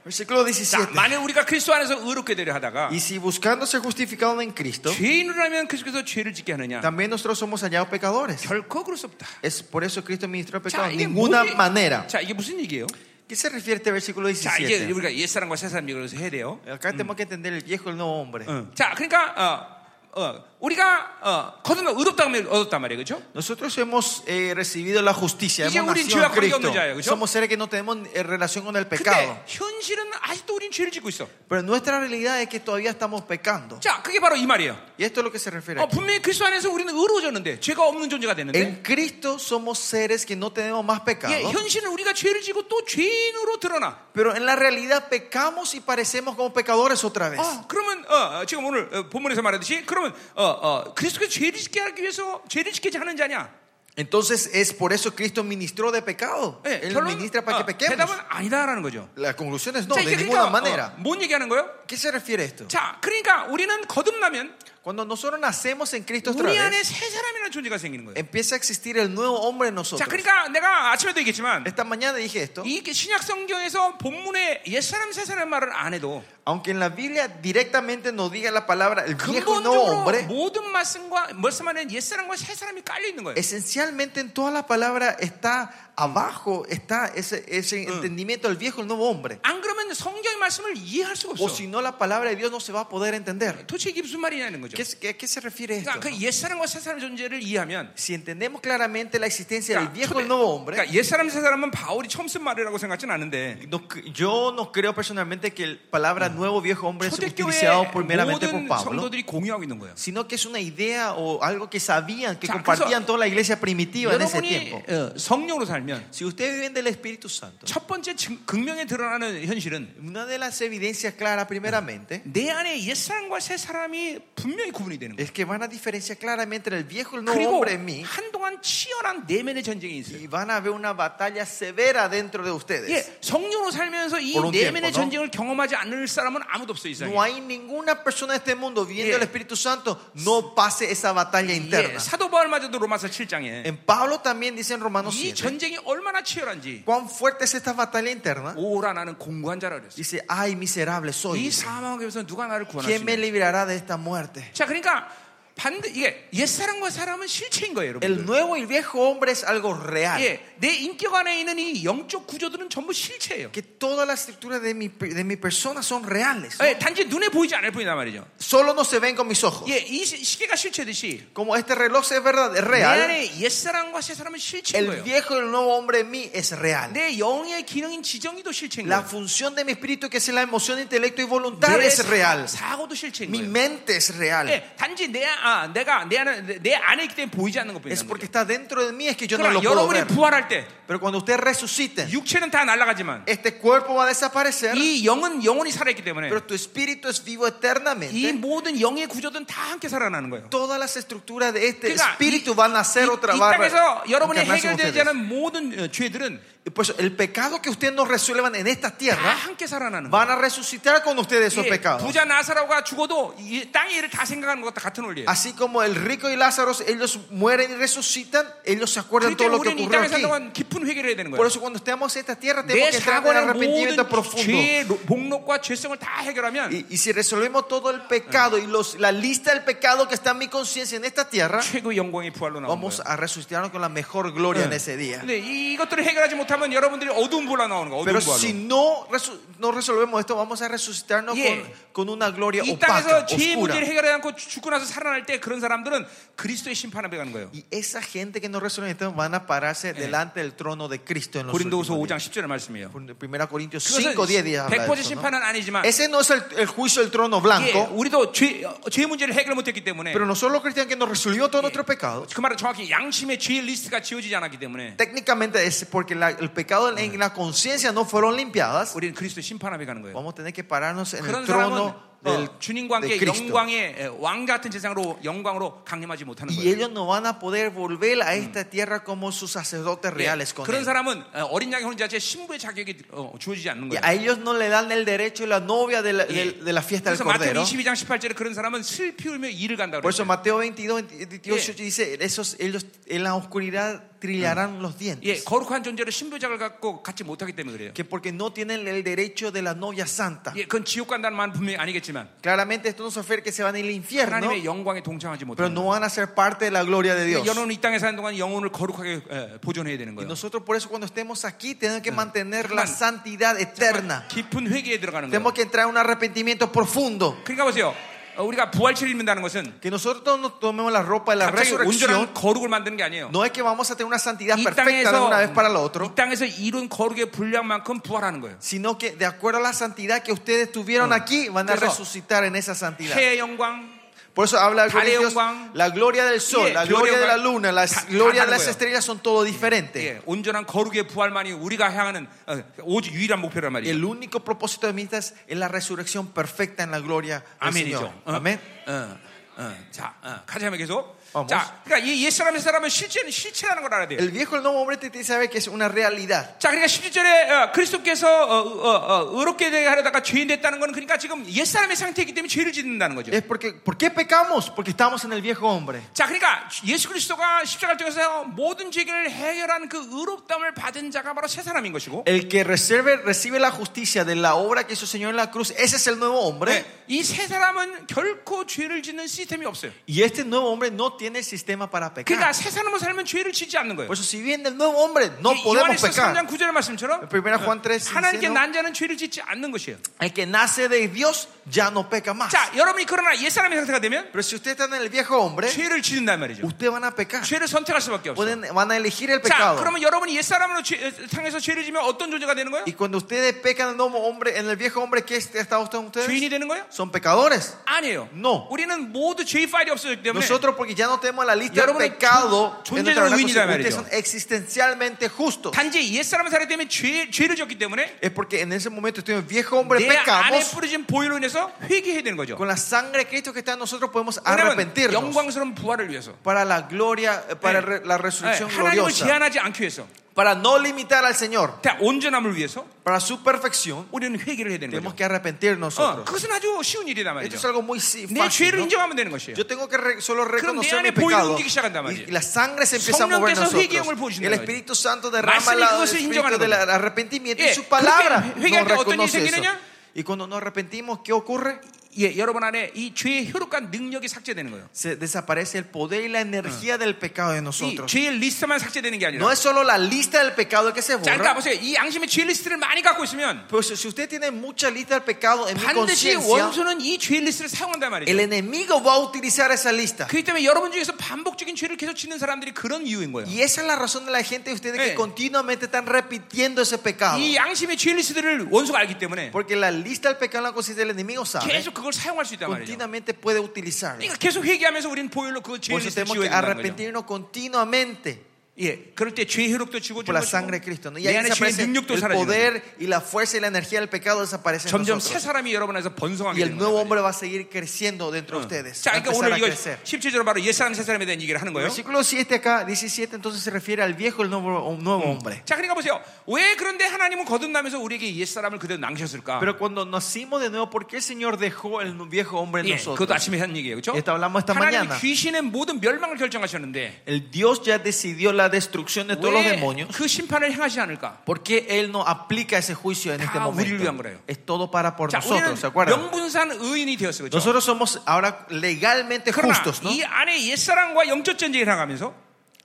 S3: Versículo
S1: 자,
S3: 17.
S1: 만약 우리가 그리스도 안에서 의롭게 되려 하다가
S3: Y si buscando ser justificado en Cristo,
S1: 죄인으로라면 그리스도께서 죄를 짓게 하느냐?
S3: también nosotros somos hallados pecadores.
S1: 결코 그럴 수 없다.
S3: Es por eso Cristo ministró el pecado
S1: 자,
S3: de
S1: 이게
S3: ninguna
S1: 뭐지?
S3: manera.
S1: 자, 이게 무슨 얘기예요?
S3: ¿Qué se refiere este versículo
S1: 자, 이제 네.
S3: 17?
S1: 우리가 옛사람과 새사람 얘기를 해서 해야 돼요.
S3: Acá tenemos que entender el viejo y el nuevo hombre.
S1: 자, 그러니까 어, 어, 우리가 어, 거듭나 의롭다 하면 얻었단 말이에요. 그렇죠?
S3: Nosotros hemos eh, recibido la justicia,
S1: 이제
S3: hemos
S1: 우린
S3: nacido en
S1: 죄와
S3: Cristo.
S1: 관계 없는 자예요, 그죠?
S3: Somos seres que no tenemos eh, relación con el pecado.
S1: 근데 현실은 아직도 우린 죄를 짓고 있어.
S3: Pero nuestra realidad es que todavía estamos pecando.
S1: 자, 그게 바로 이 말이에요.
S3: Y esto es lo que se refiere.
S1: 어,
S3: aquí.
S1: 분명히 그리스도 안에서 우리는 의로워졌는데 죄가 없는 존재가 됐는데
S3: En Cristo somos seres que no tenemos más pecado.
S1: 예, 현실은 우리가 죄를 지고 또 죄인으로 드러나.
S3: Pero en la realidad pecamos y parecemos como pecadores otra vez.
S1: 어, 그러면 어, 어, 지금 오늘 어, 본문에서 말하듯이 그러면 어, 어, 그리스도께서 죄를 짓게 하기 위해서 죄를 짓게 하는 자냐?
S3: Entonces es por eso Cristo ministró de pecado.
S1: 예,
S3: Él
S1: 결론,
S3: ministra para que
S1: 어, 대답은
S3: pequemos.
S1: 아니다라는 거죠.
S3: La conclusión es no,
S1: 자,
S3: de
S1: 이제 그러니까
S3: ninguna manera.
S1: 어, 뭔 얘기하는 거예요?
S3: ¿Qué se refiere esto?
S1: 자, 그러니까 우리는 거듭나면
S3: Cuando nosotros nacemos en Cristo otra
S1: 우리 안에
S3: vez,
S1: 새 사람이라는 존재가 생기는 거예요.
S3: empieza a existir el nuevo hombre en
S1: 자,
S3: nosotros.
S1: 그러니까 내가 아침에도 얘기했지만
S3: Esta mañana dije esto.
S1: 이 신약 성경에서 본문에 옛 사람 새 사람 말을 안 해도
S3: Aunque en la Biblia directamente nos diga la palabra el viejo y nuevo
S1: 근본적으로
S3: hombre,
S1: 모든 말씀과 말씀 안에 옛 사람과 새 사람이 깔려 있는 거예요.
S3: esencialmente en toda la palabra está abajo, está ese, ese entendimiento del viejo y el nuevo hombre.
S1: 안 그러면 성경의 말씀을 이해할 수가
S3: O
S1: 없어.
S3: si no, la palabra de Dios no se va a poder entender.
S1: 도대체 이게 무슨 말이냐는 거죠.
S3: ¿Qué, es- qué- qué se refiere esto?
S1: 그러니까 그 옛 사람과 새 사람 존재를 이해하면
S3: Si entendemos claramente la existencia del
S1: 그러니까
S3: viejo y
S1: 초대-
S3: el nuevo hombre,
S1: 그러니까 옛 사람 새 사람은 바울이 처음 쓴 말이라고 생각하진 않은데
S3: no cre- yo no creo personalmente que la palabra nuevo viejo hombre es utilizado
S1: 초대교회
S3: primeramente por
S1: 모든
S3: Pablo,
S1: 성도들이 공유하고 있는 거예요.
S3: sino que es una idea o algo que sabían, que
S1: 자,
S3: compartían toda la iglesia primitiva en ese
S1: 여러분이
S3: tiempo.
S1: 어, 성령으로 살면
S3: Si ustedes viven del Espíritu Santo,
S1: 첫 번째 증- 극명에 드러나는 현실은
S3: Una de las evidencias claras, primeramente,
S1: 내 안에 옛 사람과 새 사람이 분명히 구분이 되는 거예요.
S3: es que van a diferenciar claramente entre el viejo y el nuevo
S1: 그리고
S3: hombre en mí.
S1: 한동안 정말 치열한 내면의 전쟁이 있어요.
S3: Y van a ver una batalla severa dentro de ustedes.
S1: 예, 성령으로 살면서 이
S3: Por un
S1: 내면의
S3: tiempo, ¿no?
S1: 전쟁을 경험하지 않을 사람은 아무도 없어 이 세상에.
S3: No hay ninguna persona de este mundo viendo
S1: Yeah.
S3: el Espíritu Santo no pase esa batalla
S1: 예,
S3: interna.
S1: 사도 바울마저도 로마서 7장에
S3: En Pablo también dice en Romanos
S1: 이
S3: 7
S1: 전쟁이 얼마나 치열한지
S3: cuán fuerte es esta batalla interna.
S1: 오라 나는 공고한 자라 그랬어.
S3: Dice, ay miserable soy.
S1: 이 사망에서 누가 나를 구원할 수
S3: ¿Quién me
S1: 있냐?
S3: librará de esta muerte?
S1: 자, 그러니까 반드 이게 옛 사람과 사람은 실체인 거예요,
S3: El
S1: 여러분.
S3: nuevo y el viejo hombre es algo real.
S1: 예, 내 인격 안에 있는 이 영적 구조들은 전부 실체예요.
S3: Que todas las estructuras de mi, de mi persona son reales. ¿no?
S1: 예, 단지 눈에 보이지 않을 뿐이란 말이죠.
S3: Solo no se ven con mis ojos.
S1: 예, 이 시- 시계가 실체듯이
S3: Como este reloj es verdad, es
S1: 내
S3: real.
S1: 안에 옛 사람과 새 사람은 실체인
S3: El
S1: 거예요.
S3: viejo y el nuevo hombre en mí es real.
S1: 내 영의 기능인 지정이도 실체인
S3: La
S1: 거예요.
S3: función de mi espíritu, que es la emoción, intelecto y voluntad,
S1: 내
S3: es real.
S1: 사고도 실체인
S3: Mi
S1: 거예요.
S3: mente es real.
S1: 예, 단지 내 아, 내가 내 안에 내- 내 안에 있기 때문에 보이지 않는
S3: Es
S1: 것뿐이에요.
S3: porque está dentro de mí, es que yo no
S1: 그러나
S3: lo puedo
S1: 여러분이
S3: ver.
S1: 부활할 때
S3: Pero cuando ustedes resuciten,
S1: 육체는 다 날아가지만
S3: este cuerpo va a desaparecer,
S1: 이 영은 영원히 살아있기 때문에
S3: pero tu espíritu es vivo
S1: 이
S3: eternamente.
S1: 모든 영의 구조들은 다 함께 살아나는 거예요.
S3: Todas las estructuras de este
S1: 그러니까
S3: espíritu van a
S1: 이,
S3: ser otra
S1: 이
S3: va a re-
S1: 땅에서 여러분이
S3: encarnarse en
S1: 해결되지
S3: ustedes.
S1: 않은 모든 어, 죄들은
S3: Y Pues el pecado que ustedes no resuelvan en esta
S1: 다
S3: tierra,
S1: 함께 살아나는 거예요.
S3: van a resucitar con ustedes esos
S1: 예,
S3: pecados.
S1: 부자 나사로가 죽어도 이 땅의 일을 다 생각하는 것과 같은 원리예요.
S3: Así como el rico y Lázaro, ellos mueren y resucitan, ellos se acuerdan
S1: 그렇기
S3: todo lo que
S1: 때문에 우리는 이
S3: ocurrió
S1: 땅에 사는
S3: aquí.
S1: 동안 깊은 회개를 해야 되는
S3: Por
S1: 거예요.
S3: eso cuando estemos en esta tierra
S1: 내
S3: tenemos que entrar en
S1: 사고나
S3: arrepentimiento
S1: 모든
S3: profundo.
S1: 죄의 로- 목록과 죄성을 다 해결하면
S3: Y, y si resolvemos todo el pecado y los, la lista del pecado que está en mi conciencia en esta tierra,
S1: 최고의 영광의 부활로 나오는
S3: vamos
S1: 거예요.
S3: a resucitarnos con la mejor gloria en ese día.
S1: 근데 이것들을 해결하지 못하면 여러분들이 어두운 부활로 나오는 거예요.
S3: Pero
S1: 어두운
S3: si
S1: 부활로.
S3: no, resu- no resolvemos esto, vamos a resucitarnos
S1: Yeah.
S3: con, con una gloria
S1: 이
S3: opaca,
S1: 땅에서 죄의
S3: oscura.
S1: 문제를 해결하지 않고 죽고 나서 살아날 때 그런 사람들은 그리스도의 심판 앞에 가는 거예요.
S3: Y esa gente que no resuelve esto van a pararse delante del trono de Cristo en los
S1: 고린도후서 5장
S3: últimos días.
S1: 10절의 말씀이에요.
S3: Por- Primera Corintios 5, 10 días. habla de
S1: 100%
S3: eso, ¿no?
S1: 심판은 아니지만
S3: Ese no es el, el juicio del trono
S1: 예,
S3: blanco,
S1: 우리도 죄, 어, 죄 문제를 해결 못했기 때문에
S3: pero nosotros los cristianos que nos resolvió todo nuestro pecado,
S1: 그 말은 정확히 양심의 죄 리스트가 지워지지 않았기 때문에
S3: técnicamente es porque la- el pecado en la conciencia no fueron limpiadas,
S1: 우리는 그리스도 의 심판 앞에 가는 거예요.
S3: vamos a tener que pararnos en el
S1: 그런 사람은
S3: trono
S1: 어,
S3: del,
S1: 주님과
S3: de
S1: 함께
S3: Cristo.
S1: 영광의 에, 왕 같은 세상으로 영광으로 강림하지 못하는
S3: Y
S1: 거예요.
S3: ellos no van a poder volver a esta tierra como sus sacerdotes reales con
S1: 예, 그런
S3: él.
S1: 사람은 어, 어린 양의 혼자제 신부의 자격이 어, 주어지지 않는
S3: Y
S1: 거예요.
S3: a ellos no le dan el derecho de la novia de la, de- de la 네, fiesta del
S1: 그래서 마태
S3: Cordero.
S1: 22장 18절에 그런 사람은 슬피 울며 일을 간다
S3: Por eso
S1: 그랬어요.
S3: Mateo 22, 28 dice, esos, ellos en la oscuridad trillarán los
S1: 예,
S3: dientes.
S1: 거룩한 존재로 신부작을 갖고 갖지 못하기 때문에 그래요.
S3: Que porque no tienen el derecho de la novia santa.
S1: 예, 그건 지옥 간다는 말은 분명히 아니겠지만
S3: Claramente esto no se refiere que se van al infierno,
S1: 하나님의 영광에 동참하지
S3: pero
S1: 못하는
S3: no van a ser parte de la gloria de Dios.
S1: 여러분 이 땅에 사는 동안 영혼을 거룩하게 에, 보존해야 되는
S3: Y
S1: 거예요.
S3: nosotros por eso cuando estemos aquí tenemos que mantener
S1: Hermano.
S3: la santidad eterna.
S1: 깊은 회개에 들어가는 거예요.
S3: Tenemos que entrar en un arrepentimiento profundo.
S1: 그러니까 보세요. 어, 우리가 부활체를 입는다는 것은
S3: Que nosotros no tomemos la ropa de la
S1: 갑자기
S3: resurrección.
S1: 온전한 거룩을 만드는 게 아니에요.
S3: No es que vamos a tener una santidad
S1: 이
S3: perfecta de
S1: 땅에서
S3: una vez para la
S1: 이
S3: otra,
S1: 땅에서 이룬 거룩의 분량만큼 부활하는 거예요.
S3: sino que de acuerdo a la santidad que ustedes tuvieron aquí, van a
S1: 그래서
S3: resucitar en esa santidad.
S1: 해의 영광,
S3: Por eso habla de
S1: 달의
S3: Corintios,
S1: 영광,
S3: la gloria del sol,
S1: 예,
S3: la gloria
S1: 별의
S3: de la
S1: 영광,
S3: luna, la
S1: 다-
S3: gloria
S1: 다 다른
S3: de las
S1: 거예요.
S3: estrellas son todo diferente.
S1: 예, 온전한 거룩의 부활만이 우리가 향하는 어, 오직 유일한 목표란
S3: Y
S1: 말이에요.
S3: el único propósito de mi vida es es la resurrección perfecta en la gloria del Señor.
S1: 아멘이죠. 어?
S3: Amén.
S1: 어, 어, 자, 어, 같이 하면 계속.
S3: 어,
S1: 자, 그러니까 이 옛사람의 사람은 실체는 실체라는 걸 알아야 돼요.
S3: El viejo el nuevo hombre te dice saber que es una realidad.
S1: 자, 그러니까 17절에 그리스도께서 어, 어, 어, 의롭게 되게 하려다가 죄인 됐다는 건 그러니까 지금 옛사람의 상태이기 때문에 죄를 짓는다는 거죠.
S3: Es porque, ¿Por qué pecamos? Porque estamos en el viejo hombre.
S1: 자, 그러니까 예수 그리스도가 십자가를 통해서 모든 죄를 해결한 그 의롭담을 받은 자가 바로 새 사람인 것이고,
S3: El que reserve- recibe la justicia de la obra que hizo el Señor en la cruz, ese es el nuevo hombre.
S1: 예, 이 새 사람은 결코 죄를 짓는 시스템이 없어요.
S3: Y este nuevo hombre no tiene el sistema para pecar.
S1: 그러니까 새 사람으로 살면 죄를 짓지 않는 거예요.
S3: Por eso, si bien el nuevo hombre no
S1: 이-
S3: podemos
S1: 요한에서
S3: pecar,
S1: 3장 9절의 말씀처럼
S3: en 1 Juan 3
S1: 하나님께
S3: dice, ¿no?
S1: 난 자는 죄를 짓지 않는 것이에요.
S3: el que nace de Dios ya no peca más.
S1: 자, 여러분이 그러나 옛사람의 상태가 되면
S3: Pero si usted está en el viejo hombre,
S1: 죄를 짓는단 말이죠.
S3: usted van a pecar.
S1: 죄를 선택할 수밖에 없어요.
S3: Pueden- van a elegir el
S1: 자,
S3: pecado.
S1: 그러면 여러분이 옛사람으로 죄- 상해서 죄를 지면 어떤 존재가 되는 거예요?
S3: Y cuando ustedes pecan en el nuevo hombre, en el viejo hombre, ¿qué es- está usted ustedes?
S1: 죄인이 되는 거예요?
S3: Son pecadores.
S1: 아니에요.
S3: No.
S1: 우리는 모두 죄의 파일이 없어졌기 때문에
S3: Nosotros porque ya no tenemos la lista del
S1: 여러분은
S3: pecado,
S1: 존-
S3: en nuestra
S1: 존재는
S3: relación,
S1: 의인이란
S3: ustedes
S1: 말이죠.
S3: son existencialmente justos.
S1: 단지 옛사람을 살기 때문에 죄, 죄를 졌기 때문에
S3: Es porque en ese momento estoy en viejo hombre
S1: 내 안에
S3: pecamos
S1: 뿌려진 보일로 인해서 안에서 회개해야 되는 거죠.
S3: Con la sangre de Cristo que está en nosotros podemos
S1: 왜냐면
S3: arrepentirnos
S1: 영광스러운 부활을 위해서
S3: para la gloria, eh, para
S1: 네.
S3: re- la
S1: 예,
S3: resurrección
S1: 하나님을
S3: gloriosa,
S1: 제한하지 않기 위해서
S3: para no limitar al Señor,
S1: 다 온전함을 위해서
S3: para su perfección,
S1: 우리는 회개를 해야 되는
S3: tenemos
S1: 거죠.
S3: que arrepentirnos
S1: 어,
S3: nosotros.
S1: 그것은 아주 쉬운 일이란
S3: Esto es
S1: 말이죠.
S3: algo muy si-
S1: 내
S3: fácil.
S1: 죄를
S3: ¿no?
S1: 인정하면 되는 것이에요.
S3: Yo tengo que re- solo reconocer
S1: 내
S3: mi
S1: 안에 보이는
S3: pecado.
S1: 움직이기 시작한단
S3: Y
S1: 말이에요.
S3: la sangre se empieza a mover en
S1: 성령께서 회개형을
S3: nosotros.
S1: 보여준단
S3: El
S1: 말이에요.
S3: Espíritu Santo derrama
S1: 말씀이
S3: la- el
S1: 그것을 인정하는
S3: espíritu del
S1: 거예요.
S3: arrepentimiento
S1: 예,
S3: y su palabra
S1: 그렇게 회- 회개할
S3: nos
S1: 때 어떤 일이
S3: reconoce eso.
S1: 생기느냐?
S3: Y cuando nos arrepentimos, ¿qué ocurre?
S1: 예, 여러분 안에 이 죄의 효력과 능력이 삭제되는 거예요.
S3: Se desaparece el poder y la energía del pecado de
S1: 이
S3: nosotros.
S1: 죄의 리스트만 삭제되는 게 아니라.
S3: No es solo la lista del pecado el que se
S1: 자, 그러니까
S3: borra.
S1: 보세요. 이 양심의 죄 리스트를 많이 갖고 있으면
S3: Pero si si usted tiene mucha lista del pecado en mi
S1: 반드시
S3: conciencia,
S1: 원수는 이 죄 리스트를 사용한단
S3: el
S1: 말이죠.
S3: enemigo va a utilizar esa lista.
S1: 그렇기 때문에 여러분 중에서 반복적인 죄를 계속 짓는 사람들이 그런 이유인 거예요.
S3: Y esa es la razón de la gente de ustedes
S1: Eh.
S3: que continuamente están repitiendo ese pecado.
S1: 이 양심의 죄 리스트를 원수가 알기 때문에
S3: Porque la lista del pecado en la conciencia del enemigo sabe.
S1: 계속 그걸 사용할 수 있단 말이죠.
S3: Continuamente puede utilizarlo.
S1: 그러니까 계속 회개하면서 우리는 보혈로 그 죄
S3: Por eso
S1: 리스트
S3: tenemos que
S1: 지워야 된다는 거죠.
S3: arrepentirnos continuamente
S1: 예, 그럴 때 죄의 효력도 지고
S3: por la sangre de Cristo. ¿no? Y ahí
S1: 내 안에 죄의 그
S3: desaparece el
S1: 능력도 사라지고
S3: poder y la fuerza y la energía del pecado desaparecen. en
S1: 점점 새
S3: nosotros.
S1: 사람이 여러분 안에서 번성하게
S3: Y el
S1: 되는
S3: nuevo
S1: 거예요.
S3: hombre va a seguir creciendo dentro de ustedes.
S1: 자,
S3: Va a
S1: 그러니까
S3: empezar
S1: 오늘
S3: a
S1: 이거 그렇죠.
S3: crecer.
S1: 17절로 바로 옛사람 새사람에 대한 얘기를 하는 거예요.
S3: Versículo 7 acá, 17, entonces se refiere al viejo, el nuevo, un nuevo hombre.
S1: 자, 그러니까 보세요. 왜 그런데 하나님은 거듭나면서 우리에게 옛사람을 그대로 남기셨을까?
S3: Pero cuando nacimos de nuevo, ¿por qué el Señor dejó el viejo hombre en
S1: 예, 그것도
S3: nosotros?
S1: 아침에 한 얘기예요.
S3: Y esto
S1: 그렇죠?
S3: hablamos esta
S1: 하나님
S3: mañana.
S1: 귀신의 모든 멸망을 결정하셨는데
S3: El Dios ya decidió la destrucción
S1: 네,
S3: de todos los
S1: 왜
S3: demonios.
S1: 그 심판을 행하지 않을까?
S3: ¿Por qué Él no aplica ese juicio en este
S1: 다 우리를 위한 거래요.
S3: momento? Es todo para por
S1: 자, 우리는
S3: nosotros, ¿se acuerdan?
S1: 명분산 의인이 되었어요. 그렇죠?
S3: Nosotros somos ahora legalmente
S1: 그러나
S3: justos, ¿no?
S1: 이 안에 옛사람과 영적 전쟁을 나가면서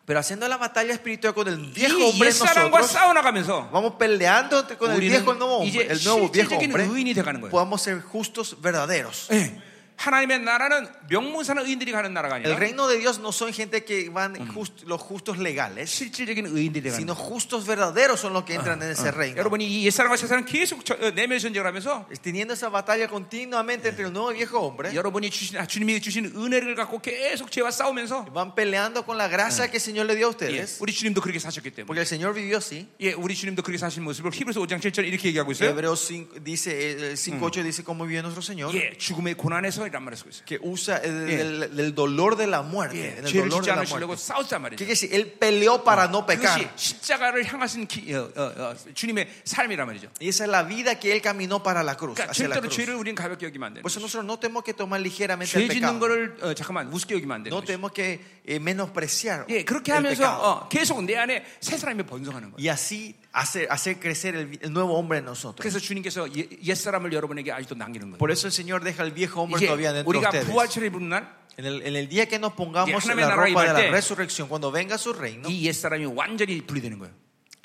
S3: Pero haciendo la batalla espiritual con el viejo
S1: 이
S3: hombre en
S1: 옛사람과
S3: nosotros,
S1: 싸워 나가면서
S3: vamos peleando entre- con el
S1: 우리는
S3: viejo, el nuevo hombre,
S1: 이제
S3: el nuevo viejo
S1: 실질적인 의인이
S3: hombre,
S1: 돼가는 거예요.
S3: podamos ser justos verdaderos.
S1: 예. 하나님의 나라는 명문산 의인들이 가는 나라가
S3: El
S1: 아니라
S3: reino de Dios no son gente que van just- los justos legales,
S1: 실질적인 의인들이 되는
S3: sino justos verdaderos son los que entran en ese reino.
S1: 여러분이 이 옛사람과 새사람 계속 저- 어, 내면 전쟁을 하면서
S3: Teniendo esa batalla continuamente entre el nuevo y viejo hombre,
S1: 여러분이 주신 아, 주님이 주신 은혜를 갖고 계속 죄와 싸우면서
S3: van peleando con la gracia que el Señor le dio
S1: 예,
S3: a ustedes,
S1: 우리 주님도 그렇게 사셨기 때문에
S3: porque el Señor vivió así.
S1: 예, 우리 주님도 그렇게 사신 모습을 히브리서 5장 7절 이렇게 얘기하고 있어요.
S3: Hebreos 5, dice, eh, 5.8 dice cómo vivió nuestro Señor,
S1: 예, 죽음의 고난에서 이란 말을 쓰고 있어요.
S3: que usa el, del- del dolor de la muerte,
S1: 예,
S3: en el
S1: 죄를
S3: dolor
S1: 짓지
S3: de la
S1: 않으시려고
S3: muerte.
S1: 싸웠단
S3: ¿Qué
S1: 말이죠.
S3: quiere decir? Él peleó para no
S1: 그것이
S3: pecar.
S1: 십자가를 향하신 기- 어, 어, 어, 주님의 삶이란 말이죠.
S3: Y esa es la vida que Él caminó para la cruz,
S1: 그러니까
S3: hacia la
S1: 절대로
S3: cruz.
S1: 죄를 우리는 가볍게 여기면 안 돼요.
S3: Por eso nosotros no tenemos que tomar ligeramente el
S1: 죄 짓는
S3: pecado.
S1: 거를 어, 잠깐만 우습게 여기면 안 돼요.
S3: No tenemos que eh, menospreciar
S1: 예, 그렇게
S3: el
S1: 하면서
S3: pecado.
S1: 어, 계속 내 안에 새 사람이 번성하는 거예요.
S3: Y así hacer, hacer crecer el, el nuevo hombre en nosotros.
S1: 그래서 주님께서 옛- 옛사람을 여러분에게 아직도 남기는 거예요.
S3: Por eso el Señor deja al viejo hombre
S1: 이제
S3: todavía dentro de
S1: 우리가
S3: ustedes.
S1: 부활체를 입은 날 이
S3: En el, en el día que nos pongamos
S1: Yeah,
S3: en la
S1: 하나님의 나라
S3: ropa de
S1: 입을 때
S3: la resurrección, cuando venga su reino,
S1: 옛사람이 완전히 분리되는 거예요.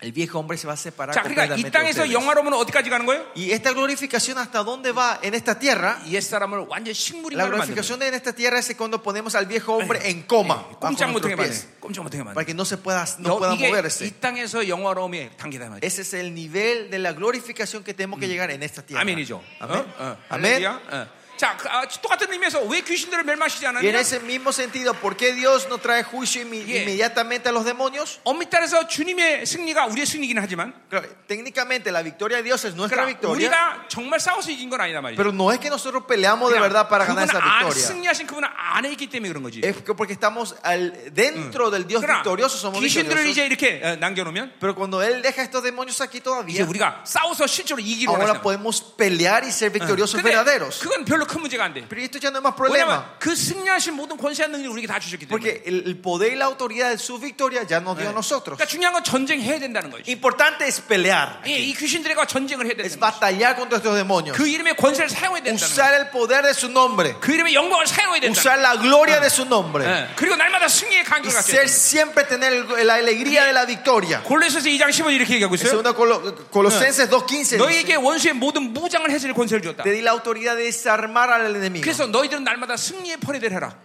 S3: el viejo hombre se va a separar
S1: 자, 그러니까 이
S3: completamente de
S1: 땅에서
S3: ustedes.
S1: 영화로면 어디까지 가는 거예요?
S3: Y esta glorificación, ¿hasta dónde va en esta tierra?
S1: 옛사람을 완전 히 식물이 만드는
S3: La
S1: 거예요.
S3: glorificación en esta tierra es cuando ponemos al viejo hombre en coma, bajo
S1: 꼼짝 못하게
S3: nuestros
S1: 만드는
S3: pies,
S1: 거예요. 꼼짝 못하게
S3: para
S1: 만드는
S3: que no se pueda,
S1: 거예요.
S3: no pueda
S1: 이게
S3: moverse.
S1: 이 땅에서 영화로움의 단계다 말이죠.
S3: Ese es el nivel de la glorificación que tenemos que llegar en esta tierra.
S1: 아멘이죠.
S3: Mm. Amén.
S1: 어? 어.
S3: Amén.
S1: 할렐루야. 어. 자, 그, 아, 똑같은 의미에서 왜 귀신들을 멸망시키지
S3: Y en
S1: 않았냐?
S3: ese mismo sentido, ¿por qué Dios no trae juicio inmi-
S1: Yeah.
S3: inmediatamente a los demonios?
S1: 엄밀히 따라서 주님의 승리가 우리의 승리긴 하지만
S3: Claro, técnicamente la victoria de Dios es nuestra
S1: 그러니까
S3: victoria,
S1: 우리가 정말 싸워서 이긴 건 아니다 말이죠.
S3: pero no es que nosotros peleamos de
S1: 그냥
S3: verdad para ganar esa
S1: 그분은 안-
S3: victoria.
S1: 승리하신 그분은 안에 있기 때문에 그런 거지.
S3: Es que porque estamos al, dentro del Dios
S1: 그러나
S3: victorioso, somos
S1: 귀신들을
S3: victoriosos.
S1: 이제 이렇게 어, 남겨놓으면
S3: Pero cuando Él deja estos demonios aquí
S1: 이제
S3: todavía,
S1: 우리가 싸워서 실제로 이기로
S3: ahora podemos pelear y ser victoriosos verdaderos.
S1: 그건 별로 큰 문제가 안 돼.
S3: Pero esto ya no es más problema.
S1: 왜냐면 그 승리하신 모든 권세한 능력을 우리에게 다 주셨기 때문에.
S3: Porque el, el poder y la autoridad de su victoria ya nos dio a nosotros.
S1: 그러니까 중요한 건 전쟁해야 된다는 거죠.
S3: Importante es pelear.
S1: 예, 이 귀신들과 전쟁을 해야 된다는 거죠.
S3: Es batallar contra estos demonios.
S1: 그 이름의 권세를 사용해야 된다는 거죠.
S3: Usar el poder de su nombre.
S1: 그 이름의 영광을 사용해야 된다.
S3: Usar la gloria de su nombre.
S1: 예, 그리고 날마다 승리의
S3: Y
S1: 간격을 갖게
S3: ser
S1: 된다.
S3: siempre tener el- la alegría de la victoria.
S1: 골로새서 2장 10월 이렇게 얘기하고
S3: En
S1: 있어요.
S3: segunda Colo- Colosenses 2.15
S1: 너희에게
S3: dice,
S1: 원수의 모든 무장을 해제할 권세를 주었다.
S3: te di la autoridad de desarmar al enemigo.
S1: 그래서 너희들은 날마다 승리의 퍼레이드를 해라.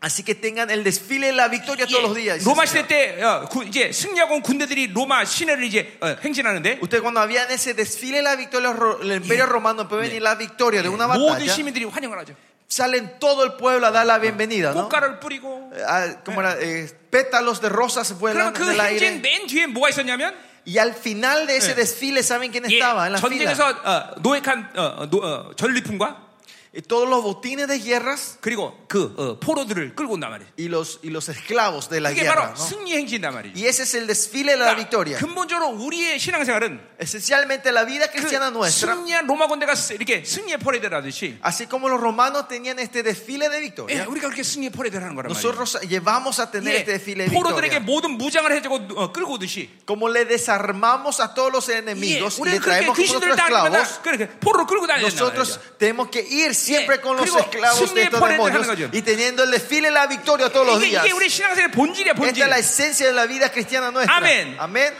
S3: Así que tengan el desfile de la victoria todos los días.
S1: 예,
S3: dice
S1: 로마
S3: el
S1: 시대
S3: Señor.
S1: 때 어, 구- 이제 승리하고 온 군대들이 로마 시내를 이제 어, 행진하는데
S3: Usted cuando había en ese desfile de la victoria, ro- el imperio romano puede venir la victoria de una
S1: 모든
S3: batalla.
S1: 시민들이 환영을 하죠.
S3: Salen todo el pueblo a dar la bienvenida. ¿no?
S1: 꽃가루를 뿌리고
S3: Eh, ah, ¿cómo era? Eh, pétalos de rosas
S1: 그러면
S3: vuelan en
S1: 그 행진
S3: el aire.
S1: 맨 뒤에 뭐가 있었냐면
S3: Y al final de ese desfile, ¿saben quién
S1: 예,
S3: estaba en la fila?
S1: 전쟁에서 어, 노획한 어, 어, 노- 어, 전리품과
S3: y Eh, todos los botines de guerras
S1: 그리고 그 어, 포로들을 끌고 온단 말이에요.
S3: y los, y los esclavos de la
S1: 이게
S3: guerra.
S1: 바로
S3: ¿no?
S1: 승리 행진단 말이에요. 그러니까
S3: Y ese es el desfile de la victoria.
S1: 근본적으로 우리의 신앙생활은
S3: Esencialmente la vida
S1: 그
S3: cristiana nuestra,
S1: 승리한 로마 군대가 이렇게 승리의 퍼레이드를 하듯이
S3: así como los romanos tenían este desfile de
S1: 예,
S3: victoria,
S1: 우리가 그렇게 승리의 퍼레이드를 하는 거란 말이에요.
S3: nosotros llevamos a tener este desfile
S1: 예,
S3: de
S1: 포로들에게
S3: victoria.
S1: 모든 무장을 해주고 어, 끌고 오듯이
S3: Como le desarmamos a todos los
S1: 예,
S3: enemigos y
S1: 우리는
S3: le
S1: 그렇게
S3: traemos
S1: 그
S3: como
S1: 신들을
S3: nuestros
S1: 다니면서
S3: esclavos,
S1: 그렇게 포로를 끌고 다녀야 된다
S3: nosotros tenemos que ir siempre con los
S1: 그리고
S3: esclavos de
S1: 승리의
S3: estos
S1: 퍼레이드를 하는
S3: demonios
S1: 거죠.
S3: y teniendo el desfile de la victoria todos los
S1: 이게,
S3: días.
S1: 이게 우리 신앙생활의 본질이야
S3: Esta
S1: 본질
S3: es la esencia de la vida cristiana nuestra.
S1: Amén.
S3: Amén.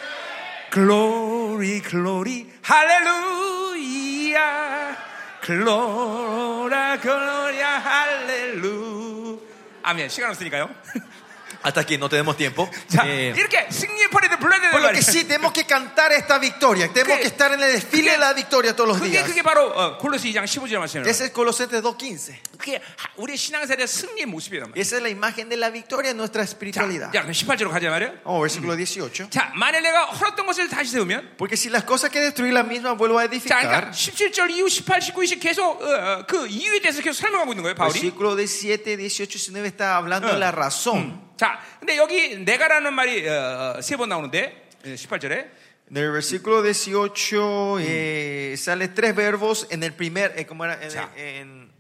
S1: Glory, glory, hallelujah. Gloria, gloria, hallelujah. 아멘. 시간 없으니까요.
S3: Hasta aquí no tenemos tiempo.
S1: 자,
S3: Eh,
S1: 이렇게 승리의 퍼레이드 불러야 되는
S3: por lo que
S1: 예, 말이에요.
S3: sí, tenemos que cantar esta victoria. Tenemos
S1: Que-
S3: que estar en el desfile de la victoria todos los
S1: 그게
S3: días.
S1: 그게 바로 어, 골로스 2장 15절 말씀이에요.
S3: Es el Colosenses 2.15.
S1: 그게 하- 우리의 신앙생활의 승리의 모습이란 말이에요.
S3: Esa es la imagen de la victoria en nuestra
S1: 자,
S3: espiritualidad.
S1: 야, 예, 그럼 18절로 가자 말이에요.
S3: Vamos, versículo 18.
S1: 자, 만일 내가 헐었던 것을 다시 세우면
S3: Porque si las cosas que destruí las mismas vuelvo a
S1: 자, 그러니까
S3: edificar.
S1: 17절 이후 18, 19, 20 계속 어, 어, 그 이유에 대해서 계속 설명하고 있는 거예요, 바울이.
S3: Versículo 17, 18, 19 está hablando de la razón.
S1: 자, 근데 여기 내가라는 말이 어, 세 번 나오는데 예, 18절에
S3: En el versículo 18 eh, sale tres verbos en el primer, eh, ¿cómo era? En,
S1: Ya. Ah.
S3: en-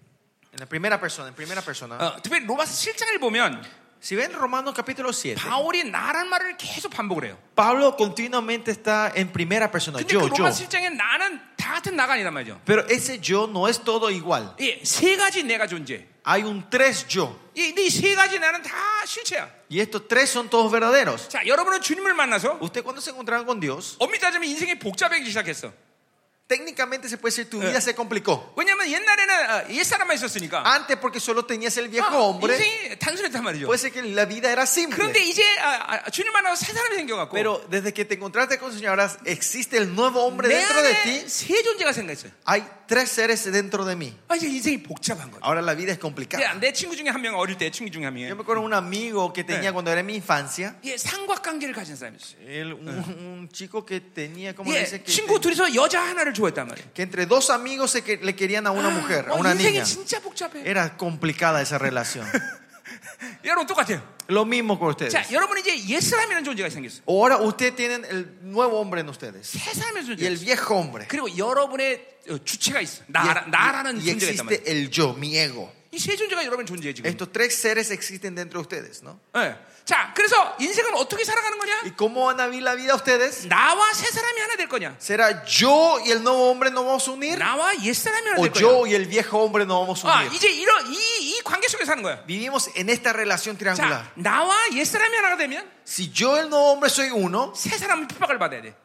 S3: en la primera persona, en primera persona.
S1: 어, 특별히 로마서 7장을 보면
S3: Si ven Romanos capítulo 7,
S1: 바울이 나란 말을 계속 반복을 해요.
S3: Pablo continuamente está en primera persona,
S1: 근데
S3: yo,
S1: 그
S3: yo.
S1: 로마서 7장에 나는 다 같은 나가 아니란 말이죠.
S3: Pero ese yo no es todo igual.
S1: 예, 세 가지 내가 존재.
S3: Hay un tres yo.
S1: 이 세 가지 나는 다 실체야.
S3: Y estos tres son todos verdaderos.
S1: 자, 여러분은 주님을 만나서
S3: Usted cuando se encontraron con Dios,
S1: 엄밀히 따지면 인생이 복잡해지기 시작했어.
S3: técnicamente se puede decir tu vida se complicó.
S1: 왜냐면 옛날에는 어, 옛사람만 있었으니까
S3: Antes porque solo tenías el viejo
S1: 어,
S3: hombre,
S1: 인생이 단순했단 말이죠.
S3: puede ser que la vida era
S1: 그런데
S3: simple.
S1: 이제 아, 아, 주님 만나서 새 사람이 생겨갖고
S3: Pero desde que te encontraste con el Señor, ahora existe el nuevo hombre
S1: 내
S3: dentro de
S1: 안에
S3: ti.
S1: 세 존재가 생겼어요.
S3: Hay tres seres dentro de mí.
S1: 아, 그러니까. 이제 인생이 복잡한 거죠.
S3: Ahora la vida es
S1: 야,
S3: complicada.
S1: 내 친구 중에 한 명 어릴 때 친구 중에 한
S3: Yo
S1: 명이
S3: me acuerdo de un amigo que tenía
S1: Eh.
S3: cuando era en mi infancia.
S1: 예, 삼각관계를 가진 사람이었어요.
S3: Él, un, un chico que tenía, como le
S1: 예,
S3: dice, que,
S1: 친구 둘이서 여자 하나를 좋아했단 말이에요.
S3: que entre dos amigos se que, le querían a una mujer, a
S1: 어,
S3: una
S1: 인생이
S3: niña.
S1: 진짜 복잡해.
S3: Era complicada esa relación.
S1: 여러분 똑같아요.
S3: Lo mismo con ustedes.
S1: 자, 여러분 이제 옛사람이라는 존재가 생겼어요.
S3: Ahora ustedes tienen el nuevo hombre en ustedes
S1: 새 사람이라는
S3: y
S1: 존재가
S3: el
S1: 있어요.
S3: viejo hombre.
S1: 그리고 여러분의 어, 주체가 있어.
S3: Y-
S1: 나, 나라는
S3: y, y
S1: 존재가 있단 말이에요.
S3: existe el yo, mi ego.
S1: 이 세 존재가 여러분 존재해 지금.
S3: Estos tres seres existen dentro de ustedes, ¿no?
S1: 예. 자, 그래서 인생은 어떻게 살아가는
S3: ¿Y
S1: 거냐?
S3: cómo van a vivir la vida ustedes?
S1: 나와 새 사람이 하나 될 거냐?
S3: ¿Será yo y el nuevo hombre nos vamos a unir?
S1: 나와 옛사람이 하나
S3: ¿O
S1: 될 거냐?
S3: yo y el viejo hombre nos vamos a
S1: 아,
S3: unir?
S1: 어, 이제 이런 이, 이 관계 속에 사는 거야.
S3: Vivimos en esta relación
S1: 자,
S3: triangular.
S1: 나와 옛사람이 하나가 되면
S3: Si yo y el nuevo hombre soy uno,
S1: 새 사람은 핍박을 받아야 돼.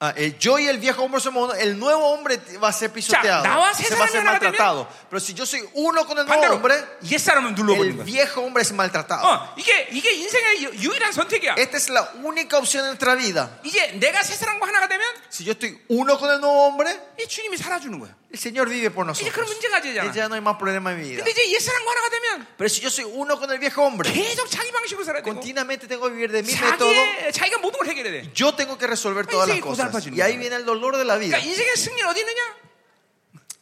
S3: ah, el yo y el viejo hombre somos uno, el nuevo hombre va a ser pisoteado,
S1: 나와 세
S3: se va a ser
S1: 사람이 하나가
S3: maltratado. Pero si yo soy uno con el nuevo
S1: 반대로
S3: hombre,
S1: 옛 사람은
S3: el
S1: 눌러버리는 거야.
S3: viejo hombre es maltratado.
S1: 어, 이게 이게 인생의 유- 유일한 선택이야.
S3: Esta es la única opción en nuestra vida.
S1: 이제 내가 새 사람과 하나가 되면
S3: Si yo estoy uno con el nuevo hombre,
S1: 이 주님이 살아주는 거야.
S3: el Señor vive por
S1: 이제 그런
S3: nosotros.
S1: 문제가
S3: Y
S1: 되잖아.
S3: ya no hay más problema en mi vida.
S1: 근데 이제 옛 사람과 하나가 되면
S3: Pero si yo soy uno con el viejo hombre,
S1: 계속 자기 방식으로 살아야 되고
S3: continuamente tengo que vivir de
S1: 네
S3: mi método.
S1: 자기의 자기가 모든 걸 해결해야 돼.
S3: Yo tengo que resolver todas las cosas. Y ahí viene el dolor de la vida.
S1: 그러니까 인생의 승리는 어디 있느냐?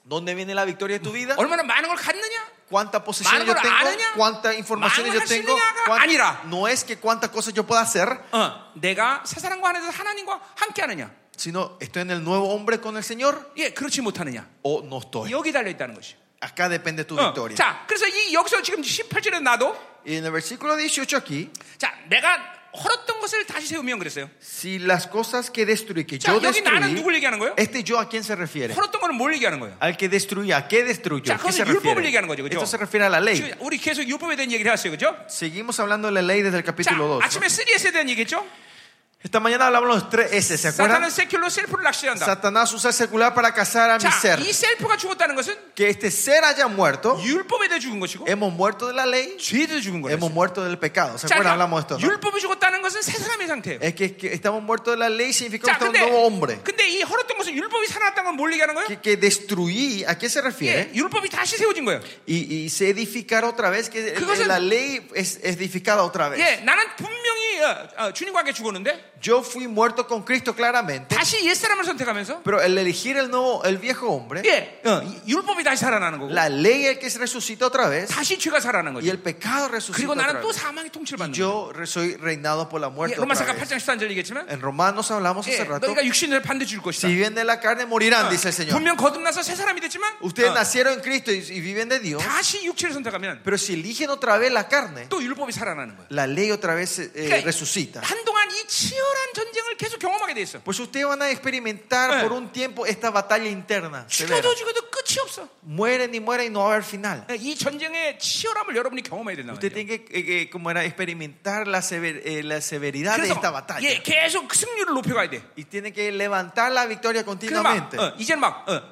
S3: ¿Dónde viene la victoria de tu vida?
S1: 얼마나 많은 걸 갖느냐?
S3: ¿Cuántas posiciones yo
S1: ¿Manuel
S3: tengo?
S1: araña?
S3: ¿Cuántas informaciones yo
S1: ¿Manuel
S3: tengo?
S1: araña?
S3: ¿Cuán-
S1: Anira.
S3: No es que cuántas cosas yo pueda hacer,
S1: 어, 내가 새 사람과 하나에서 하나님과 함께 하느냐?
S3: sino estoy en el nuevo hombre con el Señor
S1: 예, 그렇지 못하느냐?
S3: o no estoy.
S1: 여기 달려 있다는 것이.
S3: Acá depende tu
S1: 어,
S3: victoria.
S1: 자, 그래서 이 여기서 지금 18절에 나도
S3: Y en el versículo 18 aquí,
S1: 자, 내가 헐었던 것을 다시 세우면 그랬어요.
S3: si las cosas que destruí, que
S1: 자,
S3: yo
S1: 여기 나는
S3: destruí,
S1: 누굴 얘기하는 거예요?
S3: este yo a quién se refiere?
S1: 헐었던 거는 뭘 얘기하는 거예요?
S3: Al que destruía, ¿a qué destruyó?
S1: 자,
S3: ¿A ¿Qué se
S1: 그것은 율법을
S3: refiere?
S1: 얘기하는 거죠. 그죠?
S3: Esto se refiere a la ley.
S1: 지금 우리 계속 율법에 대한 얘기를 했어요. 그죠?
S3: Seguimos hablando de la ley desde el
S1: 자,
S3: capítulo 2.
S1: 아침에 3S에 대한 얘기했죠?
S3: Esta mañana hablamos de los tres S, ¿se acuerdan?
S1: 사탄은 세큘로 셀프를 낚시한다.
S3: Satanás usa el secular para cazar a mi
S1: 자,
S3: ser.
S1: 이 셀프가 죽었다는 것은
S3: Que este ser haya muerto,
S1: 율법에 대해 죽은 것이고
S3: hemos muerto de la ley,
S1: 죄에 대해 죽은 거예요.
S3: hemos muerto del pecado. ¿Se
S1: 자, 뭐 그러니까
S3: acuerdan? Hablamos de esto. ¿no?
S1: 율법이 죽었다는 것은 새 사람의 상태예요.
S3: Es que, que estamos muertos de la ley significa
S1: 자,
S3: que estamos
S1: 근데,
S3: un nuevo hombre.
S1: 근데 이 헐었던 것은 율법이 살아났다는 건 뭘 얘기하는 거예요?
S3: Que, que destruí, ¿a qué se
S1: 예,
S3: refiere?
S1: 율법이 다시 세워진 거예요.
S3: Y, y se edificar otra vez, que
S1: Kegos은-
S3: la ley es edificada otra vez.
S1: 예, 나는 분명히 분명히 어, 어, 주님과 함께 죽었는데
S3: Yo fui muerto con Cristo claramente,
S1: 다시 옛사람을 선택하면서
S3: pero el elegir el nuevo, el viejo hombre,
S1: 예, 어, 이- 율법이 다시 살아나는 거고
S3: la ley es el que se resucita otra vez
S1: 다시 죄가 살아나는
S3: y
S1: 거죠.
S3: el pecado
S1: 그리고
S3: resucita
S1: 나는
S3: otra
S1: 또
S3: vez.
S1: 사망의 통치를 받는 거예요.
S3: Yo re- soy reinado por la
S1: 예,
S3: muerte. otra
S1: 로마사가
S3: vez.
S1: 8장 13절 얘기했지만
S3: En Romanos hablamos
S1: 예,
S3: hace rato.
S1: 너희가 육신을 반드시 줄 것이다. 어,
S3: Si viven de la carne
S1: Ah,
S3: morirán, dice el Señor.
S1: 분명 거듭나서 새 사람이 됐지만
S3: Ustedes
S1: 어,
S3: nacieron en Cristo y, y viven de Dios,
S1: 다시 육체를 선택하면
S3: pero si eligen otra vez la carne,
S1: 또 율법이 살아나는 거예요.
S3: la ley otra vez eh,
S1: 그러니까
S3: resucita.
S1: 한동안 이 치열한 전쟁을 계속 경험하게 돼 있어.
S3: Pues ustedes van a experimentar
S1: Eh.
S3: por un tiempo esta batalla interna. severa.
S1: 죽어도 죽어도 끝이 없어.
S3: Mueren y mueren y no va a haber final.
S1: 예, 이 전쟁의 치열함을 여러분이 경험해야 된다
S3: Usted
S1: 말이에요.
S3: tiene que, eh, que, como era, experimentar la, sever- eh, la severidad de esta
S1: 그래서
S3: batalla.
S1: 예, 계속 그 승률을 높여가야 돼.
S3: Y tiene que levantar la victoria
S1: 그래서 막
S3: continuamente.
S1: 어, 이제는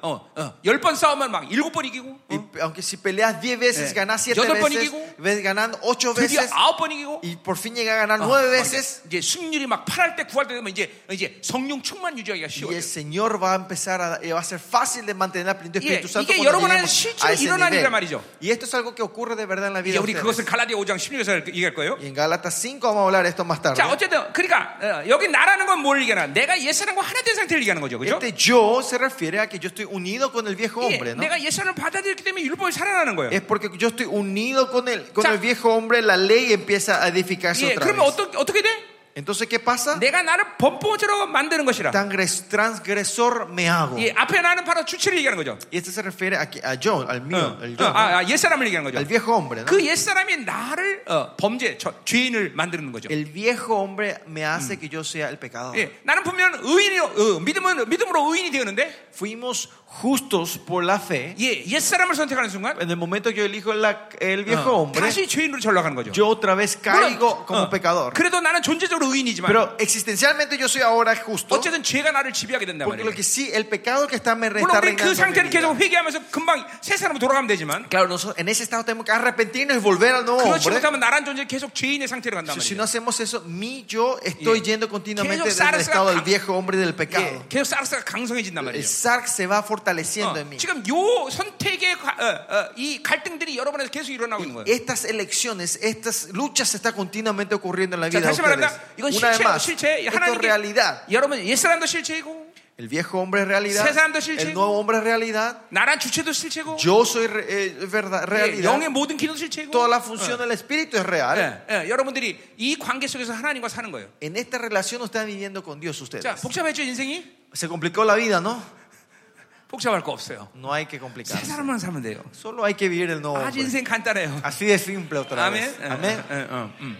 S1: 막열번 싸우면 막 일곱 번 이기고
S3: Y
S1: 어,
S3: p- aunque si peleas 10 veces,
S1: Eh.
S3: ganas 7
S1: Yo te
S3: veces,
S1: ponigo.
S3: ves, ganan 8
S1: 드디어
S3: veces
S1: 아홉 번 이기고
S3: y por fin llega a ganar
S1: 어,
S3: 9
S1: 막
S3: veces.
S1: 이제 승률이 막 8할 때 9할 때 되면 이제 이제 성령 충만 유지하기가
S3: Y
S1: 쉬워요.
S3: el Señor va a empezar a, eh, va a ser fácil de mantener la plenitud del
S1: Yeah,
S3: Espíritu Santo.
S1: 이게
S3: cuando
S1: 여러분 안에
S3: lleguemos
S1: 실제로
S3: a ese
S1: 일어난
S3: nivel.
S1: 일이란 말이죠.
S3: Y esto es algo que ocurre de verdad en la vida.
S1: 이제
S3: de
S1: 우리
S3: ustedes.
S1: 그것을 갈라디아 5장 16절에서 얘기할 거예요.
S3: Y en Gálatas 5 vamos a hablar de esto más tarde.
S1: 자, 어쨌든 그러니까 어, 여기 나라는 건 뭘 얘기하나? 내가 옛사람과 하나 된 상태를 얘기하는 거죠. 그죠?
S3: Este yo se refiere a que yo estoy unido con el viejo
S1: 이게
S3: hombre, ¿no?
S1: 내가 옛사람을 받아들였기 때문에 율법이 살아나는 거예요.
S3: Es porque yo estoy unido con el, con
S1: Ya.
S3: el viejo hombre, la ley empieza a edificarse
S1: 예,
S3: otra
S1: 그러면
S3: vez.
S1: 어떻게 어떻게 돼?
S3: Entonces, ¿qué pasa?
S1: 내가 나를 범죄로 만드는 것이라.
S3: Tan gres- transgresor me hago.
S1: 예, 앞에 나는 바로 주체를 얘기하는 거죠.
S3: Y este se refiere a, que- a yo, al mío,
S1: 어,
S3: el
S1: 어,
S3: yo, ¿no?
S1: 아, 아, 옛사람을 얘기하는
S3: al
S1: 거죠.
S3: viejo hombre. ¿no?
S1: 그 옛사람이 나를 어, 범죄, 저- 죄인을 만드는 거죠.
S3: El viejo hombre me hace que yo sea el pecador.
S1: 예, 나는 분명 의인이 어, 믿음은 믿음으로 의인이 되었는데
S3: Fuimos justos por la fe.
S1: 예, 옛사람을 선택하는 순간
S3: En el momento que yo elijo la- el viejo
S1: 어,
S3: hombre,
S1: 다시 죄인으로 전락하는 거죠.
S3: yo otra vez caigo
S1: 물론,
S3: como
S1: 어,
S3: pecador.
S1: 그래도 나는 존재적으로 의인이지만
S3: Pero existencialmente yo soy ahora justo.
S1: 어쨌든 죄가 나를 지배하게 된단
S3: Porque
S1: 말이에요.
S3: lo que sí, el pecado que está me
S1: 물론
S3: está
S1: 우리 그
S3: reinando en
S1: 상태를
S3: mi vida.
S1: 계속 회개하면서 금방 새 사람으로 돌아가면 되지만
S3: Claro, nosotros en ese estado tenemos que arrepentirnos y volver al nuevo
S1: 그렇지
S3: hombre.
S1: 못하면 나란 존재 계속 죄인의 상태로 간단
S3: Si, si
S1: 말이에요.
S3: no hacemos eso, mi yo estoy
S1: Yeah.
S3: yendo continuamente
S1: Quiero
S3: desde el
S1: usar
S3: estado
S1: esa-
S3: del viejo hombre y del pecado.
S1: 예, 계속 사르스가 강성해진단
S3: El
S1: 말이에요.
S3: Sark se va fortaleciendo en
S1: 어,
S3: mí.
S1: 지금 요 선택의 과- 어, 어, 이 갈등들이 여러분 안에서 계속 일어나고 있는 거예요.
S3: Estas elecciones, estas luchas se están continuamente ocurriendo en la
S1: 자,
S3: vida de
S1: 다시
S3: ustedes.
S1: 말합니다. 이건
S3: Una vez
S1: 실체,
S3: más,
S1: 실체
S3: esto es
S1: 하나님께
S3: realidad.
S1: 여러분 옛사람도 실체이고
S3: El viejo hombre es realidad.
S1: 세 사람도 실체고.
S3: El nuevo hombre es realidad.
S1: 나란 주체도 실체고
S3: Yo soy re- eh, verdad,
S1: 예,
S3: realidad.
S1: 영의 모든 기도 실체고
S3: Toda la función del espíritu es real.
S1: 예, 예, 여러분들이 이 관계 속에서 하나님과 사는 거예요.
S3: En esta relación están viviendo con Dios
S1: 자,
S3: ustedes.
S1: 복잡해져 인생이
S3: Se complicó la vida, ¿no?
S1: 복잡할 거 없어요.
S3: No hay que
S1: 세
S3: complicarse.
S1: 사람만 살면 돼요.
S3: Solo hay que vivir el nuevo
S1: 아주
S3: hombre.
S1: 인생 간단해요.
S3: Así de simple otra vez.
S1: 아멘.
S3: Amén.
S1: 예, 예, 어, 음.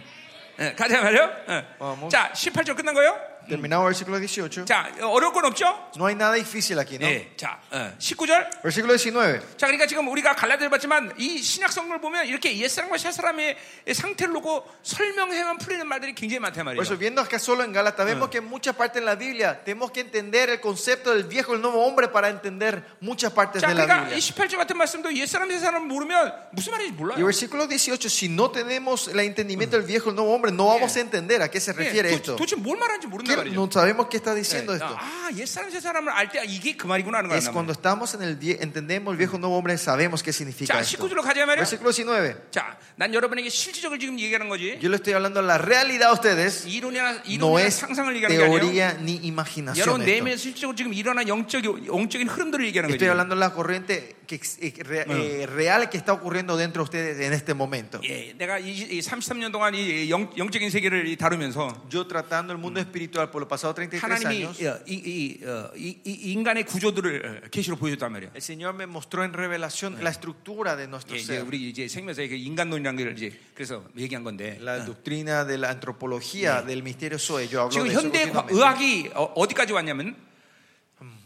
S1: 예, 가자 말이요.
S3: Vamos.
S1: 자, 18절 끝난 거예요.
S3: Terminamos el versículo 18.
S1: 자, 어, 어려울 건 없죠?
S3: No hay nada difícil aquí, ¿no?
S1: 예. 자, 어, 19절.
S3: Versículo 19.
S1: 자, 그러니까 지금 우리가 갈라디아를 봤지만 이 신약 성경을 보면 이렇게 옛사람과 새사람의 상태를 놓고 설명해만 풀리는 말들이 굉장히 많단 말이에요.
S3: Por eso, viendo acá solo en Gálatas, vemos que en muchas partes de la Biblia tenemos que entender el concepto del viejo y el nuevo hombre para entender muchas partes
S1: 자,
S3: de la
S1: 그러니까 이
S3: Biblia.
S1: 18절 같은 말씀도 옛사람 새사람 모르면 무슨 말인지
S3: Y el
S1: 몰라요.
S3: versículo 18, si no tenemos el entendimiento del viejo y el nuevo hombre, no vamos a entender a qué se
S1: 예,
S3: refiere
S1: 도-
S3: esto.
S1: 도대체 뭘 말하는지
S3: ¿Qué-
S1: 모른단 말이죠.
S3: No sabemos qué está diciendo
S1: 예,
S3: esto.
S1: 아, 옛사람 새사람을 알 때 이게 그 말이구나 하는
S3: Es
S1: 거야.
S3: cuando estamos en el vie- entendemos el viejo y el nuevo hombre, sabemos qué significa
S1: 자,
S3: esto.
S1: 19절로 가자 말이야.
S3: Versículo 19.
S1: 자, 난 여러분에게 실질적으로 지금 얘기하는 거지.
S3: Yo le estoy hablando la realidad a ustedes.
S1: 이론이나
S3: No
S1: 이론이나
S3: es
S1: 상상을 얘기하는 게 아니에요.
S3: teoría ni
S1: 여러분
S3: imaginación. esto.
S1: 내면에 실제로 지금 일어난 영적 영적인 흐름들을 얘기하는
S3: Estoy
S1: 거예요.
S3: hablando de la corriente que ex- eh, re- eh, real que está ocurriendo dentro de ustedes en este momento.
S1: 예, 내가 이, 이 33년 동안 이 영, 영적인 세계를 이 다루면서
S3: Yo tratando el mundo espiritual por los pasados 33
S1: 하나님이
S3: años,
S1: 어, 이, 이, 어, 이, 이 인간의 구조들을 어, 계시로 보여줬단 말이에요.
S3: el Señor me mostró en revelación la estructura de
S1: 예,
S3: nuestro
S1: 이제
S3: ser,
S1: 우리 이제 생명사의 그 인간론이라는 걸 이제 그래서 얘기한 건데 어.
S3: la doctrina de la antropología, del misterio Zoe. Yo hablo
S1: 지금
S3: de eso
S1: 현대 과-
S3: continuamente.
S1: 의학이 어, 디까지 왔냐면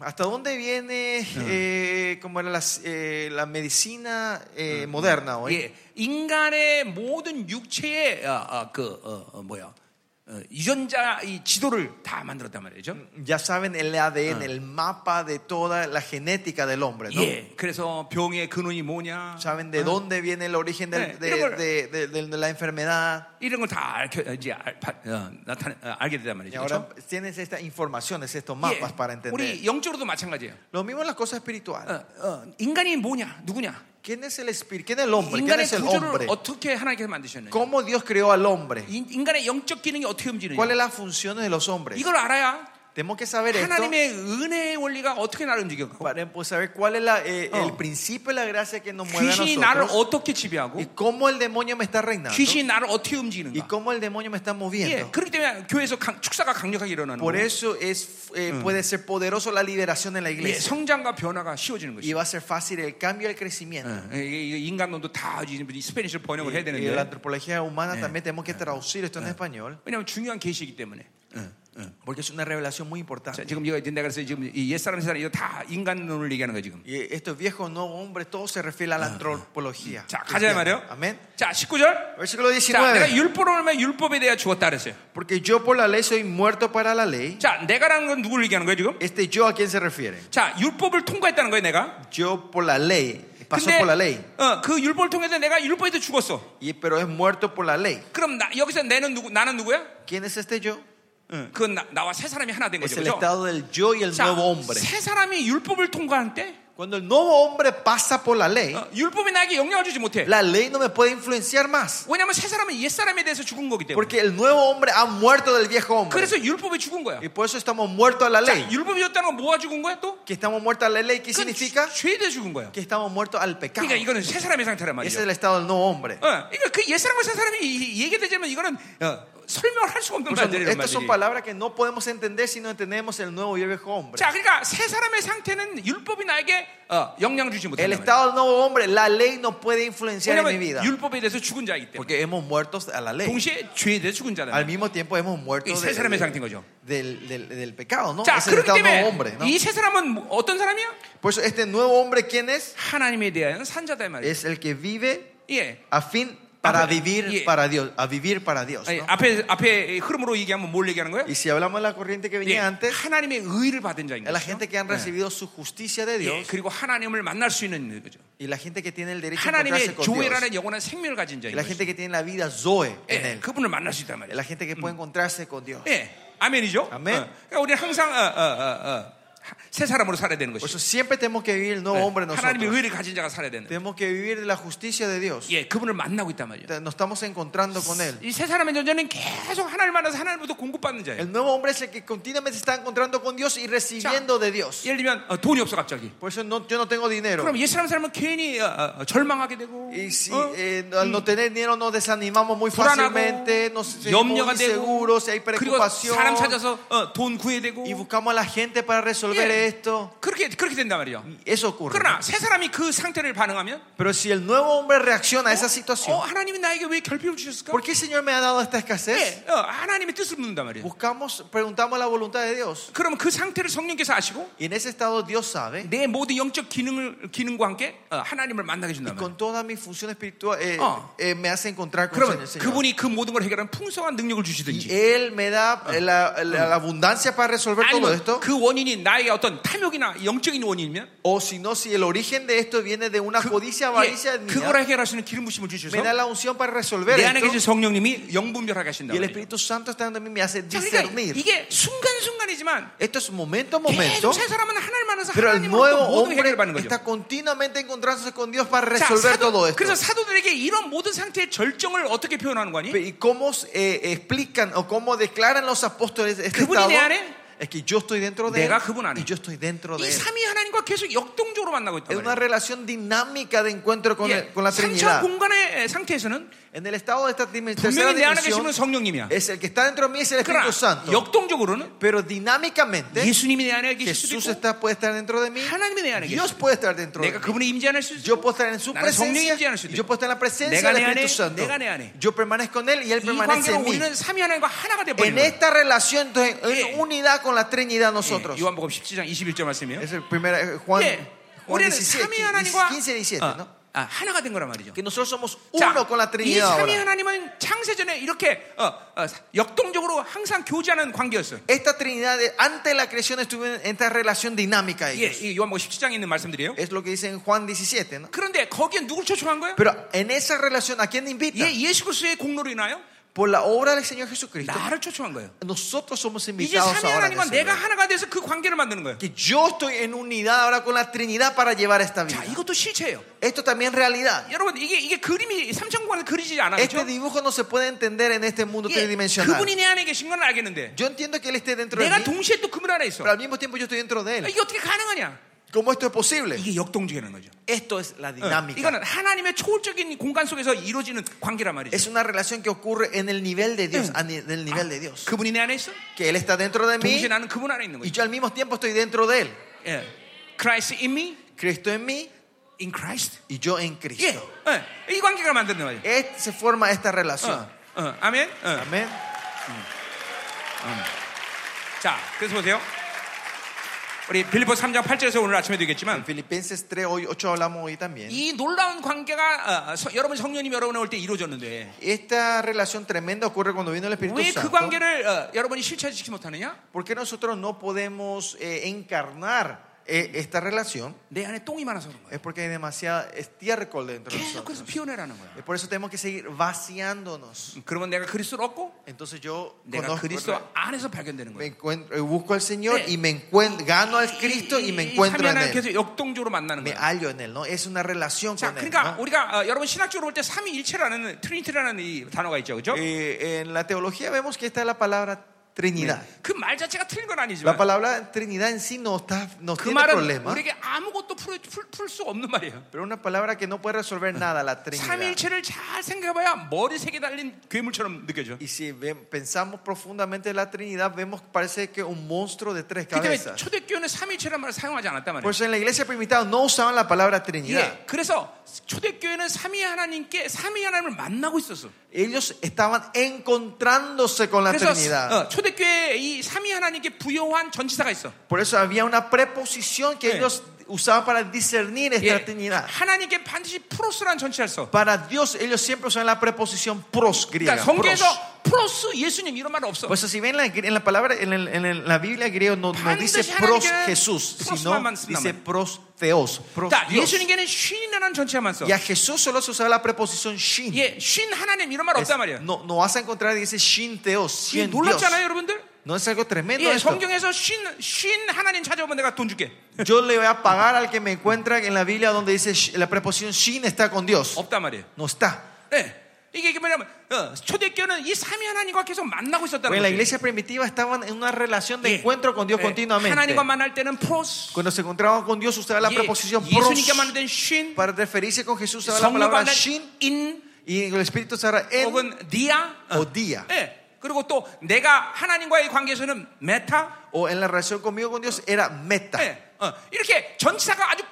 S3: ¿Hasta dónde viene
S1: Ah.
S3: eh, como era las, eh, la medicina eh,
S1: Ah,
S3: moderna hoy?
S1: 예, 인간의 모든 육체의 어, 어, 그 어, 어, 뭐야 어, 유전자 이 지도를 다 만들었단 말이죠.
S3: Ya saben el ADN,
S1: Ah.
S3: el mapa de toda la genética del hombre, ¿no?
S1: 예, 그래서 병의 근원이 뭐냐
S3: saben de dónde viene el origen del-
S1: Ah. Eh,
S3: de,
S1: pero-
S3: de- de- de- de la enfermedad.
S1: 이런 걸다 이제 알, 바- 어, 나타내, 어, 알게 되단
S3: Y
S1: 말이죠.
S3: ahora
S1: 그렇죠?
S3: tienes estas informaciones, estos
S1: 예,
S3: mapas para entender.
S1: 우리 영적으로도 마찬가지예요. Ah.
S3: Lo mismo en las cosas espirituales.
S1: 어, 어, 인간이 뭐냐, 누구냐.
S3: ¿Quién es el espíritu? ¿Quién es el hombre? ¿Quién
S1: 인간의
S3: es el
S1: 구조를
S3: hombre?
S1: 어, 어떻게 그 하나님께서 만드셨느냐?
S3: ¿Cómo Dios creó al hombre?
S1: 인- 인간의 영적 기능이 어떻게
S3: ¿Cuáles
S1: 움직이느냐?
S3: son las funciones de los hombres?
S1: 이걸 알아야
S3: Tenemos que saber esto
S1: 하나님의 은혜의 원리가 어떻게 나를 움직여?
S3: para poder saber cuál es la, eh,
S1: Oh.
S3: el principio de la gracia que nos mueve
S1: 귀신이
S3: a
S1: 나를
S3: nosotros
S1: 어떻게 지배하고
S3: y cómo el demonio me está reinando
S1: 귀신이 나를 어떻게
S3: y
S1: 움직이는가?
S3: cómo el demonio me está
S1: 예,
S3: moviendo.
S1: 그렇기 때문에 교회에서 강- 축사가 강력하게 일어나는
S3: Por
S1: 거예요.
S3: eso es, eh, puede ser poderoso la liberación en la
S1: 예,
S3: iglesia
S1: 성장과 변화가 쉬워지는
S3: y
S1: 것이죠.
S3: va a ser fácil el cambio y el crecimiento.
S1: 예, 이게- 이게 인간론도 다 이- 이 스페니쉬로 번역을 해야
S3: Y la
S1: 되는데
S3: antropología humana también tenemos que traducir esto en español
S1: 왜냐하면 중요한 계시이기 때문에.
S3: porque es una revelación muy
S1: 자,
S3: importante.
S1: 지금 이거 이제 내가 그래서 지금 이 옛사람 새사람 이거 다 인간론을 얘기하는 거예요 지금.
S3: Y estos viejos nuevos hombres, todo se refiere a la antropología.
S1: 자, 가자 말이요.
S3: Amén.
S1: 자, 19절.
S3: Versículo
S1: 자, 내가
S3: 19.
S1: 율법을 얼마 율법에 대해 죽었다 그랬어요.
S3: Porque yo por la ley soy muerto para la ley.
S1: 자, 내가라는 건 누구를 얘기하는 거예요 지금?
S3: Este yo a quién se refiere?
S1: 자, 율법을 통과했다는 거예요 내가.
S3: Yo por la ley. Pasó por la ley.
S1: 어, 그 율법을 통해서 내가 율법에서 죽었어.
S3: Y, pero es muerto por la ley.
S1: 그럼 나, 여기서 내는 누구, 나는 누구야? 어,
S3: ¿Quién es este yo?
S1: 그건 나, 나와 세 사람이 하나 된
S3: Es
S1: 거죠.
S3: el
S1: 그죠?
S3: estado del yo y el
S1: 자,
S3: nuevo hombre.
S1: 세 사람이 율법을 통과할 때
S3: Cuando el nuevo hombre pasa por la ley,
S1: 어, 율법이 나에게 영향을 주지 못해.
S3: la ley no me puede influenciar más.
S1: 왜냐하면 세 사람은 옛 사람에 대해서 죽은 거기 때문에.
S3: Porque el nuevo hombre ha muerto del viejo hombre.
S1: 그래서 율법이 죽은 거야.
S3: Y por eso estamos muertos a la
S1: 자,
S3: ley.
S1: 율법이었다는 건 뭐가 죽은 거야 또?
S3: Que estamos muertos a la ley, ¿qué
S1: 그건
S3: significa?
S1: 죄에 대해 죽은 거야.
S3: Que estamos muertos al pecado.
S1: 그러니까 이거는 세 사람의 상태란
S3: Ese
S1: 말이죠.
S3: es el estado del nuevo hombre.
S1: 어, 그러니까 그 옛사람과 새 사람이 이- 이 얘기되자면 이거는 어, 설명을 할 수가 없는
S3: Por eso,
S1: 말들이란
S3: estas son
S1: 말이지.
S3: palabras que no podemos entender si no entendemos el nuevo y el viejo hombre.
S1: 자, 그러니까 세 사람의 상태는 율법이 나에게 어, 영향을 주지
S3: El
S1: 못한다.
S3: estado del nuevo hombre, la ley no puede influenciar en mi vida.
S1: 왜냐하면 율법에 대해서 죽은 자이기 때문에.
S3: Porque hemos muerto a la ley.
S1: 동시에 죄에 대해서 죽은 자라는.
S3: Al mismo tiempo hemos muerto
S1: 이 세
S3: de-
S1: 사람의
S3: de-
S1: 상태인 거죠.
S3: del, del- del pecado, ¿no?
S1: 자,
S3: Es el
S1: 그렇기
S3: estado del
S1: 때문에
S3: nuevo hombre. ¿no?
S1: 이 세 사람은 뭐- 어떤 사람이야?
S3: Por eso, este nuevo hombre, ¿quién es?
S1: 하나님에 대한 산자다 이 말이에요.
S3: Es el que vive
S1: 예.
S3: a fin para
S1: Amén.
S3: vivir
S1: Yeah.
S3: para Dios. A vivir para Dios.
S1: 아니,
S3: ¿no?
S1: 앞에 앞에 흐름으로 얘기하면 뭘 얘기하는 거예요?
S3: Y si hablamos de la corriente que
S1: 예,
S3: venía antes,
S1: 하나님의 의를 받은 자인
S3: es la
S1: 거죠.
S3: gente que han recibido su justicia de
S1: 예,
S3: Dios
S1: 그리고 하나님을 만날 수 있는 거죠.
S3: y la gente que tiene el derecho a encontrarse
S1: 하나님의
S3: con Dios.
S1: 조회라는 영원한 생명을 가진
S3: Y
S1: 자인
S3: la
S1: 거죠.
S3: gente que tiene la vida Zoe
S1: 예,
S3: en él.
S1: 그러니까 그분을 만날 수 있단
S3: Es
S1: 말이에요.
S3: la gente que puede encontrarse con Dios.
S1: 예, 아멘이죠.
S3: 아멘.
S1: 어, 그러니까 우리는 항상 어, 어, 어, 어, 하- 새 사람으로 살아야 되는
S3: Por eso
S1: 것이죠. 예,
S3: siempre tenemos que eh, vivir el nuevo hombre
S1: 하나님의
S3: nosotros.
S1: 의를 가진 자가 살아야 되는. 거예요.
S3: Tenemos que vivir de la justicia de Dios.
S1: 예, 그분을 만나고 있단 말이에요.
S3: Nos estamos encontrando con Él.
S1: 이 세 사람의 존재는 계속 하나님 만나서 하나님부터 공급받는 자예요.
S3: El nuevo hombre es el que continuamente se está encontrando con Dios y recibiendo de Dios.
S1: 예를 들면 어, 돈이 없어 갑자기.
S3: Por eso no- yo no tengo dinero.
S1: 그럼 옛사람 사람은 괜히 어, 어, 어, 절망하게 되고
S3: Y si
S1: 어?
S3: eh, al no tener dinero nos desanimamos muy
S1: 불안하고,
S3: fácilmente, nos
S1: 염려가 되고
S3: sentimos inseguros, hay
S1: 그리고 사람
S3: preocupación
S1: 찾아서 어, 돈 구해야 되고
S3: y buscamos a la gente para resolver
S1: Yeah.
S3: esto.
S1: 그렇게 그렇게 된단 말이죠.
S3: Eso ocurre.
S1: 그러나 세 사람이 그 상태를 반응하면
S3: Pero si el nuevo hombre reacciona a esa
S1: 어,
S3: situación,
S1: 하나님이 나에게 왜 결핍을 주셨을까?
S3: ¿por qué el Señor me ha dado esta escasez?
S1: 예, 어, 하나님의 뜻을 묻는단 말이에요.
S3: Buscamos, preguntamos la voluntad de Dios.
S1: 그러면 그 상태를 성령께서 아시고
S3: Y en ese estado Dios sabe.
S1: 내 모든 영적 기능을 기능과 함께 어, 하나님을 만나게 준단 말이에요.
S3: Con toda mi función espiritual eh,
S1: Ah.
S3: eh, me hace encontrar con
S1: 그러면
S3: el Señor.
S1: 그분이 그 모든 걸 해결하는 풍성한 능력을 주시든지
S3: Y Él me da eh, la, la- la abundancia para resolver todo
S1: 아니면
S3: esto.
S1: 그 원인이 나의 어떤 탐욕이나 영적인 원인이면
S3: O si no, si el origen de esto viene de una codicia, avaricia,
S1: 예,
S3: mía,
S1: 그걸 해결할 수 있는 기름 부심을
S3: me da
S1: 주셔서
S3: la unción para resolver
S1: 내 안에
S3: esto.
S1: 계신 성령님이 영분별하게 하신다.
S3: Y el
S1: 그러니까
S3: Espíritu Santo está dando a mí, me hace discernir.
S1: 이게 순간순간이지만
S3: Esto es momento a momento.
S1: 계속 세 사람은 하나님 만나서
S3: Pero el
S1: 하나님으로부터
S3: nuevo
S1: 모든
S3: hombre
S1: 해결을 받는 거죠.
S3: está continuamente encontrándose con Dios para
S1: 자,
S3: resolver
S1: 사도-
S3: todo esto.
S1: 그래서 사도들에게 이런 모든 상태의 절정을 어떻게 표현하는 거니?
S3: ¿Y cómo eh, explican o cómo declaran los apóstoles este
S1: ¿그분이
S3: estado?
S1: 내 안에?
S3: Es que yo estoy dentro de él
S1: 내가 그분 안에.
S3: y yo estoy dentro de
S1: 이
S3: él.
S1: 삼위 하나님과 계속 역동적으로 만나고 있다.
S3: Es una relación dinámica de encuentro con, el- con la
S1: 삼차
S3: Trinidad.
S1: 공간의 상태에서는
S3: En el estado de esta dim- tercera
S1: 분명히 내 안에 계시는
S3: dimensión
S1: 성령님이야.
S3: es el que está dentro de mí es el
S1: 그러나
S3: Espíritu Santo.
S1: 역동적으로는
S3: Pero dinámicamente
S1: 예수님이 내 안에 계실 수도
S3: Jesús
S1: 있고
S3: está, puede estar dentro de mí.
S1: 하나님이 내 안에
S3: Dios
S1: 계시고
S3: puede estar dentro de
S1: 내가
S3: mí.
S1: 그분이 임재할 수 있고
S3: Yo puedo estar en su
S1: 나는 성령이
S3: presencia.
S1: 임재할 수도
S3: Yo puedo estar en la presencia
S1: 내가 내
S3: del
S1: 안에,
S3: Espíritu Santo.
S1: 내가 내 안에.
S3: Yo permanezco en él y él
S1: 이
S3: permanece
S1: 관계로
S3: en mí.
S1: 우리는 삼위 하나님과 하나가
S3: En
S1: 되버리는
S3: esta relación, entonces, en
S1: Yeah.
S3: unidad con la Trinidad nosotros.
S1: 예, 요한복음 17장 21절 말씀이에요.
S3: Es el primer eh, Juan,
S1: 예,
S3: Juan
S1: 우리는
S3: 17,
S1: 삼위 하나님과
S3: 15, 17,
S1: 어,
S3: ¿no?
S1: 아, 하나가 된 거란 말이죠.
S3: Que nosotros somos
S1: 자,
S3: uno con la
S1: 이
S3: Trinidad
S1: 삼위
S3: ahora.
S1: 하나님은 창세전에 이렇게 어, 어, 역동적으로 항상 교제하는 관계였어요.
S3: Esta Trinidad, de- antes de la creación, estuvieron en esta relación dinámica.
S1: 예,
S3: Ellos.
S1: 이 요한복음 17장에 있는 말씀들이에요.
S3: Es lo que dice en Juan 17, ¿no?
S1: 그런데 거기에 누굴 초청한 거예요?
S3: Pero en esa relación, ¿a quién invita?
S1: 예, 예수 그리스도의 공로로 인하여
S3: por la obra del Señor Jesucristo,
S1: 나를 초청한 거예요.
S3: nosotros somos
S1: 이제
S3: invitados ahora.
S1: 삼위하나님과
S3: a
S1: 내가
S3: esa obra.
S1: 하나가 돼서 그 관계를 만드는 거예요.
S3: Que yo estoy en unidad ahora con la Trinidad para llevar esta vida.
S1: 자, 이것도 실체예요.
S3: Esto también es realidad.
S1: 여러분 이게 이게 그림이 삼천관에서 그리지 않아요.
S3: Este dibujo no se puede entender en este mundo tridimensional.
S1: 그분이 내 안에 계신 건 알겠는데
S3: Yo entiendo que Él esté dentro de
S1: 내가
S3: mí,
S1: 동시에 또 그분 안에 있어.
S3: pero al mismo tiempo yo estoy dentro de Él.
S1: 이게 어떻게 가능하냐?
S3: ¿Cómo esto es posible?
S1: 이게 역동적이라는 거죠.
S3: Esto es la
S1: 어,
S3: dinámica.
S1: 이거는 하나님의 초월적인 공간 속에서 이루어지는 관계란 말이죠.
S3: Es una relación que ocurre en el nivel de Dios,
S1: Mm.
S3: a ni- del nivel de Dios.
S1: 그분이 내 안에 있어.
S3: Que Él está dentro de mí
S1: 동시에 나는 그분 안에 있는
S3: y
S1: 거죠.
S3: yo al mismo tiempo estoy dentro de Él.
S1: 예. Christ in me,
S3: Cristo en mí
S1: in Christ.
S3: y yo en
S1: 예.
S3: Cristo.
S1: 예. 이 관계가 만드는 거예요.
S3: Es- se forma esta relación.
S1: 어, 어, 아멘. 어.
S3: Amén.
S1: 자, 그래서 보세요. 우리 빌리포 3장 8절에서 오늘 아침에도
S3: En
S1: 얘기했지만
S3: Filipenses 3, hoy, 8 hablamos hoy también.
S1: 이 놀라운 관계가 어, 서- 여러분 성령님이 여러분에 올 때 이루어졌는데
S3: Esta relación tremenda ocurre cuando viene el Espíritu
S1: 왜 그
S3: Santo.
S1: 관계를 어, 여러분이 실체시키지 못하느냐?
S3: ¿Por qué nosotros no podemos eh, encarnar eh, esta relación?
S1: 내 an에 똥이 많아서 그런 거예요.
S3: Es porque hay demasiado estiércol dentro de
S1: 계속해서
S3: nosotros.
S1: 피워내라는 거야.
S3: Es por eso tenemos que seguir vaciándonos.
S1: 그러면 내가 그리스도를 얻고
S3: Entonces yo
S1: 내가
S3: conozco,
S1: 그리스도 안에서 발견되는
S3: me
S1: 거예요.
S3: encuentro- eh, busco al Señor
S1: 네.
S3: y me encuentro, gano al Cristo y me encuentro en
S1: 삼위하나님
S3: Él.
S1: 계속 역동적으로 만나는
S3: Me
S1: 거예요.
S3: hallo en Él, ¿no? Es una relación
S1: 자,
S3: con Él.
S1: 그러니까
S3: ¿no?
S1: 우리가 어, 여러분 신학적으로 볼 때 삼위일체라는 트리니티라는 이 단어가 있죠, 그렇죠?
S3: Eh, en la teología vemos que está la palabra Trinidad.
S1: 그 말 자체가 틀린 건
S3: La
S1: 아니지만
S3: palabra Trinidad en sí no, está, no
S1: 그
S3: tiene
S1: 말은
S3: problema,
S1: 우리에게 아무것도 풀수 없는 말이에요.
S3: pero una palabra que no puede resolver nada, la Trinidad.
S1: 삼일체를 잘 생각해봐야 머리 색에 달린 괴물처럼 느껴져.
S3: Y si ve- pensamos profundamente en la Trinidad, vemos parece que un monstruo de tres
S1: 그 때문에
S3: cabezas.
S1: 초대교회는 삼일체란 말을 사용하지 않았단
S3: Por
S1: 말이에요.
S3: eso en la iglesia primitiva no usaban la palabra Trinidad.
S1: 예, 그래서 초대교회는 삼위 하나님께 삼위 하나님을 만나고 있었어.
S3: Ellos estaban encontrándose con la
S1: 그래서
S3: Trinidad.
S1: 어, 초대교회 이 삼위 하나님께 부여한 전치사가 있어.
S3: Por eso había una preposición que
S1: Sí.
S3: ellos usaban para discernir esta
S1: 예,
S3: Trinidad.
S1: 하나님께 반드시 프로스라는 전치사를 써.
S3: Para Dios, ellos siempre usan la preposición pros griega.
S1: 그러니까
S3: pros.
S1: 성경에서 프로스 예수님 이런 말 없어.
S3: Por eso, si ven la, en la palabra, en, el- en el- la Biblia griega no, no dice
S1: 반드시
S3: pros
S1: 하나님께는
S3: Jesús, sino
S1: pros만만 쓰나
S3: dice
S1: 봐요.
S3: pros theos. pros
S1: 자,
S3: Dios.
S1: 예수님께는 쉰이라는 전치사만 써.
S3: Y a Jesús solo se usaba la preposición shin.
S1: 예, 쉰 하나님 이런 말
S3: Es-
S1: 없단 말이야.
S3: no, no vas a encontrar que dice Shin Teos,
S1: 이
S3: Shin Dios.
S1: 놀랍잖아요, 여러분들.
S3: No es algo tremendo.
S1: 예,
S3: esto?
S1: 성경에서 쉰, 쉰 하나님 찾아오면 내가 돈 줄게.
S3: Yo le voy a pagar al que me encuentra en la Biblia donde dice sh- la preposición Shin está con Dios.
S1: 없단 말이에요.
S3: No está.
S1: 예. 이게 이게 뭐냐면 어, 초대교는 이 삼위 하나님과 계속 만나고
S3: Porque
S1: 있었다는
S3: en la
S1: 거예요.
S3: iglesia primitiva estaban en una relación de
S1: 예.
S3: encuentro Eh, con Dios
S1: 예.
S3: continuamente.
S1: 하나님과 만날 때는 프로스.
S3: Cuando se encontraban con Dios usaba la
S1: 예.
S3: preposición
S1: 예수님께
S3: pros.
S1: 만날 때는 쉰.
S3: Para referirse con Jesús usaba la
S1: 성령과
S3: palabra
S1: 만날
S3: Shin
S1: 인
S3: y el Espíritu Sara en Eh.
S1: 혹은 디아.
S3: o día.
S1: 예. 그리고 또 내가 하나님과의 관계에서는 메타.
S3: O en la relación conmigo con Dios era meta.
S1: 예. 어, 이렇게 전치사가 아주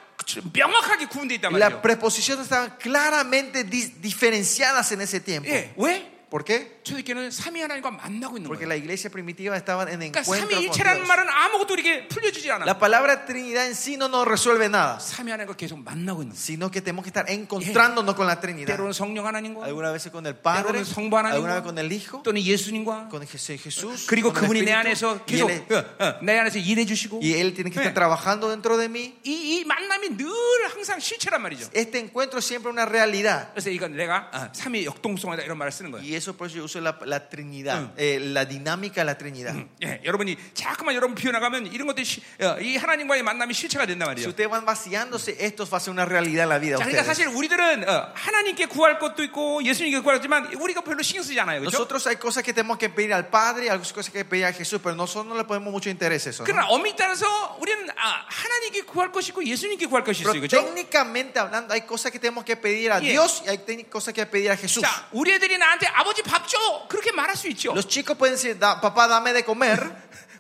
S1: 명확하게 구분되어 있단
S3: Las
S1: 말이에요.
S3: preposiciones estaban claramente di- diferenciadas en ese tiempo.
S1: 예. 왜?
S3: ¿Por qué?
S1: 초대교는 삼위 하나님과 만나고 있는
S3: Porque
S1: 거예요.
S3: la iglesia primitiva estaba en
S1: 그러니까
S3: encuentro con
S1: 삼위일체라는
S3: Dios.
S1: 말은 아무것도 이렇게 풀려지지 않아.
S3: La palabra Trinidad en sí no nos resuelve nada,
S1: 삼위 하나님과 계속 만나고 있는. 거예요.
S3: sino que tenemos que estar encontrándonos con la Trinidad.
S1: 때로는 성령 하나님과
S3: Alguna vez con el Padre,
S1: Pero son buenas
S3: alguna vez
S1: ninguna.
S3: con el Hijo,
S1: 또는 예수님과
S3: con Jes- Jesús,
S1: 그리고
S3: con el
S1: 그분이 내
S3: Espíritu,
S1: 안에서
S3: y,
S1: 계속
S3: él,
S1: 어, 어, 내 안에서 일해 주시고
S3: y Él tiene que
S1: 예.
S3: estar trabajando dentro de mí.
S1: 이, 이 만남이 늘 항상 실체란 말이죠.
S3: Este encuentro es siempre una realidad.
S1: 그래서 이건 내가 아, 삼위 역동성이다 이런 말을 쓰는 거예요.
S3: Y eso por eso yo uso la, la Trinidad, eh, la dinámica de la Trinidad.
S1: 예, 여러분이 자꾸만 여러분 피어나가면 이런 것들이 시- 어, 이 하나님과의 만남이 실체가 된단
S3: Si
S1: 말이에요.
S3: ustedes van vaciándose, esto va a ser una realidad en la vida. de
S1: 자, 그러니까
S3: ustedes.
S1: 사실 우리들은 어, 하나님께 구할 것도 있고 예수님께 구할 것지만 우리가 별로 신경 쓰지 않아요. 그렇죠?
S3: Nosotros hay cosas que tenemos que pedir al Padre, hay cosas que pedir a Jesús, pero nosotros no le ponemos mucho interés a eso. ¿no?
S1: 그러나 엄밀히 따라서 우리는 아, 하나님께 구할 것이고 예수님께 구할 것이 있어요.
S3: Pero
S1: 그렇죠?
S3: técnicamente hablando, hay cosas que tenemos que pedir a
S1: Yeah.
S3: Dios y hay teni- cosas que pedir a Jesús.
S1: 자, 우리 애들이 나한테 아버지 밥 줘. 그렇게 말할 수 있죠.
S3: Los chicos pueden decir, "Da- papá, dame de comer.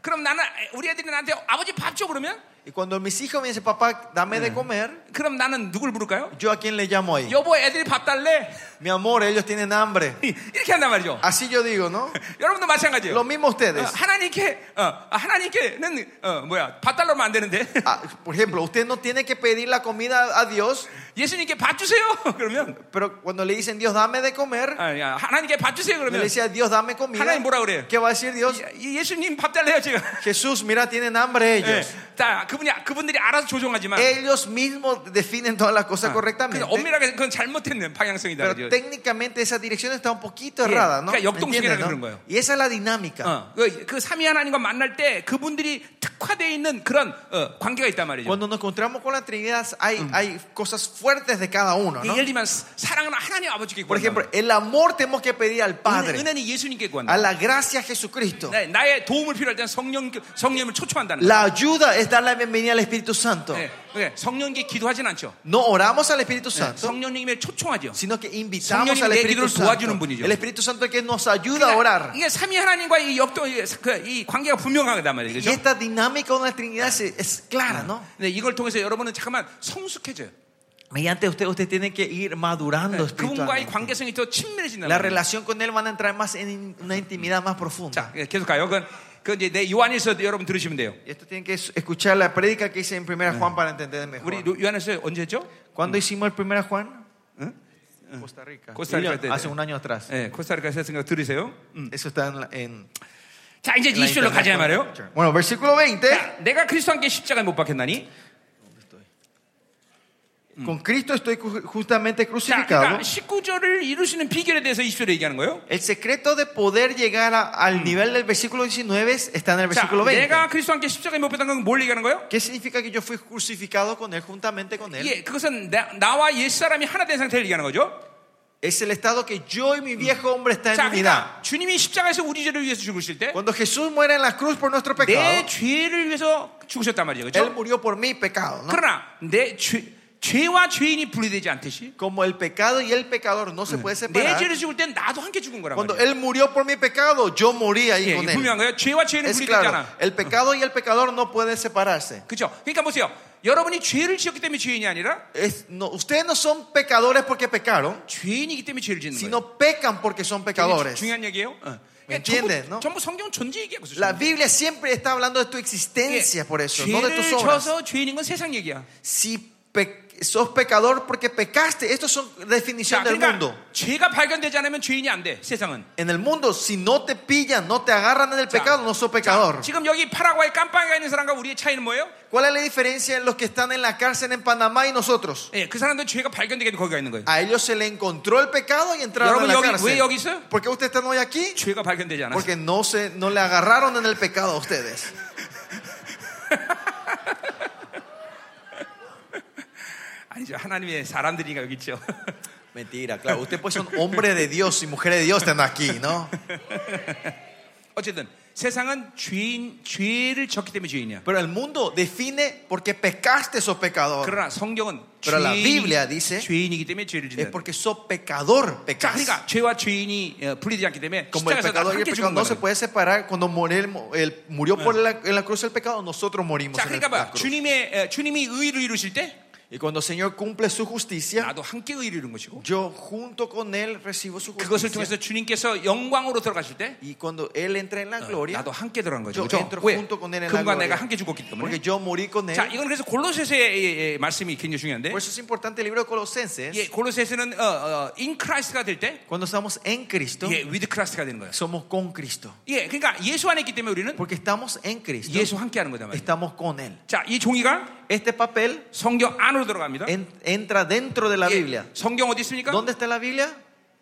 S1: 그럼 나는 우리 애들이 나한테 아버지 밥 줘 그러면
S3: Y cuando mis hijos me dicen, papá, dame de comer,
S1: 그럼 나는 누굴 부를까요?
S3: ¿yo a quién le llamo ahí?
S1: 여보 애들이 밥 달래
S3: Mi amor, ellos tienen hambre.
S1: 이렇게 한단 말이죠.
S3: Así yo digo, ¿no?
S1: 여러분도 마찬가지예요.
S3: Lo mismo
S1: 어,
S3: ustedes.
S1: 하나님께 어, 아, 하나님께는 어, 뭐야 밥 달라면 안 되는데
S3: Ah, por ejemplo, usted no tiene que pedir la comida a Dios,
S1: 예수님께 밥 주세요 그러면
S3: pero cuando le dicen, Dios, dame de comer,
S1: 아, 야, 하나님께 밥 주세요
S3: le
S1: 그러면
S3: dice a Dios, dame comida.
S1: 하나님 뭐라 그래요?
S3: ¿Qué va a decir Dios?
S1: 예, 예수님 밥 달래요 지금.
S3: Jesús, mira, tienen hambre
S1: 예,
S3: ellos.
S1: 자, 그분이 그분들이 알아서 조정하지만
S3: Ellos mismos definen todas las
S1: Ah.
S3: cosas 예, correctamente.
S1: 그래서 엄밀하게 그건 잘못했는 방향성이다.
S3: Pero
S1: 그죠?
S3: técnicamente esa dirección está un poquito
S1: 예,
S3: errada, ¿no?
S1: 그러니까 역동식이라
S3: ¿Entiendes,
S1: 그런
S3: no?
S1: 거예요.
S3: Y esa es la dinámica.
S1: 어, 그, 그 삼위 하나님과 만날 때 그분들이 특화되어 있는 그런 어, 관계가 있단 말이죠.
S3: Cuando nos encontramos con la Trinidad hay, hay cosas fuertes de cada uno,
S1: 예,
S3: ¿no?
S1: 예를 들면 사- 사랑은 하나님 아버지께
S3: Por
S1: 구한다.
S3: ejemplo, el amor tenemos que pedir al
S1: 은-
S3: Padre,
S1: 은혜는 예수님께
S3: a
S1: 구한다. 네,
S3: la gracia a Jesucristo.
S1: 나, 나의 도움을 필요할 때는 성령 성령을 초청한다는 거예요.
S3: La ayuda es dar la bienvenida al Espíritu Santo.
S1: 예, 예, 성령께 기도하진 않죠.
S3: No oramos al Espíritu Santo,
S1: 성령님의 초청하죠.
S3: sino que invitamos
S1: 성령님이
S3: al
S1: 내
S3: Espíritu
S1: 기도를 도와주는
S3: Santo.
S1: 분이죠.
S3: El Espíritu Santo es que nos ayuda a
S1: 그러니까
S3: orar.
S1: 이게 삼위 하나님과 이 역도 이- 그- 이 관계가 분명하단 말이에요.
S3: Y
S1: 그죠?
S3: esta dinámica con la Trinidad es, es clara, ¿no?
S1: 근데 이걸 통해서 여러분은 잠깐만 성숙해져요. 네,
S3: Mediante usted, usted tiene que ir madurando
S1: Eh, 그분과의
S3: espiritualmente.
S1: 관계성이 더 친밀해진다.
S3: La relación con él van a entrar más en in- una intimidad más
S1: 자,
S3: profunda.
S1: 예, 계속 가요. 그건, 그건 이제 내 요한에서 여러분 들으시면 돼요.
S3: Y esto tienen que es- escuchar la prédica que hice en
S1: Eh.
S3: Primera Juan para entender
S1: 우리
S3: mejor.
S1: 요- 요한에서 언제 했죠?
S3: ¿Cuándo hicimos el Primera Juan? Costa
S1: Mm.
S3: Rica.
S1: ¿Eh? Costa Rica. Eh, mm.
S3: Y Hace un año atrás.
S1: 예, 코스타리카에서 했으니까 들으세요.
S3: Eso está en, la- en
S1: 자, 이제
S3: la
S1: 20절로 가자, 네?
S3: Internet
S1: 말이에요.
S3: Church. Bueno, versículo 20.
S1: 자, 내가 그리스도 함께 십자가에 못 박혔나니?
S3: Mm. Con Cristo estoy cu- justamente
S1: 자,
S3: crucificado.
S1: 그러니까 19절을 이루시는 비결에 대해서 20절에 얘기하는 거예요.
S3: El secreto de poder llegar a- al
S1: Mm.
S3: nivel del versículo 19 está en el
S1: 자,
S3: versículo 20.
S1: 내가 그리스도 함께 십자가에 못 박혔다는 건 뭘 얘기하는 거예요?
S3: ¿Qué significa que yo fui crucificado con él juntamente con él?
S1: 예, 그것은 나, 나와 옛사람이 하나 된 상태를 얘기하는 거죠.
S3: Es el estado que yo y mi viejo hombre está
S1: 자,
S3: en unidad.
S1: 그러니까 주님이 십자가에서 우리 죄를 위해서 죽으실 때 내
S3: Cuando Jesús muere en la cruz por nuestro pecado,
S1: 죄를 위해서 죽으셨단 말이죠.
S3: él
S1: 그렇죠?
S3: murió por mi pecado. ¿no?
S1: 그러나 내 죄, 죄와 죄인이 분리되지 않듯이
S3: Como el pecado y el pecador no se puede
S1: 내
S3: separar.
S1: 죄를 죽을 땐 나도 함께 죽은 거란
S3: Cuando
S1: 말이에요.
S3: él murió por mi pecado, yo morí ahí
S1: 예,
S3: con
S1: 분명한
S3: él.
S1: 거예요. 죄와 죄는
S3: Es
S1: 분리되지
S3: claro,
S1: 않아.
S3: el pecado y el pecador no pueden separarse.
S1: 그렇죠? 그러니까 보세요. 여러분이 죄를 지었기 때문에 죄인이 아니라
S3: Es- no, ustedes no son pecadores porque pecaron,
S1: 죄인이기 때문에 죄를 짓는 거예요.
S3: sino pecan porque son
S1: 되게
S3: pecadores.
S1: 중요한 얘기예요. 어. 그러니까
S3: entiendes,
S1: 전부,
S3: no?
S1: 전부 성경 존재 얘기하고
S3: La
S1: 있어요.
S3: Biblia siempre está hablando de tu
S1: 예,
S3: existencia por eso, no de
S1: 죄를
S3: tus obras.
S1: 져서 죄인인 건 세상 얘기야.
S3: Si pe- sos pecador porque pecaste, esto son
S1: 자,
S3: definición del mundo.
S1: 그러니까 죄가 발견되지 않으면 죄인이 안 돼. 세상은.
S3: En el mundo, si no te pillan, no te agarran en el
S1: 자,
S3: pecado, no sos pecador.
S1: 지금 여기 파라과이 깜빵에 있는 사람과 우리의 차이는 뭐예요?
S3: ¿Cuál es la diferencia en los que están en la cárcel en Panamá y nosotros?
S1: 예, 그 사람들 죄가 발견되기도 거기가 있는 거예요.
S3: A ellos se le encontró el pecado y
S1: 여러분
S3: entraron en la
S1: 여기 왜
S3: cárcel.
S1: 여기 있어요?
S3: ¿Por qué ustedes están hoy aquí?
S1: 죄가 발견되지 않았어요.
S3: Porque no, se, no le agarraron en el pecado a ustedes.
S1: 아니죠. 하나님의 사람들이니까 여기 있죠.
S3: Mentira, claro. Ustedes pues son hombres de Dios y mujeres de Dios están aquí, ¿no?
S1: 어쨌든 세상은 죄인 죄를 졌기 때문에 죄인이야.
S3: Pero el mundo define porque pecaste sos pecador.
S1: 그러나 예, 성경은
S3: Pero la
S1: 죄인이,
S3: Biblia dice-
S1: 죄인이기 때문에 죄를
S3: Es
S1: 짓는다.
S3: porque sos pecador,
S1: 자,
S3: pecas.
S1: 그러니까 죄와 죄인이 어, 분리되지 않기 때문에
S3: Como el
S1: 십자가에서 다
S3: pecador y el
S1: 함께 죽은
S3: pecado no se
S1: 거예요.
S3: puede separar, cuando murió, el, el- murió por la, en la cruz el pecado, nosotros morimos.
S1: 자,
S3: en el-
S1: 그러니까
S3: la
S1: 봐.
S3: cruz.
S1: 주님의 에, 주님이 의를 이루실 때
S3: Y cuando el Señor cumple su justicia,
S1: 나도 함께 의를 이루는 것이고
S3: yo junto con Él recibo su
S1: 그것을 통해서
S3: justicia.
S1: 주님께서 영광으로 들어가실 때
S3: Y cuando Él entra en la
S1: Ah, 네,
S3: gloria,
S1: 나도 함께 들어간 거죠.
S3: yo
S1: 그렇죠?
S3: entro
S1: 왜?
S3: junto con Él en la
S1: 금과 내가
S3: gloria.
S1: 함께 죽었기 때문에.
S3: Porque yo morí con
S1: 자,
S3: Él.
S1: 이건 그래서 골로새서의 예, 예, 말씀이 굉장히 중요한데.
S3: Por eso es importante el libro de Colosenses.
S1: 예, 골로새서는 어, 어, in Christ가 될 때,
S3: Cuando estamos en Cristo,
S1: 예, with Christ가 되는 거예요.
S3: somos con Cristo.
S1: 예, 그러니까 예수 안에 있기 때문에 우리는
S3: Porque estamos en Cristo,
S1: 예수 함께하는 거잖아요.
S3: estamos con Él.
S1: 자, 이 종이가
S3: Este papel
S1: 성경 안으로 들어갑니다.
S3: en- entra dentro de la Biblia.
S1: 예, 성경 어디 있습니까?
S3: ¿Dónde está la Biblia?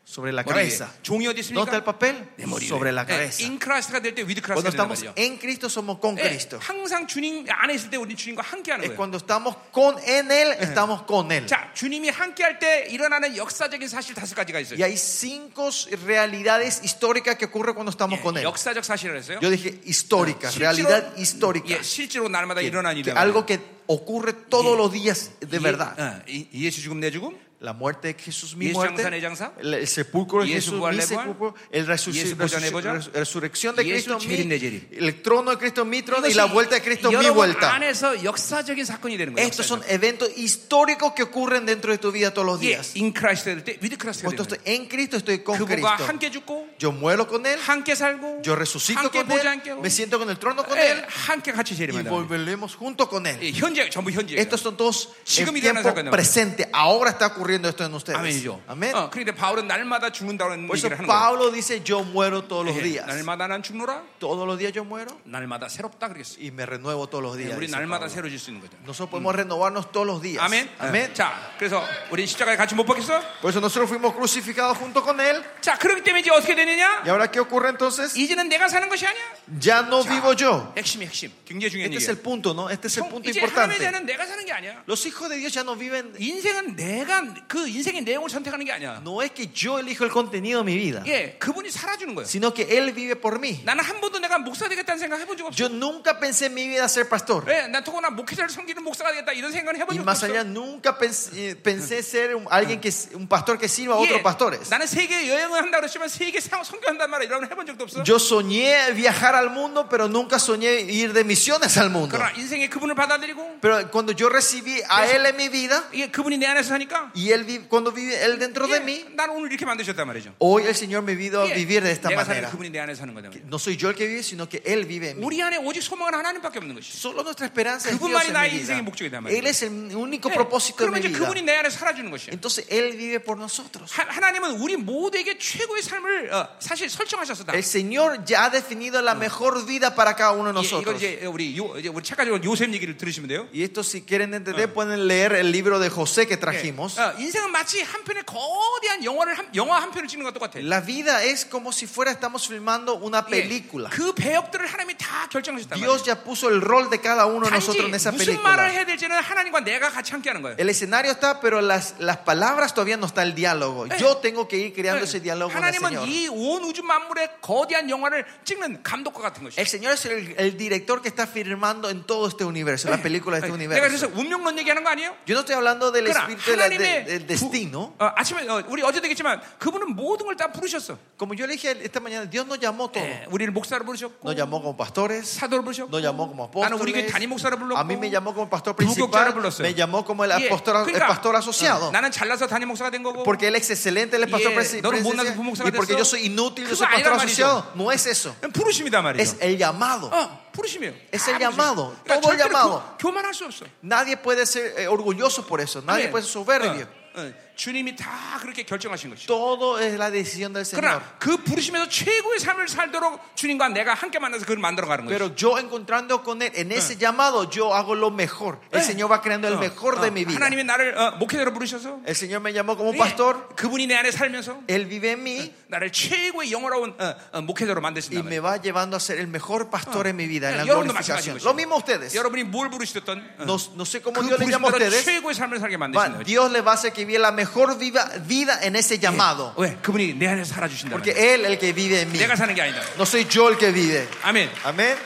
S3: Sobre la
S1: 머리 위에.
S3: cabeza.
S1: 종이 어디
S3: ¿Dónde está
S1: 있습니까?
S3: el papel?
S1: 내 머리 위에.
S3: Sobre la
S1: 예,
S3: cabeza.
S1: Eh, in Eh, Christ가 될 때 with
S3: Cuando
S1: Christ가 되는
S3: estamos
S1: 거죠.
S3: en Cristo somos con
S1: 예,
S3: Cristo.
S1: 항상 주님 안에 있을 때 우리는 주님과 함께하는
S3: Es
S1: 거예요.
S3: cuando estamos con en él, estamos con él.
S1: 자, 주님이 함께할 때 일어나는 역사적인 사실 다섯 가지가 있어요.
S3: Y hay cinco realidades históricas que ocurren cuando estamos con
S1: 예,
S3: él.
S1: 역사적 사실을 했어요.
S3: Yo dije históricas,
S1: 실제로-
S3: realidad histórica. 그
S1: 예, 실제로 날마다
S3: Que-
S1: 일어난
S3: que
S1: 일이에요.
S3: algo que ocurre todos
S1: 예.
S3: los días de
S1: Ah.
S3: verdad.
S1: 예수 죽음 내 죽음,
S3: La muerte de Jesús,
S1: Y
S3: mi
S1: es
S3: muerte,
S1: 장사, 내 장사.
S3: el, el sepulcro de
S1: Y es
S3: Jesús,
S1: buar,
S3: mi
S1: le buar.
S3: sepulcro, el resuc-
S1: Y es boya, le boya.
S3: resuc- resurrección de
S1: Y es
S3: Cristo, mi-
S1: cherin de cherin.
S3: el trono de Cristo, mi trono, y
S1: 이것이
S3: la vuelta de Cristo, mi
S1: 여러분
S3: vuelta.
S1: 안에서 역사적인 사건이 되는 거예요.
S3: Estos son eventos históricos que ocurren dentro de tu vida todos los
S1: 예,
S3: días.
S1: 인크라이스트 될때 위드 크라스가
S3: Cuando
S1: 되는
S3: estoy
S1: 거예요.
S3: en Cristo, estoy con
S1: 그분과
S3: Cristo.
S1: 함께 죽고
S3: Yo muero con Él,
S1: 함께 살고
S3: yo resucito
S1: 함께
S3: con
S1: 보좌
S3: Él,
S1: 함께 오고
S3: me siento con el trono con
S1: 예,
S3: Él
S1: 함께 같이
S3: y
S1: 재림한다.
S3: volveremos junto con Él.
S1: 예, 현재 전부 현재.
S3: Estos son todos
S1: 지금
S3: en
S1: 일어나는
S3: tiempo
S1: 사건이에요.
S3: presente. Ahora está ocurriendo esto en ustedes.
S1: 아멘이죠.
S3: Amén.
S1: 어, 그런데 바울은 날마다 죽는다고 하는
S3: Por eso
S1: 얘기를 하는 거예요.
S3: Pablo dice, yo muero todos los
S1: 예,
S3: días.
S1: 날마다 난 죽노라.
S3: Todos los días yo muero
S1: 날마다 새롭다 그랬어.
S3: y me renuevo todos los
S1: 예,
S3: días.
S1: 우리
S3: dice
S1: 날마다
S3: Pablo.
S1: 새로질 수 있는 거죠.
S3: Nosotros podemos renovarnos todos los días.
S1: 아멘.
S3: Amén.
S1: 자, 그래서 우리 십자가에 같이 못 박혔어?
S3: Por eso nosotros fuimos crucificados junto con Él.
S1: 자, 그렇기 때문에 이제 어떻게 되느냐?
S3: ¿Y ahora qué ocurre entonces?
S1: 이제는 내가 사는 것이 아니야.
S3: Ya no vivo yo.
S1: 핵심이 핵심. 굉장히 중요한
S3: Este es
S1: 얘기예요.
S3: el punto, ¿no? Este es el
S1: 형,
S3: punto
S1: 이제 하나님의
S3: importante.
S1: 자는 내가 사는 게 아니야.
S3: Los hijos de Dios ya no viven.
S1: 인생은 내가 그 인생의 내용을 선택하는 게 아니야.
S3: No es que yo elijo el contenido de mi vida,
S1: 예, 그분이 살아주는 거예요.
S3: sino que Él vive por mí.
S1: 나는 한 번도 내가 목사 되겠다는 생각 해본 적 없어.
S3: Yo nunca pensé en mi vida ser pastor.
S1: 예, 난 더구나 목회자를 섬기는 목사가 되겠다 이런 생각을 해본
S3: Y
S1: 적
S3: más
S1: 없어.
S3: allá, nunca pensé, eh, pensé ser un, alguien que, un pastor que sirva a otros
S1: 예,
S3: pastores.
S1: 나는 세계 여행을 한다 그랬지만 세계 상- 선교한단 말이야 이런 걸 해본 적도 없어.
S3: Yo soñé viajar al mundo, pero nunca soñé ir de misiones al mundo.
S1: 그러나 인생에 그분을 받아들이고
S3: Pero cuando yo recibí a Él en mi vida,
S1: 이게 예, 그분이 내 안에서 사니까
S3: y él vi- cuando vive Él dentro de
S1: 예,
S3: mí,
S1: 난 오늘 이렇게 만드셨단 말이죠.
S3: hoy el Señor me vino a
S1: 예,
S3: vivir de esta
S1: 내가 사는
S3: manera.
S1: 그분이 내 안에 사는 거다. 말이야.
S3: No soy yo el que vive, sino que Él vive en mí.
S1: 우리 안에 오직 소망은 하나님밖에 없는 것이.
S3: Solo nuestra esperanza es
S1: 그분만이
S3: Dios en mi
S1: 나의
S3: vida.
S1: 인생의 목적이단 말이에요.
S3: Él es el único
S1: 예,
S3: propósito de
S1: 그러면
S3: mi
S1: 이제
S3: vida.
S1: 그분이 내 안에 살아주는 것이야.
S3: Entonces Él vive por nosotros.
S1: 하, 하나님은 우리 모두에게 최고의 삶을 어, 사실 설정하셨었다.
S3: El Señor ya ha definido la mejor vida para cada uno de
S1: 예, 이걸
S3: nosotros.
S1: 이제 우리 요, 이제 우리 착한 요- 요셉 얘기를 들으시면 돼요.
S3: Y esto si quieren entender pueden leer el libro de José que
S1: 예,
S3: trajimos.
S1: 어, 인생은 마치 한 편의 거대한 영화를 한, 영화 한 편을 찍는 것과 똑같아.
S3: La vida es como si fuera estamos filmando una película.
S1: 그 배역들을 하나님이 다 결정하셨단 말이에요.
S3: Dios ya puso el rol de cada uno de
S1: 단지
S3: nosotros en esa
S1: 무슨 말을
S3: película.
S1: 해야 될지는 하나님과 내가 같이 함께하는 거예요.
S3: El escenario está, pero las, las palabras todavía no está el diálogo.
S1: Eh.
S3: Yo tengo que ir creando ese diálogo con el
S1: 하나님은
S3: Señor.
S1: 이 온 우주 만물의 거대한 영화를 찍는 감독과 같은 것이죠.
S3: El Señor es el, el director que está firmando en todo este universo,
S1: Eh.
S3: la 아, película de este
S1: 네. 내가 그래서
S3: universo.
S1: 운명론 얘기하는 거 아니에요?
S3: Yo no estoy hablando del
S1: 그러나
S3: espíritu de la- de-
S1: 하나님의
S3: del destino.
S1: 어, 아침에 어, 우리 어제도 얘기했지만 그분은 모든 걸 다 부르셨어.
S3: Como yo le dije esta mañana, Dios nos llamó todo.
S1: 예, 우리를 목사로 부르셨고
S3: Nos llamó como pastores,
S1: 사도로 부르셨고
S3: nos llamó como
S1: 나는 우리 교회 단임 목사로
S3: apóstoles.
S1: 불렀고
S3: A 아, mí me llamó como pastor
S1: 부교육자로
S3: principal,
S1: 불렀어요.
S3: me llamó como el,
S1: 예,
S3: apóstol- el
S1: 그러니까,
S3: pastor
S1: 어,
S3: asociado.
S1: 나는 잘나서 단임 목사가 된 거고
S3: Porque él es excelente, él es pastor
S1: 예,
S3: principal.
S1: 너는 못나서 부목사가
S3: Y porque
S1: 됐어.
S3: yo soy inútil, yo
S1: 그거
S3: soy pastor
S1: 아니란 말이죠.
S3: asociado. No es eso.
S1: 부르심이다 말이죠.
S3: Es el llamado.
S1: 어, 부르심이에요.
S3: Es el
S1: 다 부르심.
S3: llamado,
S1: 그러니까
S3: todo el
S1: 절대로
S3: llamado.
S1: 교, 교만할 수 없어.
S3: Nadie puede ser eh, orgulloso por eso. Nadie
S1: 아멘.
S3: puede ser soberbio.
S1: 어, 어, 주님이 다 그렇게 결정하신 것이죠.
S3: Todo es la decisión del Señor.
S1: 그러나 그 부르심에서 최고의 삶을 살도록 주님과 내가 함께 만나서 그걸 만들어 가는 거죠.
S3: Pero yo encontrando con Él en ese llamado, yo hago lo mejor. El
S1: Eh. Ah.
S3: Señor va creando el mejor de mi vida.
S1: 하나님이 나를 어, 목회자로 부르셔서
S3: El Señor me llamó como
S1: 예,
S3: pastor.
S1: 그분이 내 안에 살면서
S3: Él vive en mí
S1: 나를 최고의 영어로운 어, 어, 목회자로
S3: y
S1: 만드신다.
S3: me va llevando a ser el mejor pastor en mi vida, en la
S1: 여러분도 마찬가지인
S3: glorificación. Lo mismo
S1: 것이죠.
S3: ustedes.
S1: 여러분이 뭘 부르시던
S3: No, no sé cómo
S1: 그
S3: Dios les llama a
S1: 부르심대로
S3: ustedes.
S1: 최고의 삶을 살게
S3: Va,
S1: 만드신다.
S3: Dios les va a hacer que viva la mejor viva- vida en ese llamado.
S1: 예. 왜? 그분이 내 안에 살아주신다.
S3: Porque Él el que vive en mí.
S1: 내가 사는 게 아니다.
S3: No soy yo el que vive.
S1: 아멘.
S3: Amén.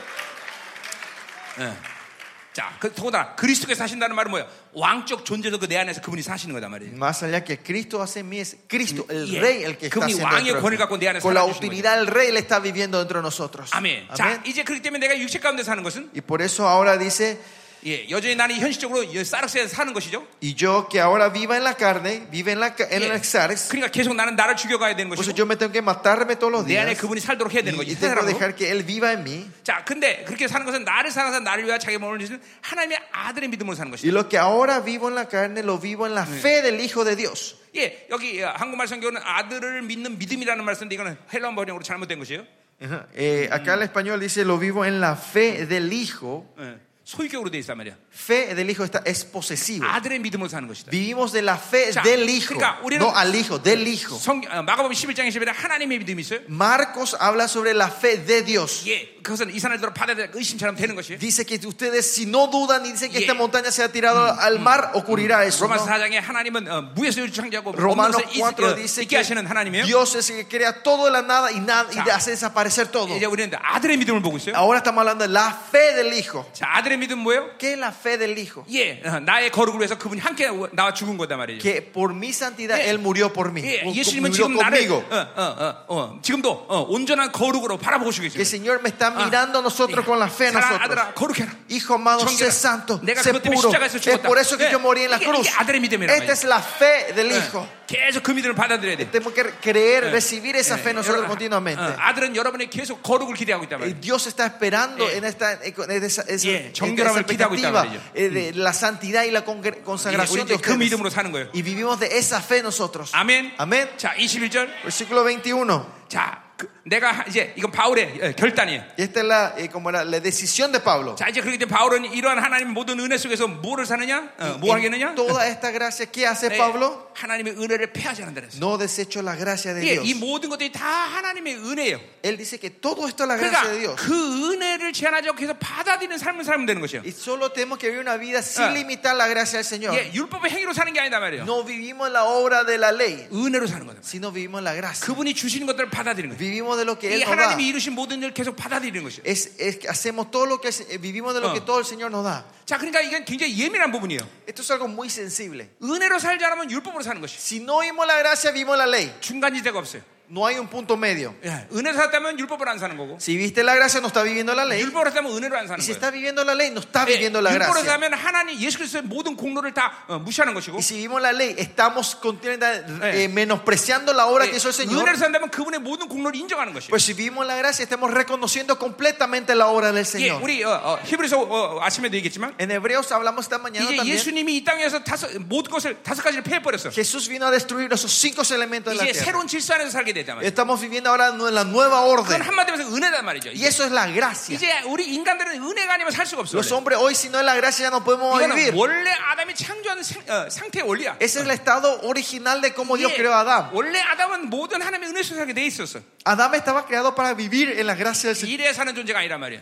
S1: 자, 그, 더구나 그리스도께서 사신다는 말은 뭐예요? 왕적 존재도 그 내 안에서 그분이 사시는 거단 말이에요.
S3: Más allá que Cristo hace en mí, es Cristo, el
S1: Yeah.
S3: Rey, el que está
S1: 그분이
S3: haciendo
S1: 왕의
S3: dentro de
S1: 권위를 갖고 내 안에
S3: nosotros. Con la
S1: 살아주시는
S3: utilidad del Rey, Él está viviendo dentro de nosotros.
S1: 아멘. 자,
S3: Amén.
S1: 이제 그렇기 때문에 내가 육체 가운데 사는 것은
S3: Y por eso ahora dice:
S1: 예, 여전히 나는 현실적으로 이 사르세에서 사는 것이죠.
S3: Y yo que ahora viva en la carne, vive en, la, ca- en
S1: 예.
S3: el Xares,
S1: 그러니까 계속 나는 나를 죽여가야 되는
S3: por eso
S1: 것이고
S3: yo me tengo que matarme todos los
S1: 내 안에
S3: días.
S1: 예. 그분이 살도록 해야 되는
S3: Y,
S1: 거지.
S3: y tengo que
S1: 사람으로.
S3: dejar que Él viva en mí.
S1: 자, 근데 그렇게 사는 것은 나를 사랑하사 나를 위하여 자기 몸을 주시는 하나님의 아들의 믿음으로 사는
S3: Y
S1: 것이다.
S3: lo que ahora vivo en la carne, lo vivo en la fe del Hijo de Dios.
S1: 예, 여기 어, 한국말 성경은 아들을 믿는 믿음이라는 말씀인데 이거는 헬라어 번역으로 잘못된 것이에요.
S3: Ajá. Eh, acá el español dice: Lo vivo en la fe del Hijo.
S1: 예, 소유격으로 돼 있단 말이야.
S3: Fe del Hijo está, es posesivo.
S1: 아들의 믿음으로 사는 것이다.
S3: Vivimos de la fe
S1: 자,
S3: del Hijo,
S1: 그러니까 우리는-
S3: no al Hijo, del Hijo.
S1: 성, 어, 마가복음 11장에 11에 하나님의 믿음이 있어요.
S3: Marcos habla sobre la fe de Dios.
S1: 예, 그것은 이 산을 들어 바다에 대한 의심처럼 되는 것이에요.
S3: Dice que ustedes, si no dudan y dicen que
S1: Yeah.
S3: esta montaña se ha tirado al mar, ocurrirá eso.
S1: 로마서
S3: ¿no?
S1: 4장에 하나님은 어, 무에서 창조하고 없는
S3: Romanos
S1: 것을 있- 어,
S3: 4 dice
S1: 있게
S3: que
S1: 하시는 하나님이에요.
S3: Dios es el que crea todo de la nada y, nada, y
S1: 자,
S3: hace desaparecer todo.
S1: 이제 우리는 아들의 믿음을 보고 있어요.
S3: Ahora estamos hablando de la fe del Hijo.
S1: 자, 아들의 믿음 뭐예요?
S3: ¿Qué es la fe del Hijo?
S1: 예, 어, 나의 거룩을 위해서 그분이 함께 나와 죽은 거단 말이죠.
S3: Que por mi santidad
S1: Yeah.
S3: Él murió por mí.
S1: 예,
S3: Murió
S1: 예수님은 지금 나를
S3: conmigo.
S1: 어, 어, 어, 어, 지금도 어, 온전한 거룩으로 바라보고 계시고
S3: Que el
S1: 계세요.
S3: Señor me está caminando nosotros con la fe en
S1: 사랑,
S3: nosotros.
S1: 아들아, 거룩해라.
S3: Hijo amado,
S1: 정결하-
S3: sé santo,
S1: 내가
S3: sé
S1: 그것 때문에
S3: puro.
S1: 십자가에서
S3: Es
S1: 죽었다.
S3: por eso que
S1: 예,
S3: yo morí en la
S1: 이게-
S3: cruz.
S1: 이게 아들의 믿음이란 말이야.
S3: Esta es la fe
S1: Eh.
S3: del Hijo.
S1: 계속 그 믿음을 받아들여야 돼. 예.
S3: Tenemos que creer, recibir esa fe nosotros
S1: 여러-
S3: continuamente.
S1: 어, 아들은 여러분의 계속 거룩을 기대하고 있단
S3: Eh,
S1: 말이에요.
S3: Dios está esperando
S1: 예.
S3: en esta eh, en esa, esa-
S1: 예,
S3: en
S1: 정결함을
S3: esa
S1: 기대하고 있다는
S3: expectativa
S1: 말이죠.
S3: eh, de la santidad y la congre-
S1: 우리
S3: consagración de
S1: 이제 그
S3: ustedes.
S1: 믿음으로 사는 거예요.
S3: Y vivimos de esa fe nosotros.
S1: 아멘.
S3: Amén.
S1: 자, 21절.
S3: Versículo 21.
S1: 자, 그- 내가 하- 이제 이건 바울의 예, 결단이에요.
S3: Y esta es la, eh, como era, la decisión de Pablo.
S1: 자, 이제 그렇기 때문에 바울은 이러한 하나님의 모든 은혜 속에서 뭐를 사느냐? 어, 뭐
S3: En
S1: 하겠느냐?
S3: toda esta gracia, ¿qué hace
S1: 네,
S3: Pablo?
S1: 하나님의 은혜를 패하지 않는다 그랬어요.
S3: No desecho la gracia de
S1: 예, 이
S3: Dios.
S1: 모든 것들이 다 하나님의 은혜예요.
S3: Él dice que todo esto es la gracia de
S1: 그러니까
S3: Dios.
S1: 그 은혜를 제한하지 않고 계속 받아들이는 삶을 살면 되는 것이에요.
S3: Y solo tenemos que vivir una vida
S1: Ah.
S3: sin limitar la gracia del Señor.
S1: 예, 율법의 행위로 사는 게 아니다 말이에요.
S3: No vivimos la obra de la ley,
S1: 은혜로 사는 거다.
S3: sino vivimos la gracia.
S1: 그분이 주시는 것들을 받아들이는 거예요.
S3: Vivimos de lo que
S1: 이
S3: Él nos da.
S1: 하나님이 이루신 모든 일을 계속 받아들이는 것이에요.
S3: Es, es que hacemos todo lo que eh, vivimos de lo
S1: Ah.
S3: que todo el Señor nos da.
S1: 자, 그러니까 이건 굉장히 예민한 부분이에요.
S3: Esto es algo muy sensible.
S1: 은혜로 살지 않으면 율법으로 사는 것이. 에요
S3: Si no vimos la gracia, vimos la ley.
S1: 중간 지대가 없어요.
S3: No hay un punto medio.
S1: 예, 은혜로 살다면 율법으로 안 사는 거고,
S3: Si viste la gracia, no Eh, está viviendo la ley.
S1: 율법으로 살면 은혜로 안
S3: Y
S1: 사는
S3: si
S1: 거예요.
S3: está viviendo la ley, no está
S1: 예,
S3: viviendo la
S1: 율법으로
S3: gracia.
S1: 살면 하나님 예수 그리스도의 모든 공로를 다 어, 무시하는 것이고,
S3: Y si vivimos la ley, estamos continuamente, eh,
S1: Eh.
S3: menospreciando la obra
S1: 예,
S3: que hizo el Señor.
S1: 은혜로 산다면 그분의 모든 공로를 인정하는 것이에요.
S3: Pues si vivimos la gracia, estamos reconociendo completamente la obra del
S1: 예,
S3: Señor.
S1: 우리 어, 어, 히브리서 어, 어, 아침에도 얘기했지만
S3: En Hebreos hablamos esta mañana
S1: 이제
S3: también.
S1: 예수님이 이 땅에서 다섯 모든 것을 다섯 가지를 패해 버렸어.
S3: Jesús vino a destruir esos cinco elementos de la
S1: 이제
S3: tierra.
S1: 새로운 질서 안에서 살게 되단 말이야.
S3: Estamos viviendo ahora en la nueva
S1: 그건
S3: orden.
S1: 한마디로 해서 은혜란 말이죠.
S3: Y eso es la gracia.
S1: 이제 우리 인간들은 은혜가 아니면 살 수가 없어.
S3: Los
S1: 원래.
S3: hombres hoy, si no es la gracia, ya no podemos
S1: 이거는
S3: vivir.
S1: 원래 아담이 창조한 생- 어, 상태의 원리야.
S3: Ese es el estado original de cómo Dios
S1: 이게
S3: creó a Adán.
S1: 원래 아담은 모든 하나님의 은혜 속에 돼 있었어.
S3: Adán estaba creado para vivir en la gracia del Señor,
S1: 이래야 사는 존재가 아니란 말이야.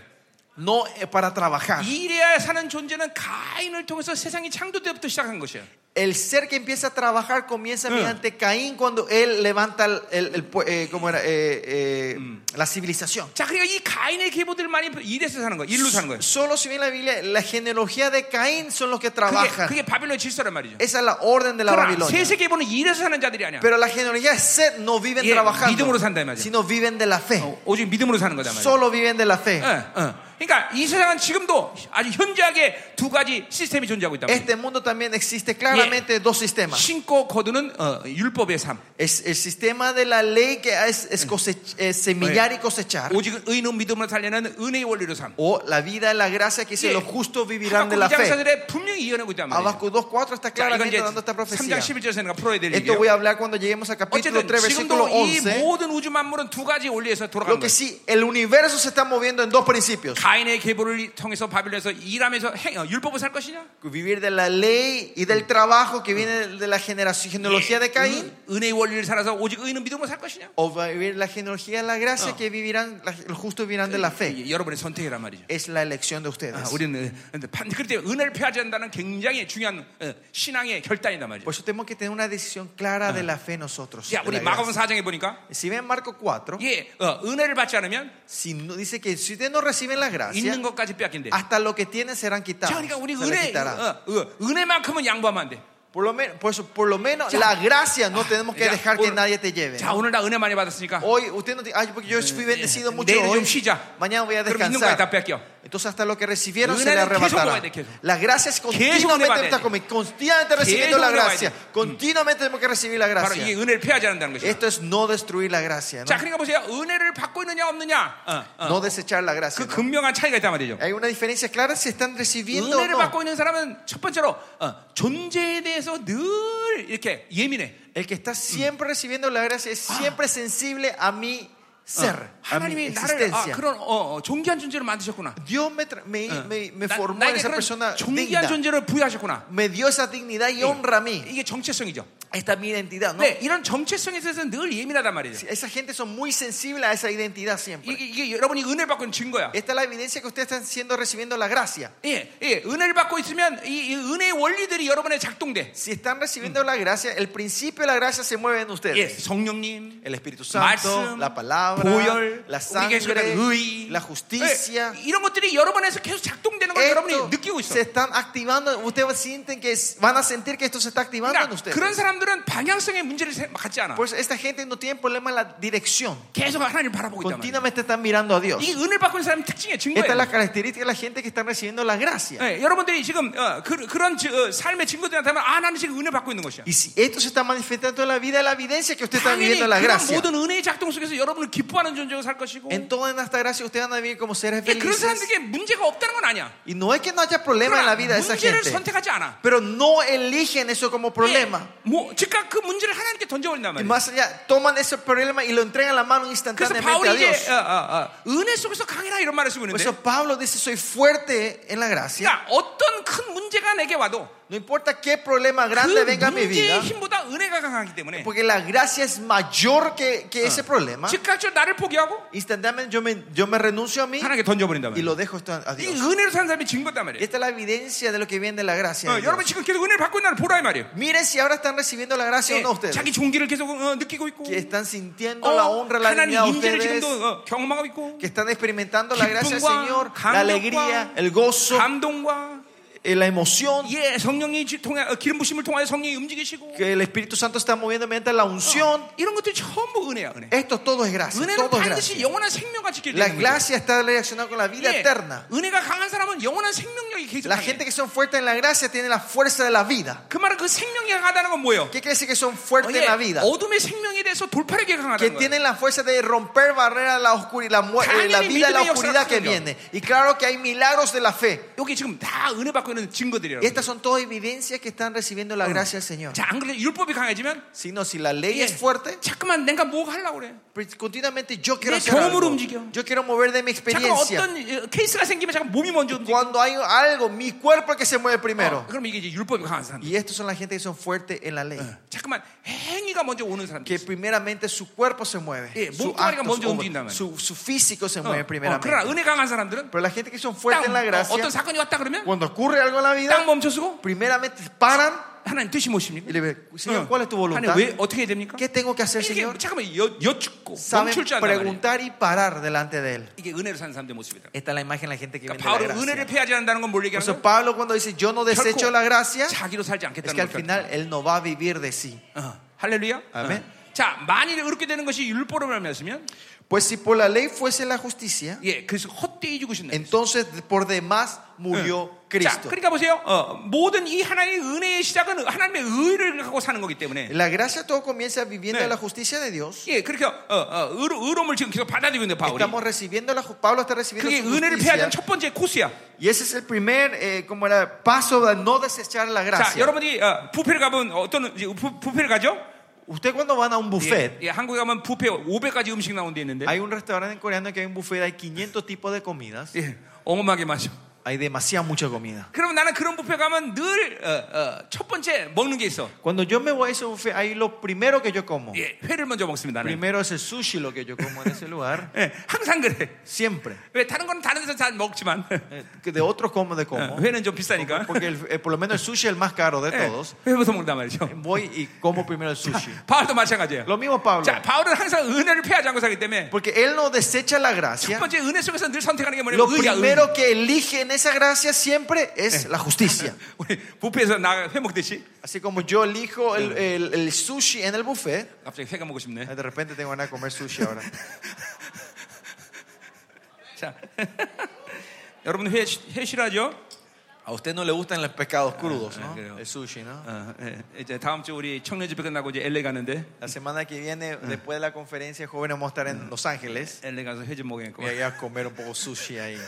S3: no eh, para
S1: 아.
S3: trabajar.
S1: 이래야 사는 존재는 가인을 통해서 세상이 창조 때부터 시작한 것이야.
S3: El ser que empieza a trabajar comienza mediante Caín cuando él levanta el, el- el pue- eh, ¿cómo era? Eh, eh, la civilización.
S1: 자, 그러니까 이 가인의 계보들만이 이래서 사는 거야. 일로 사는 거야.
S3: Solo si bien la Biblia, la genealogía de Caín son los que
S1: 그게,
S3: trabajan.
S1: 그게 바빌론 질서란 말이죠.
S3: Esa es la orden de la
S1: 그러나
S3: Babilonia.
S1: 세계 계보는 일해서 사는 자들이 아니야.
S3: Pero la genealogía de Seth no viven
S1: 예, 믿음으로 산다, 이
S3: trabajando,
S1: 말이야.
S3: sino viven de la fe.
S1: 어, 오직 믿음으로 사는 거다 말이야.
S3: Solo viven de la fe.
S1: 예, 예. 그러니까 이 세상은 지금도 아주 현저하게 두 가지 시스템이 존재하고 있다. 말이야.
S3: Este mundo también existe claramente dos sistemas.
S1: 신고 거두는 어, 율법의 삶.
S3: Es el sistema de la ley que es, es cosech- es semillar y cosechar.
S1: 오직 의는 믿음으로 살려는 은혜의 원리로 삶.
S3: O la vida de la gracia que dice
S1: 예.
S3: los justos vivirán de la
S1: 하박국
S3: fe.
S1: 장사들의 분명히 이어내고 있단 말이야.
S3: Habacuc 2.4 está
S1: 자, 이건
S3: claramente
S1: 이제
S3: dando esta
S1: 3장
S3: profecía.
S1: 11절에서 내가 풀어야 될
S3: Esto
S1: 일이에요.
S3: voy a hablar cuando lleguemos al capítulo
S1: 어쨌든
S3: 3, versículo
S1: 지금도 이
S3: 11.
S1: 모든 우주 만물은 두 가지 원리에서
S3: Lo
S1: 돌아가는 거예요.
S3: que sí, el universo se está moviendo en dos principios.
S1: 가인의 계보를 통해서 바빌론에서 일하면서 행, 어, 율법을 살 것이냐?
S3: Vivir de la ley y del trabajo que viene de la generación,
S1: 네.
S3: genealogía de Caín.
S1: 은, 은혜의 원리를 살아서 오직 의는 믿음으로 살 것이냐?
S3: O va a vivir la genealogía de la gracia que vivirán, la- los justos vivirán de la fe.
S1: 이- 여러분의 선택이란 말이죠.
S3: Es la elección de ustedes.
S1: 아, 우리는 근데 반- 그때 은혜를 펴하지 않는다는 굉장히 중요한 어, 신앙의 결단이다 말이죠.
S3: Por eso tenemos Pues que tener una decisión clara de la fe nosotros.
S1: 자,
S3: de
S1: 우리
S3: la
S1: 마가복음
S3: gracia.
S1: 4장에 보니까
S3: Si ven Marco 4,
S1: 예, 어, 은혜를 받지 않으면
S3: si no- dice que si ustedes no reciben la gracia,
S1: 있는 것까지 빼앗긴대. 자,
S3: hasta lo que tienen serán quitados.
S1: 그러니까 우리
S3: se les
S1: 은혜
S3: quitará.
S1: 어, 어, 은혜만큼은 양보하면 안 돼.
S3: Por lo menos, por eso, por lo menos la gracia no tenemos que
S1: 야,
S3: dejar que
S1: 오늘-
S3: nadie te lleve.
S1: 자, 오늘 나 은혜 많이 받았으니까
S3: Hoy usted no dice, "Ay, porque yo fui bendecido mucho
S1: 예, 내일은
S3: hoy.
S1: 좀 쉬자.
S3: Mañana voy a
S1: 그럼 있는 거에 다
S3: descansar.
S1: 뺏겨.
S3: Entonces hasta lo que recibieron se
S1: 은혜는
S3: le
S1: 계속
S3: arrebatará.
S1: 먹어야 돼, 계속.
S3: La gracia es
S1: 먹어야
S3: continuamente
S1: 돼.
S3: está conmigo, continuamente recibiendo
S1: 계속
S3: la
S1: 먹어야
S3: gracia. Continuamente tenemos que recibir la
S1: 바로 이게
S3: gracia.
S1: 은혜를 폐하지 않는다는 것이죠.
S3: Esto es no destruir la gracia, Eh, ¿no?
S1: 자, 그러니까 보세요. 은혜를 받고 있느냐 없느냐. 어, 어.
S3: No desechar la gracia.
S1: 그
S3: ¿no?
S1: 극명한 차이가 있단 말이죠.
S3: Hay una diferencia clara si están recibiendo o
S1: 은혜를
S3: no.
S1: 받고 있는 사람은 첫 번째로 어, 존재에 대해서 늘 이렇게 예민해.
S3: El que está siempre recibiendo la gracia es siempre sensible a mi ser, Ah. a mi ah,
S1: 하나님이 나를 아,
S3: existencia.
S1: 그런 어, 어, 존귀한 존재로 만드셨구나. 어,
S3: Dios me, tra- me, me- me
S1: 나,
S3: formó en
S1: 나에게
S3: esa
S1: 그런
S3: persona
S1: 존귀한
S3: digna.
S1: 존재를 부여하셨구나.
S3: Me dio esa dignidad y honra a mí.
S1: 이게 정체성이죠.
S3: Esta es mi identidad, ¿no?
S1: 네, 이런 정체성에 대해서 늘 예민하단 말이죠.
S3: Esa gente son muy sensibles a esa identidad siempre.
S1: 이게, 이게 여러분이 은혜 받고 있는 증거야.
S3: Esta es la evidencia que ustedes están siendo recibiendo la gracia.
S1: 예, 예, 은혜를 받고 있으면 이, 이 은혜의 원리들이 여러분의 작동돼.
S3: Si están recibiendo la gracia, el principio de la gracia se mueve en
S1: 예,
S3: ustedes.
S1: 성령님,
S3: El Espíritu Santo,
S1: 말씀,
S3: la palabra,
S1: 보혈,
S3: la
S1: 우리에게 주는
S3: sangre,
S1: 의,
S3: la justicia.
S1: 예, 이런 것들이 여러분 안에서 계속 작동되는 걸 여러분이
S3: Esto
S1: 느끼고 있어.
S3: se están activando, ustedes sienten que es- van a sentir que esto se está activando en
S1: 그러니까
S3: ustedes.
S1: 그런 사람들은 방향성의 문제를 세- 갖지 않아.
S3: Por eso esta gente no tiene problema en la dirección.
S1: 계속 하나님 을 바라보고 있단 말이야.
S3: Continuamente están mirando a Dios.
S1: 이게 은혜를 받고 있는 사람의 특징이야,
S3: Esta es la
S1: 증거야.
S3: característica de la gente que está recibiendo la gracia.
S1: 예, 여러분들이 지금 어, 그, 그런 지- 어, 삶의 증거들이 나타나면 아 나는 지금 은혜 받고 있는 것이야.
S3: Y si esto se está manifestando en la vida, es la evidencia que usted está
S1: 당연히
S3: viviendo la
S1: 그런
S3: gracia.
S1: 모든 은혜의 작동 속에서 여러분을 기뻐하는 존재로 살 것이고
S3: En toda esta gracia ustedes van a vivir como seres
S1: 이게 그런
S3: felices.
S1: 사람들에게 문제가 없다는 건 아니야.
S3: Y no es que no haya problema en la
S1: 그러나
S3: vida de esa
S1: 문제를
S3: gente,
S1: 선택하지 않아.
S3: pero no eligen eso como problema.
S1: 예, 뭐 즉각 그 문제를 하나님께 던져버린단
S3: Y
S1: 말이야.
S3: más allá, toman ese problema y lo entregan a la mano
S1: 그래서
S3: instantáneamente a
S1: 바울이
S3: Dios.
S1: 이제 어, 어, 어, 은혜 속에서 강해라 이런 말을 쓰고
S3: Por
S1: 있는데
S3: eso Pablo dice, soy fuerte en la gracia.
S1: 그러니까 어떤 큰 문제가 내게 와도
S3: No importa qué problema
S1: 그
S3: grande venga a mi vida,
S1: 문제의 힘보다 은혜가 강하기 때문에
S3: porque la gracia es mayor que, que ese problema.
S1: 즉각적으로 나를 포기하고
S3: Instantáneamente yo me, yo me renuncio a mí
S1: 하나님께 던져버린단
S3: y
S1: 말이야.
S3: lo dejo esto a
S1: 이
S3: Dios.
S1: 은혜로 사는 사람이 증거단 말이에요.
S3: Esta es la evidencia de lo que viene de la gracia.
S1: 어,
S3: de Dios.
S1: 여러분 지금 계속 은혜를 받고 있는 날 보라 이 말이에요.
S3: Miren si ahora están recibiendo la gracia o
S1: 예,
S3: no ustedes.
S1: 자기 종기를 계속 어, 느끼고 있고
S3: Que están sintiendo la
S1: 어,
S3: honra, la
S1: 하나님
S3: dignidad de
S1: 임재를
S3: ustedes.
S1: 지금도 어, 경험하고 있고
S3: Que están experimentando la gracia del
S1: 기쁨과
S3: Señor,
S1: 감격과
S3: la alegría, el gozo,
S1: 감동과
S3: eh, la emoción.
S1: 예 성령이 지- 통해 어, 기름 부심을 통하여 성령이 움직이시고
S3: Que el Espíritu Santo está moviendo mediante la unción.
S1: 이런 것들이 전부 은혜야 은혜.
S3: Esto todo es gracia.
S1: 은혜는
S3: Todo es
S1: 반드시
S3: gracia.
S1: 영원한 생명과
S3: La
S1: 지켜지는 거죠.
S3: gracia está relacionada con la vida
S1: 예,
S3: eterna.
S1: 은혜가 강한 사람은 영원한 생명력이 계속.
S3: La gente que son fuertes en la gracia tiene la fuerza de la vida.
S1: 그 말은 그 생명이 강하다는 건 뭐예요?
S3: ¿Qué quiere decir que son fuertes en la
S1: 예,
S3: vida?
S1: 어둠의 생명에 대해서 돌파력이
S3: Que
S1: 강하다는 거예요.
S3: tienen la fuerza de romper barreras a la oscuridad, la, mu- eh, la vida de la oscuridad que viene. Y claro que hay milagros de la fe.
S1: 여기 지금 다 은혜 받고 있는
S3: Y
S1: 증거들이라고.
S3: estas son todas evidencias que están recibiendo la gracia del Señor.
S1: 자, 안 그래도 율법이 강해지면
S3: Sino si la ley
S1: 예,
S3: es fuerte,
S1: 자꾸만 내가 뭐 하려고 그래.
S3: pues, continuamente yo quiero
S1: 내
S3: hacer algo.
S1: 경험으로 움직여.
S3: Yo quiero mover de mi
S1: 자꾸
S3: experiencia.
S1: 어떤 어, 케이스가 생기면 자꾸 몸이 먼저 움직여.
S3: Cuando hay algo, mi cuerpo es el que se mueve
S1: 어,
S3: primero.
S1: 그럼 이게 이제 율법이 강한 사람.
S3: Y estos son la gente que son fuertes en la ley.
S1: 자꾸만 행위가 먼저 오는 사람.
S3: que primeramente su cuerpo se mueve,
S1: 예,
S3: su,
S1: 몸뚱아리가
S3: acto,
S1: 먼저
S3: su-
S1: 움직인다면.
S3: su- su físico se
S1: 어,
S3: mueve
S1: 어,
S3: primeramente.
S1: 그러나 은혜 강한 사람들은
S3: Pero la gente que son
S1: 딱
S3: fuertes en la
S1: 어,
S3: gracia,
S1: 어떤 사건이 왔다 그러면
S3: cuando ocurre algo en la
S1: 딱
S3: vida,
S1: 멈춰서고
S3: primeramente paran
S1: 하나님 뜻이
S3: y
S1: 무엇입니까?
S3: le dicen, Señor,
S1: 어.
S3: ¿cuál es tu voluntad?
S1: 하나님 왜 어떻게 해야 됩니까?
S3: ¿Qué tengo que hacer,
S1: 이게
S3: Señor?
S1: 잠깐만 여, 여쭙고
S3: Saben
S1: 멈출 줄 안다 말이에요.
S3: preguntar y parar delante de Él.
S1: 이게 은혜로 사는 사람들의 모습이다.
S3: Esta es la imagen de la gente que
S1: 그러니까
S3: viene de la
S1: 바울은 은혜를
S3: gracia.
S1: 패하지 않는다는 건 뭘
S3: Por
S1: 얘기하는
S3: eso
S1: 거야?
S3: Pablo cuando dice, yo no desecho
S1: 결코
S3: la gracia,
S1: 자기로 살지
S3: es que
S1: 않겠다는 거야.
S3: al final Él no va a vivir de sí.
S1: 어, 할렐루야.
S3: 아멘.
S1: 어. 자, 만일 그렇게 되는 것이 율법으로 말하면
S3: Pues si por la ley fuese la justicia,
S1: 예, 그래서 헛되이 죽으신다.
S3: entonces por demás
S1: Eh,
S3: murió
S1: 자,
S3: Cristo.
S1: 그러니까 보세요. 어, 모든 이 하나님의 은혜의 시작은 하나님의 의를 갖고 사는 거기 때문에
S3: La gracia todo comienza viviendo
S1: 네.
S3: la justicia de Dios.
S1: 예, 그렇게 어, 어, 의로, 의로움을 지금 계속 받아들이고 있는 바울이.
S3: Estamos recibiendo la ju- Pablo está recibiendo
S1: 그게
S3: su
S1: 은혜를 패하자는
S3: justicia.
S1: 첫 번째 코스야.
S3: Y ese es el primer eh, como era paso de no desechar la
S1: 자,
S3: gracia.
S1: 여러분이 어, 부페를 가면 어떤 이제 부, 부페를 가죠?
S3: Usted cuando van a un
S1: 예,
S3: buffet,
S1: 예, 한국에 가면 부페 500가지 음식 나오는 데 있는데
S3: hay un restaurante en coreano que hay un buffet, hay 500 tipos de comidas,
S1: 예, 어마하게 마셔.
S3: hay demasiada mucha comida.
S1: 그러면 나는 그런 부페 가면 늘 어, 첫 번째 먹는 게 있어.
S3: Cuando yo me voy a ese buffet, ahí lo primero que yo como.
S1: 예, 회를 먼저 먹습니다. 나는.
S3: Primero es el sushi lo que yo como en ese lugar,
S1: 예, 항상 그래.
S3: siempre.
S1: 왜 다른 건 다른 데서 잘 먹지만
S3: Eh, que de otros como de como.
S1: 어, 회는 좀 비싸니까.
S3: Porque el- eh, por lo menos el sushi es el más caro de
S1: 예,
S3: todos.
S1: 회부터 먹는단 말이죠.
S3: Voy y como primero el sushi.
S1: 바울도 마찬가지예요.
S3: Lo mismo Pablo.
S1: 자, 바울은 항상 은혜를 패하지 않고 살기 때문에
S3: Porque él no desecha la
S1: 첫
S3: gracia.
S1: 번째 은혜 속에서 늘 선택하는 게
S3: Lo
S1: 뭐냐면 의야 의.
S3: primero que elige en esa gracia siempre
S1: Eh.
S3: es la justicia.
S1: 우리 부페에서 나 회 먹듯이
S3: Así como yo elijo el, el- el sushi en el buffet, eh,
S1: 갑자기 회가 먹고 싶네.
S3: de repente tengo ganas de comer sushi ahora.
S1: 자, 여러분 회, 회 싫어하죠?
S3: A usted no le gustan los pescados crudos,
S1: Ah,
S3: ¿no?
S1: creo.
S3: El sushi, ¿no?
S1: 어, 예. 이제 다음 주 우리 청년 집회 끝나고 이제 LA 가는데
S3: La semana que
S1: Ah.
S3: viene, después de la conferencia, jóvenes, vamos a estar en Los Ángeles.
S1: LA 가서 회 좀 먹으니까.
S3: Voy a ir a comer un poco sushi ahí.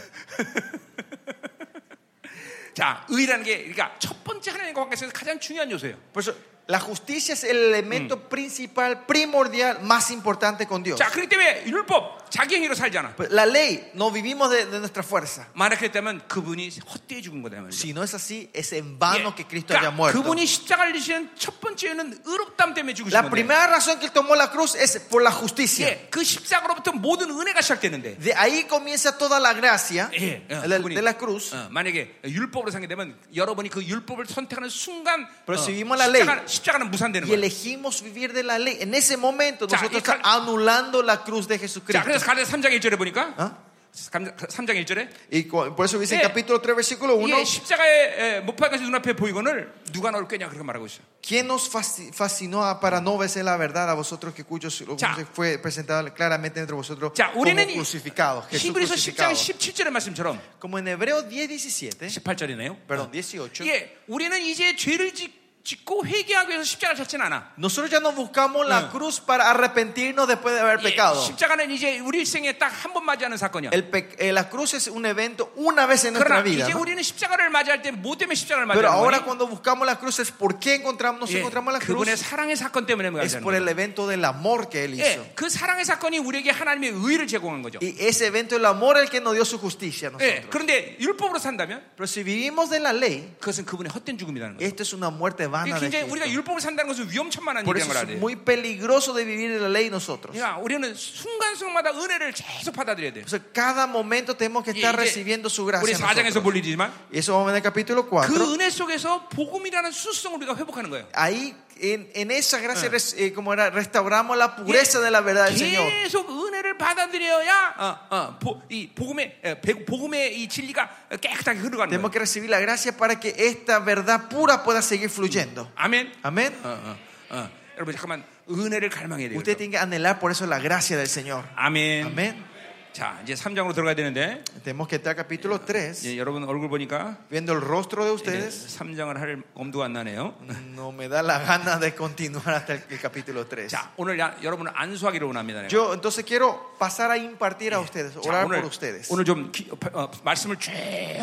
S1: 자, 의라는 게 그러니까 첫 번째 하나님과 관계 속에서 가장 중요한 요소예요.
S3: Por eso, la justicia es el elemento principal, primordial, más importante con Dios.
S1: 자, 그렇기 때문에 율법 자기 행위로 살잖아.
S3: Pero La ley, no vivimos de, de nuestra fuerza.
S1: 만약 그랬다면 그분이 헛되이 죽은 거다 말이죠. 예.
S3: Si no es así, es en vano que Cristo haya muerto.
S1: 그분이 십자가를 지신 첫 번째는 의롭담 때문에 죽으신
S3: La
S1: 건데
S3: primera razón que él tomó la cruz es por la justicia.
S1: 예, 그 십자가로부터 모든 은혜가 시작되는데
S3: De ahí comienza toda la gracia
S1: 예,
S3: de
S1: 어,
S3: la,
S1: 그분이,
S3: de la cruz.
S1: 어, 만약에 율법으로 살게 되면 여러분이 그 율법을 선택하는 순간 어,
S3: Pero si vivimos la ley.
S1: 십자가, 십자가는 무산되는
S3: Y
S1: 거예요
S3: elegimos vivir de la ley. En ese momento
S1: 자,
S3: nosotros
S1: 이 칼-
S3: anulando la cruz de
S1: 자
S3: Jesucristo.
S1: 그래서 가르 3장 1절에 보니까
S3: ¿Ah?
S1: 3장 1절에
S3: Y cu- por eso dice en
S1: Eh.
S3: capítulo 3, versículo 1,
S1: 이게 십자가의 못 박아서 눈앞에 보이거늘 누가 너를 꿰냐 그렇게 말하고 있어.
S3: ¿quién nos fasci- fascinó a- para no verse la verdad a vosotros que cuyos
S1: Ya.
S3: fue presentado claramente entre vosotros
S1: 자,
S3: como
S1: 우리는 이
S3: crucificados? Jesús
S1: 히브리서 10장
S3: 뭐 crucificado.
S1: 17절의 말씀처럼
S4: Como en Hebreo 10, 17,
S1: 18절이네요.
S4: perdón, 18,
S1: 예, 우리는 이제 죄를 짓- 짓고 회개하기 위해서 십자가를 찾진 않아.
S4: nosotros ya no buscamos la
S1: Mm.
S4: cruz para arrepentirnos después de haber
S1: 예,
S4: pecado.
S1: 십자가는 이제 우리 일생에 딱 한 번 맞이하는 사건이야.
S3: El pe- eh, la cruz es un evento una vez en nuestra
S1: 그러나
S3: vida.
S1: 이제
S3: ¿no?
S1: 우리는 십자가를 맞이할 때 뭐 때문에 십자가를
S3: Pero
S1: 맞이하는
S3: ahora
S1: 거니?
S3: cuando buscamos la cruz es por qué encontramos, nos
S1: 예,
S3: encontramos la cruz.
S1: 그분의 사랑의 사건 때문에
S3: Es
S1: 맞이하는
S3: por el
S1: 거예요.
S3: evento del amor que Él hizo.
S1: 예, 그 사랑의 사건이 우리에게 하나님의 의를 제공한 거죠.
S3: Y ese evento del amor es el que nos dio su justicia a
S1: 예,
S3: nosotros.
S1: 그런데 율법으로 산다면
S3: Pero si vivimos de la ley,
S1: 그것은 그분의 헛된 죽음이라는 거예요.
S3: esto es una muerte
S1: 이게
S3: vana. De
S1: 굉장히 우리가
S3: Cristo.
S1: 율법으로 산다는 것은 위험천만한
S3: Por
S1: 일이라는
S3: eso
S1: 걸
S3: es
S1: 알아야 돼.
S3: muy peligroso de vivir de la ley nosotros.
S1: 그러니까 우리는 순간순간마다 은혜를 계속 받아들여야 돼.
S3: O sea, cada momento tenemos que
S1: Y
S3: estar
S1: 이제
S3: recibiendo su
S1: 우리
S3: gracia.
S1: 4장에서
S3: nosotros.
S1: 볼 일이지만
S3: Y eso vamos en el capítulo 4.
S1: 그 은혜 속에서 복음이라는 수성을 우리가 회복하는 거예요.
S3: Ahí, en, en esa gracia, res- eh, como era, restauramos la pureza de la verdad del Señor.
S1: 계속 은혜를 받아들여야 어, 어, 보, 이 복음의 에, 배- 복음의 이 진리가 깨끗하게 흐르가는
S3: Tenemos
S1: 거예요.
S3: que recibir la gracia para que esta verdad pura pueda seguir fluyendo.
S1: 아멘.
S3: Amén.
S1: 어, 어, 어. 여러분 잠깐만 은혜를 갈망해야 돼요.
S3: Usted tiene que anhelar por eso la gracia del Señor.
S1: 아멘.
S3: Amén.
S1: 자 이제 3장으로 들어가야 되는데
S3: Tenemos que estar capítulo 3.
S1: 이제 여러분 얼굴 보니까
S3: Viendo el rostro de
S1: 네.
S3: ustedes,
S1: 3장을 할 엄두가 안 나네요.
S3: no me da la gana de continuar hasta el, el capítulo 3.
S1: 자 오늘 야- 여러분을 안수하기로 원합니다. 내가.
S3: Yo entonces quiero pasar a impartir a ustedes,
S1: 자,
S3: orar
S1: 오늘,
S3: por ustedes.
S1: 오늘 좀 기- 어, 말씀을 쭉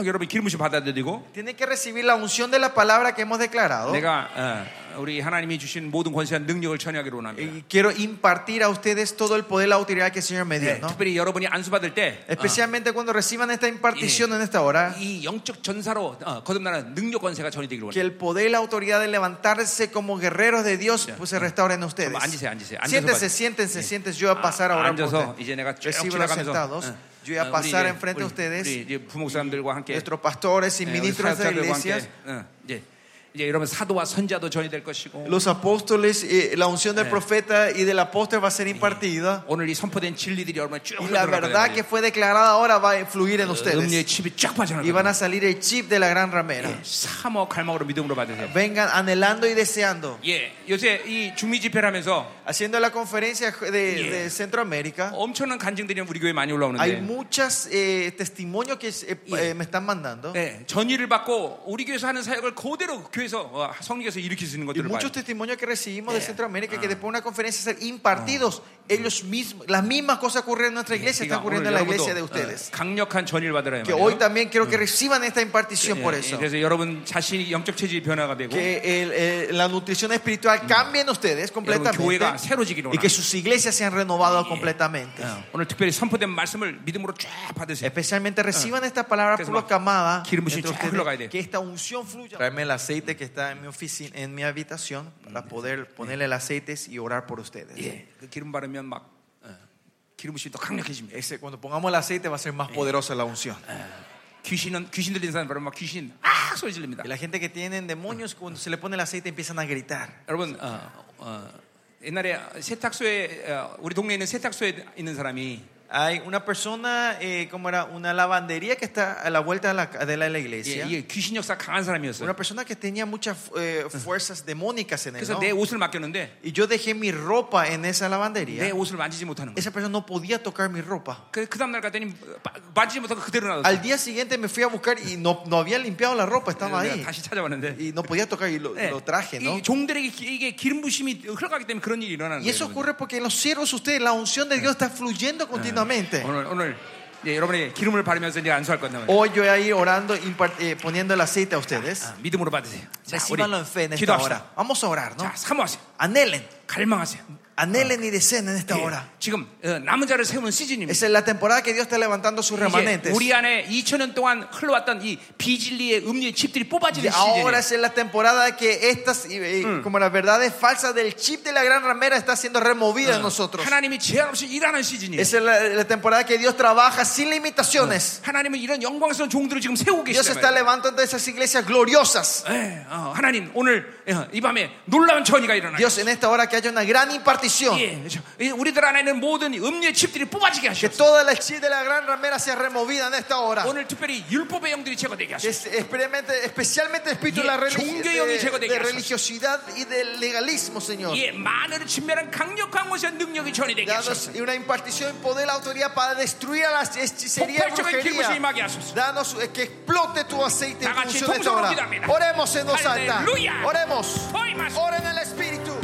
S1: 여러분 기름부심 받아들이고
S3: Tienen que recibir la unción de la palabra que hemos declarado.
S1: 내가 어, 우리 하나님이 주신 모든 권세와 능력을 전하기로 원합니다.
S3: Y quiero impartir a ustedes todo el poder, la utilidad que el Señor me dio.
S1: 네,
S3: ¿no?
S1: 특별히 여러분이 안수 받을 때 어, 이
S3: Especialmente cuando reciban esta impartición
S1: Eh.
S3: en esta hora,
S1: 영적 전사로 어, 거듭나는 능력 권세가 전해지기로
S3: que
S1: 원합니다.
S3: el poder, la autoridad de levantarse como guerreros de Dios pues, se restauren en ustedes.
S1: Vamos, 앉으세요, 앉으세요. 앉아서
S3: Siéntense,
S1: 봐-
S3: siéntense,
S1: 예.
S3: siéntense. Yo voy a pasar
S1: 아,
S3: ahora
S1: 앉아서 이제 내가 쭉
S3: Recíbanlos
S1: 지나가면서
S3: sentados.
S1: 어,
S3: Yo voy a
S1: 어, 우리
S3: pasar
S1: 이제
S3: enfrente a
S1: 우리-
S3: ustedes.
S1: 우리 이제 부목사님들과 함께
S3: Nuestros pastores y
S1: 네, 우리
S3: ministros de
S1: 사역자들과
S3: iglesias.
S1: 함께 어, 이제 이제 여러분 사도와 선자도 전이될 것이고
S3: Los apóstoles, eh, la unción del
S1: Eh.
S3: profeta y del apóstol va a ser impartida.
S1: 오늘 이 선포된 진리들이 여러분 쭉
S3: Y la
S1: 흘러들어갈
S3: verdad
S1: 거예요.
S3: que fue declarada ahora va a influir en
S1: 음료의
S3: ustedes.
S1: 칩이 쫙
S3: Y
S1: 빠져나가요.
S3: van a salir el chip de la gran ramera.
S1: 사모 갈망으로 믿음으로 받으세요.
S3: Vengan anhelando y deseando.
S1: 예, 요새 이 중미 집회를 하면서
S3: Haciendo la conferencia de, de Centroamérica,
S1: 엄청난 간증들이 우리 교회 많이
S3: hay
S1: 올라오는데
S3: muchos testimonios que eh,
S1: Yeah.
S3: eh, me están mandando.
S1: 네, 전의를 받고 우리 교회에서 하는 사역을 그대로 교회에서 어, 성령께서 일으킬 수 있는
S3: Y
S1: 것들을 봐요.
S3: muchos testimonios que recibimos de
S1: Yeah.
S3: Centroamérica que después de una conferencia ser impartidos, ellos mismos, las mismas cosas ocurren en nuestra iglesia, están
S1: 그러니까
S3: ocurriendo
S1: 오늘
S3: en la iglesia de
S1: 여러분도
S3: ustedes.
S1: 어, 강력한 전의를 받으라
S3: Que hoy también quiero que reciban esta impartición por eso.
S1: 예, 그래서 여러분 자신이 영적 체질이 변화가 되고
S3: Que el- el- la nutrición espiritual cambie en ustedes
S1: 여러분
S3: completamente
S1: 교회가 새로지기로
S3: y que
S1: 원합니다.
S3: sus iglesias sean renovadas completamente.
S1: 어, 오늘 특별히 선포된 말씀을 믿음으로 쫙 받으세요.
S3: Especialmente reciban esta palabra
S1: 그래서
S3: por la
S1: 막
S3: camada.
S1: 기름 부심이
S3: entre
S1: 쫙 흘러가야 돼요.
S3: que esta unción fluya. Traeme el aceite que está en mi oficina, en mi habitación, para poder ponerle el aceite y orar por ustedes.
S1: 예, 그 기름 바르면 막 어, 기름 부심이 더 강력해집니다. 예,
S3: Ese, cuando pongamos el aceite va a ser más poderosa la unción.
S1: 귀신은 귀신 들린 사람 바르면 막 귀신 아 소리 질릅니다.
S3: Y la gente que tiene demonios, cuando se le pone el aceite empiezan a gritar.
S1: 여러분 어, 어, 옛날에 세탁소에 어, 우리 동네에 있는 세탁소에 있는 사람이
S3: Hay una persona, eh, como era una lavandería que está a la vuelta de la, de la, la
S1: 예,
S3: iglesia.
S1: 이게 귀신 역사 강한
S3: Una
S1: 사람이었어요.
S3: persona que tenía muchas eh, fuerzas demónicas en él.
S1: 그래서
S3: ¿no?
S1: 내 옷을 맡겼는데
S3: Y yo dejé mi ropa en esa
S1: 내
S3: lavandería.
S1: 옷을 만지지 못하는 예. 거예요.
S3: Esa persona no podía tocar mi ropa.
S1: 그, 그 다음날 갔더니 바- 만지지 못하고 그대로 놔뒀어요.
S3: Al día siguiente me fui a buscar y no, no había limpiado la ropa,
S1: 그래서
S3: estaba ahí.
S1: 내가 다시 찾아왔는데
S3: Y no podía tocar Eh, y lo,
S1: 예,
S3: lo traje, ¿no?
S1: 이 종들에게 기- 이게 기름 부심이 흘러가기 때문에 그런 일이 일어나는
S3: Y eso
S1: 거예요.
S3: ocurre porque en los cielos ustedes, la unción de Dios está fluyendo
S1: 여러분.
S3: continuamente.
S1: 오늘 오늘 이제 여러분이 기름을 바르면서 이제 안수할 건데
S3: Hoy yo voy a ir orando, impart- eh, poniendo el aceite a ustedes.
S1: 아, 믿음으로 받으세요. 자, 우리
S3: Ah, Recíbanlo en fe en esta
S1: 기도합시다.
S3: hora. Vamos a orar, ¿no?
S1: 자, 사모하세요.
S3: Anhelen,
S1: 갈망하세요.
S3: anhelen y deseen en esta
S1: 예,
S3: hora.
S1: 지금 어, 남은 자를 세우는 시즌입니다.
S3: Esa es la temporada que Dios está levantando sus
S1: 이제
S3: remanentes.
S1: 우리 안에 2000년 동안 흘러왔던 이 비진리의 음료의 칩들이
S3: Y
S1: 뽑아지는
S3: ahora
S1: 시즌이에요.
S3: es la temporada que estas, eh, eh, como las verdades falsas del chip de la gran ramera, está siendo removida en nosotros.
S1: 하나님이 제한 없이 일하는 시즌이에요.
S3: Esa es la, la temporada que Dios trabaja sin limitaciones.
S1: 하나님은 이런 영광스러운 종들을 지금 세우고
S3: Dios
S1: 계시단
S3: está
S1: 말이에요.
S3: levantando esas iglesias gloriosas.
S1: 예, 어, 하나님 오늘 예, 이 밤에 놀라운 전이가 일어나요.
S3: Dios Dios en esta hora que haya una gran impartición.
S1: 예, 그렇죠. 이 우리들 안에 있는 모든 음녀의 칩들이 뽑아지게
S3: Que
S1: 하시옵소서.
S3: toda la chip de la gran ramera sea removida en esta hora.
S1: 오늘 특별히 율법의 영들이 제거되게
S3: Que
S1: 하소서.
S3: es- especialmente, especialmente el espíritu
S1: Y
S3: de la religi-
S1: 종교의 영이
S3: de,
S1: 제거되게
S3: de
S1: 하소서.
S3: religiosidad y del legalismo, Señor.
S1: 예, 만을 침멸한 강력한 곳에 능력이 전이되게
S3: Danos
S1: 하소서.
S3: una impartición, poder, la autoridad para destruir a las hechicerías y
S1: 폭발적인 기름을
S3: brujería.
S1: 임하게 하소서.
S3: Danos eh, que explote tu aceite
S1: 다
S3: en
S1: 같이
S3: función de esta
S1: 동성으로
S3: hora.
S1: 기도합니다.
S3: Oremos en voz alta.
S1: Aleluya.
S3: Oremos.
S1: Oimas.
S3: Oren en el Espíritu.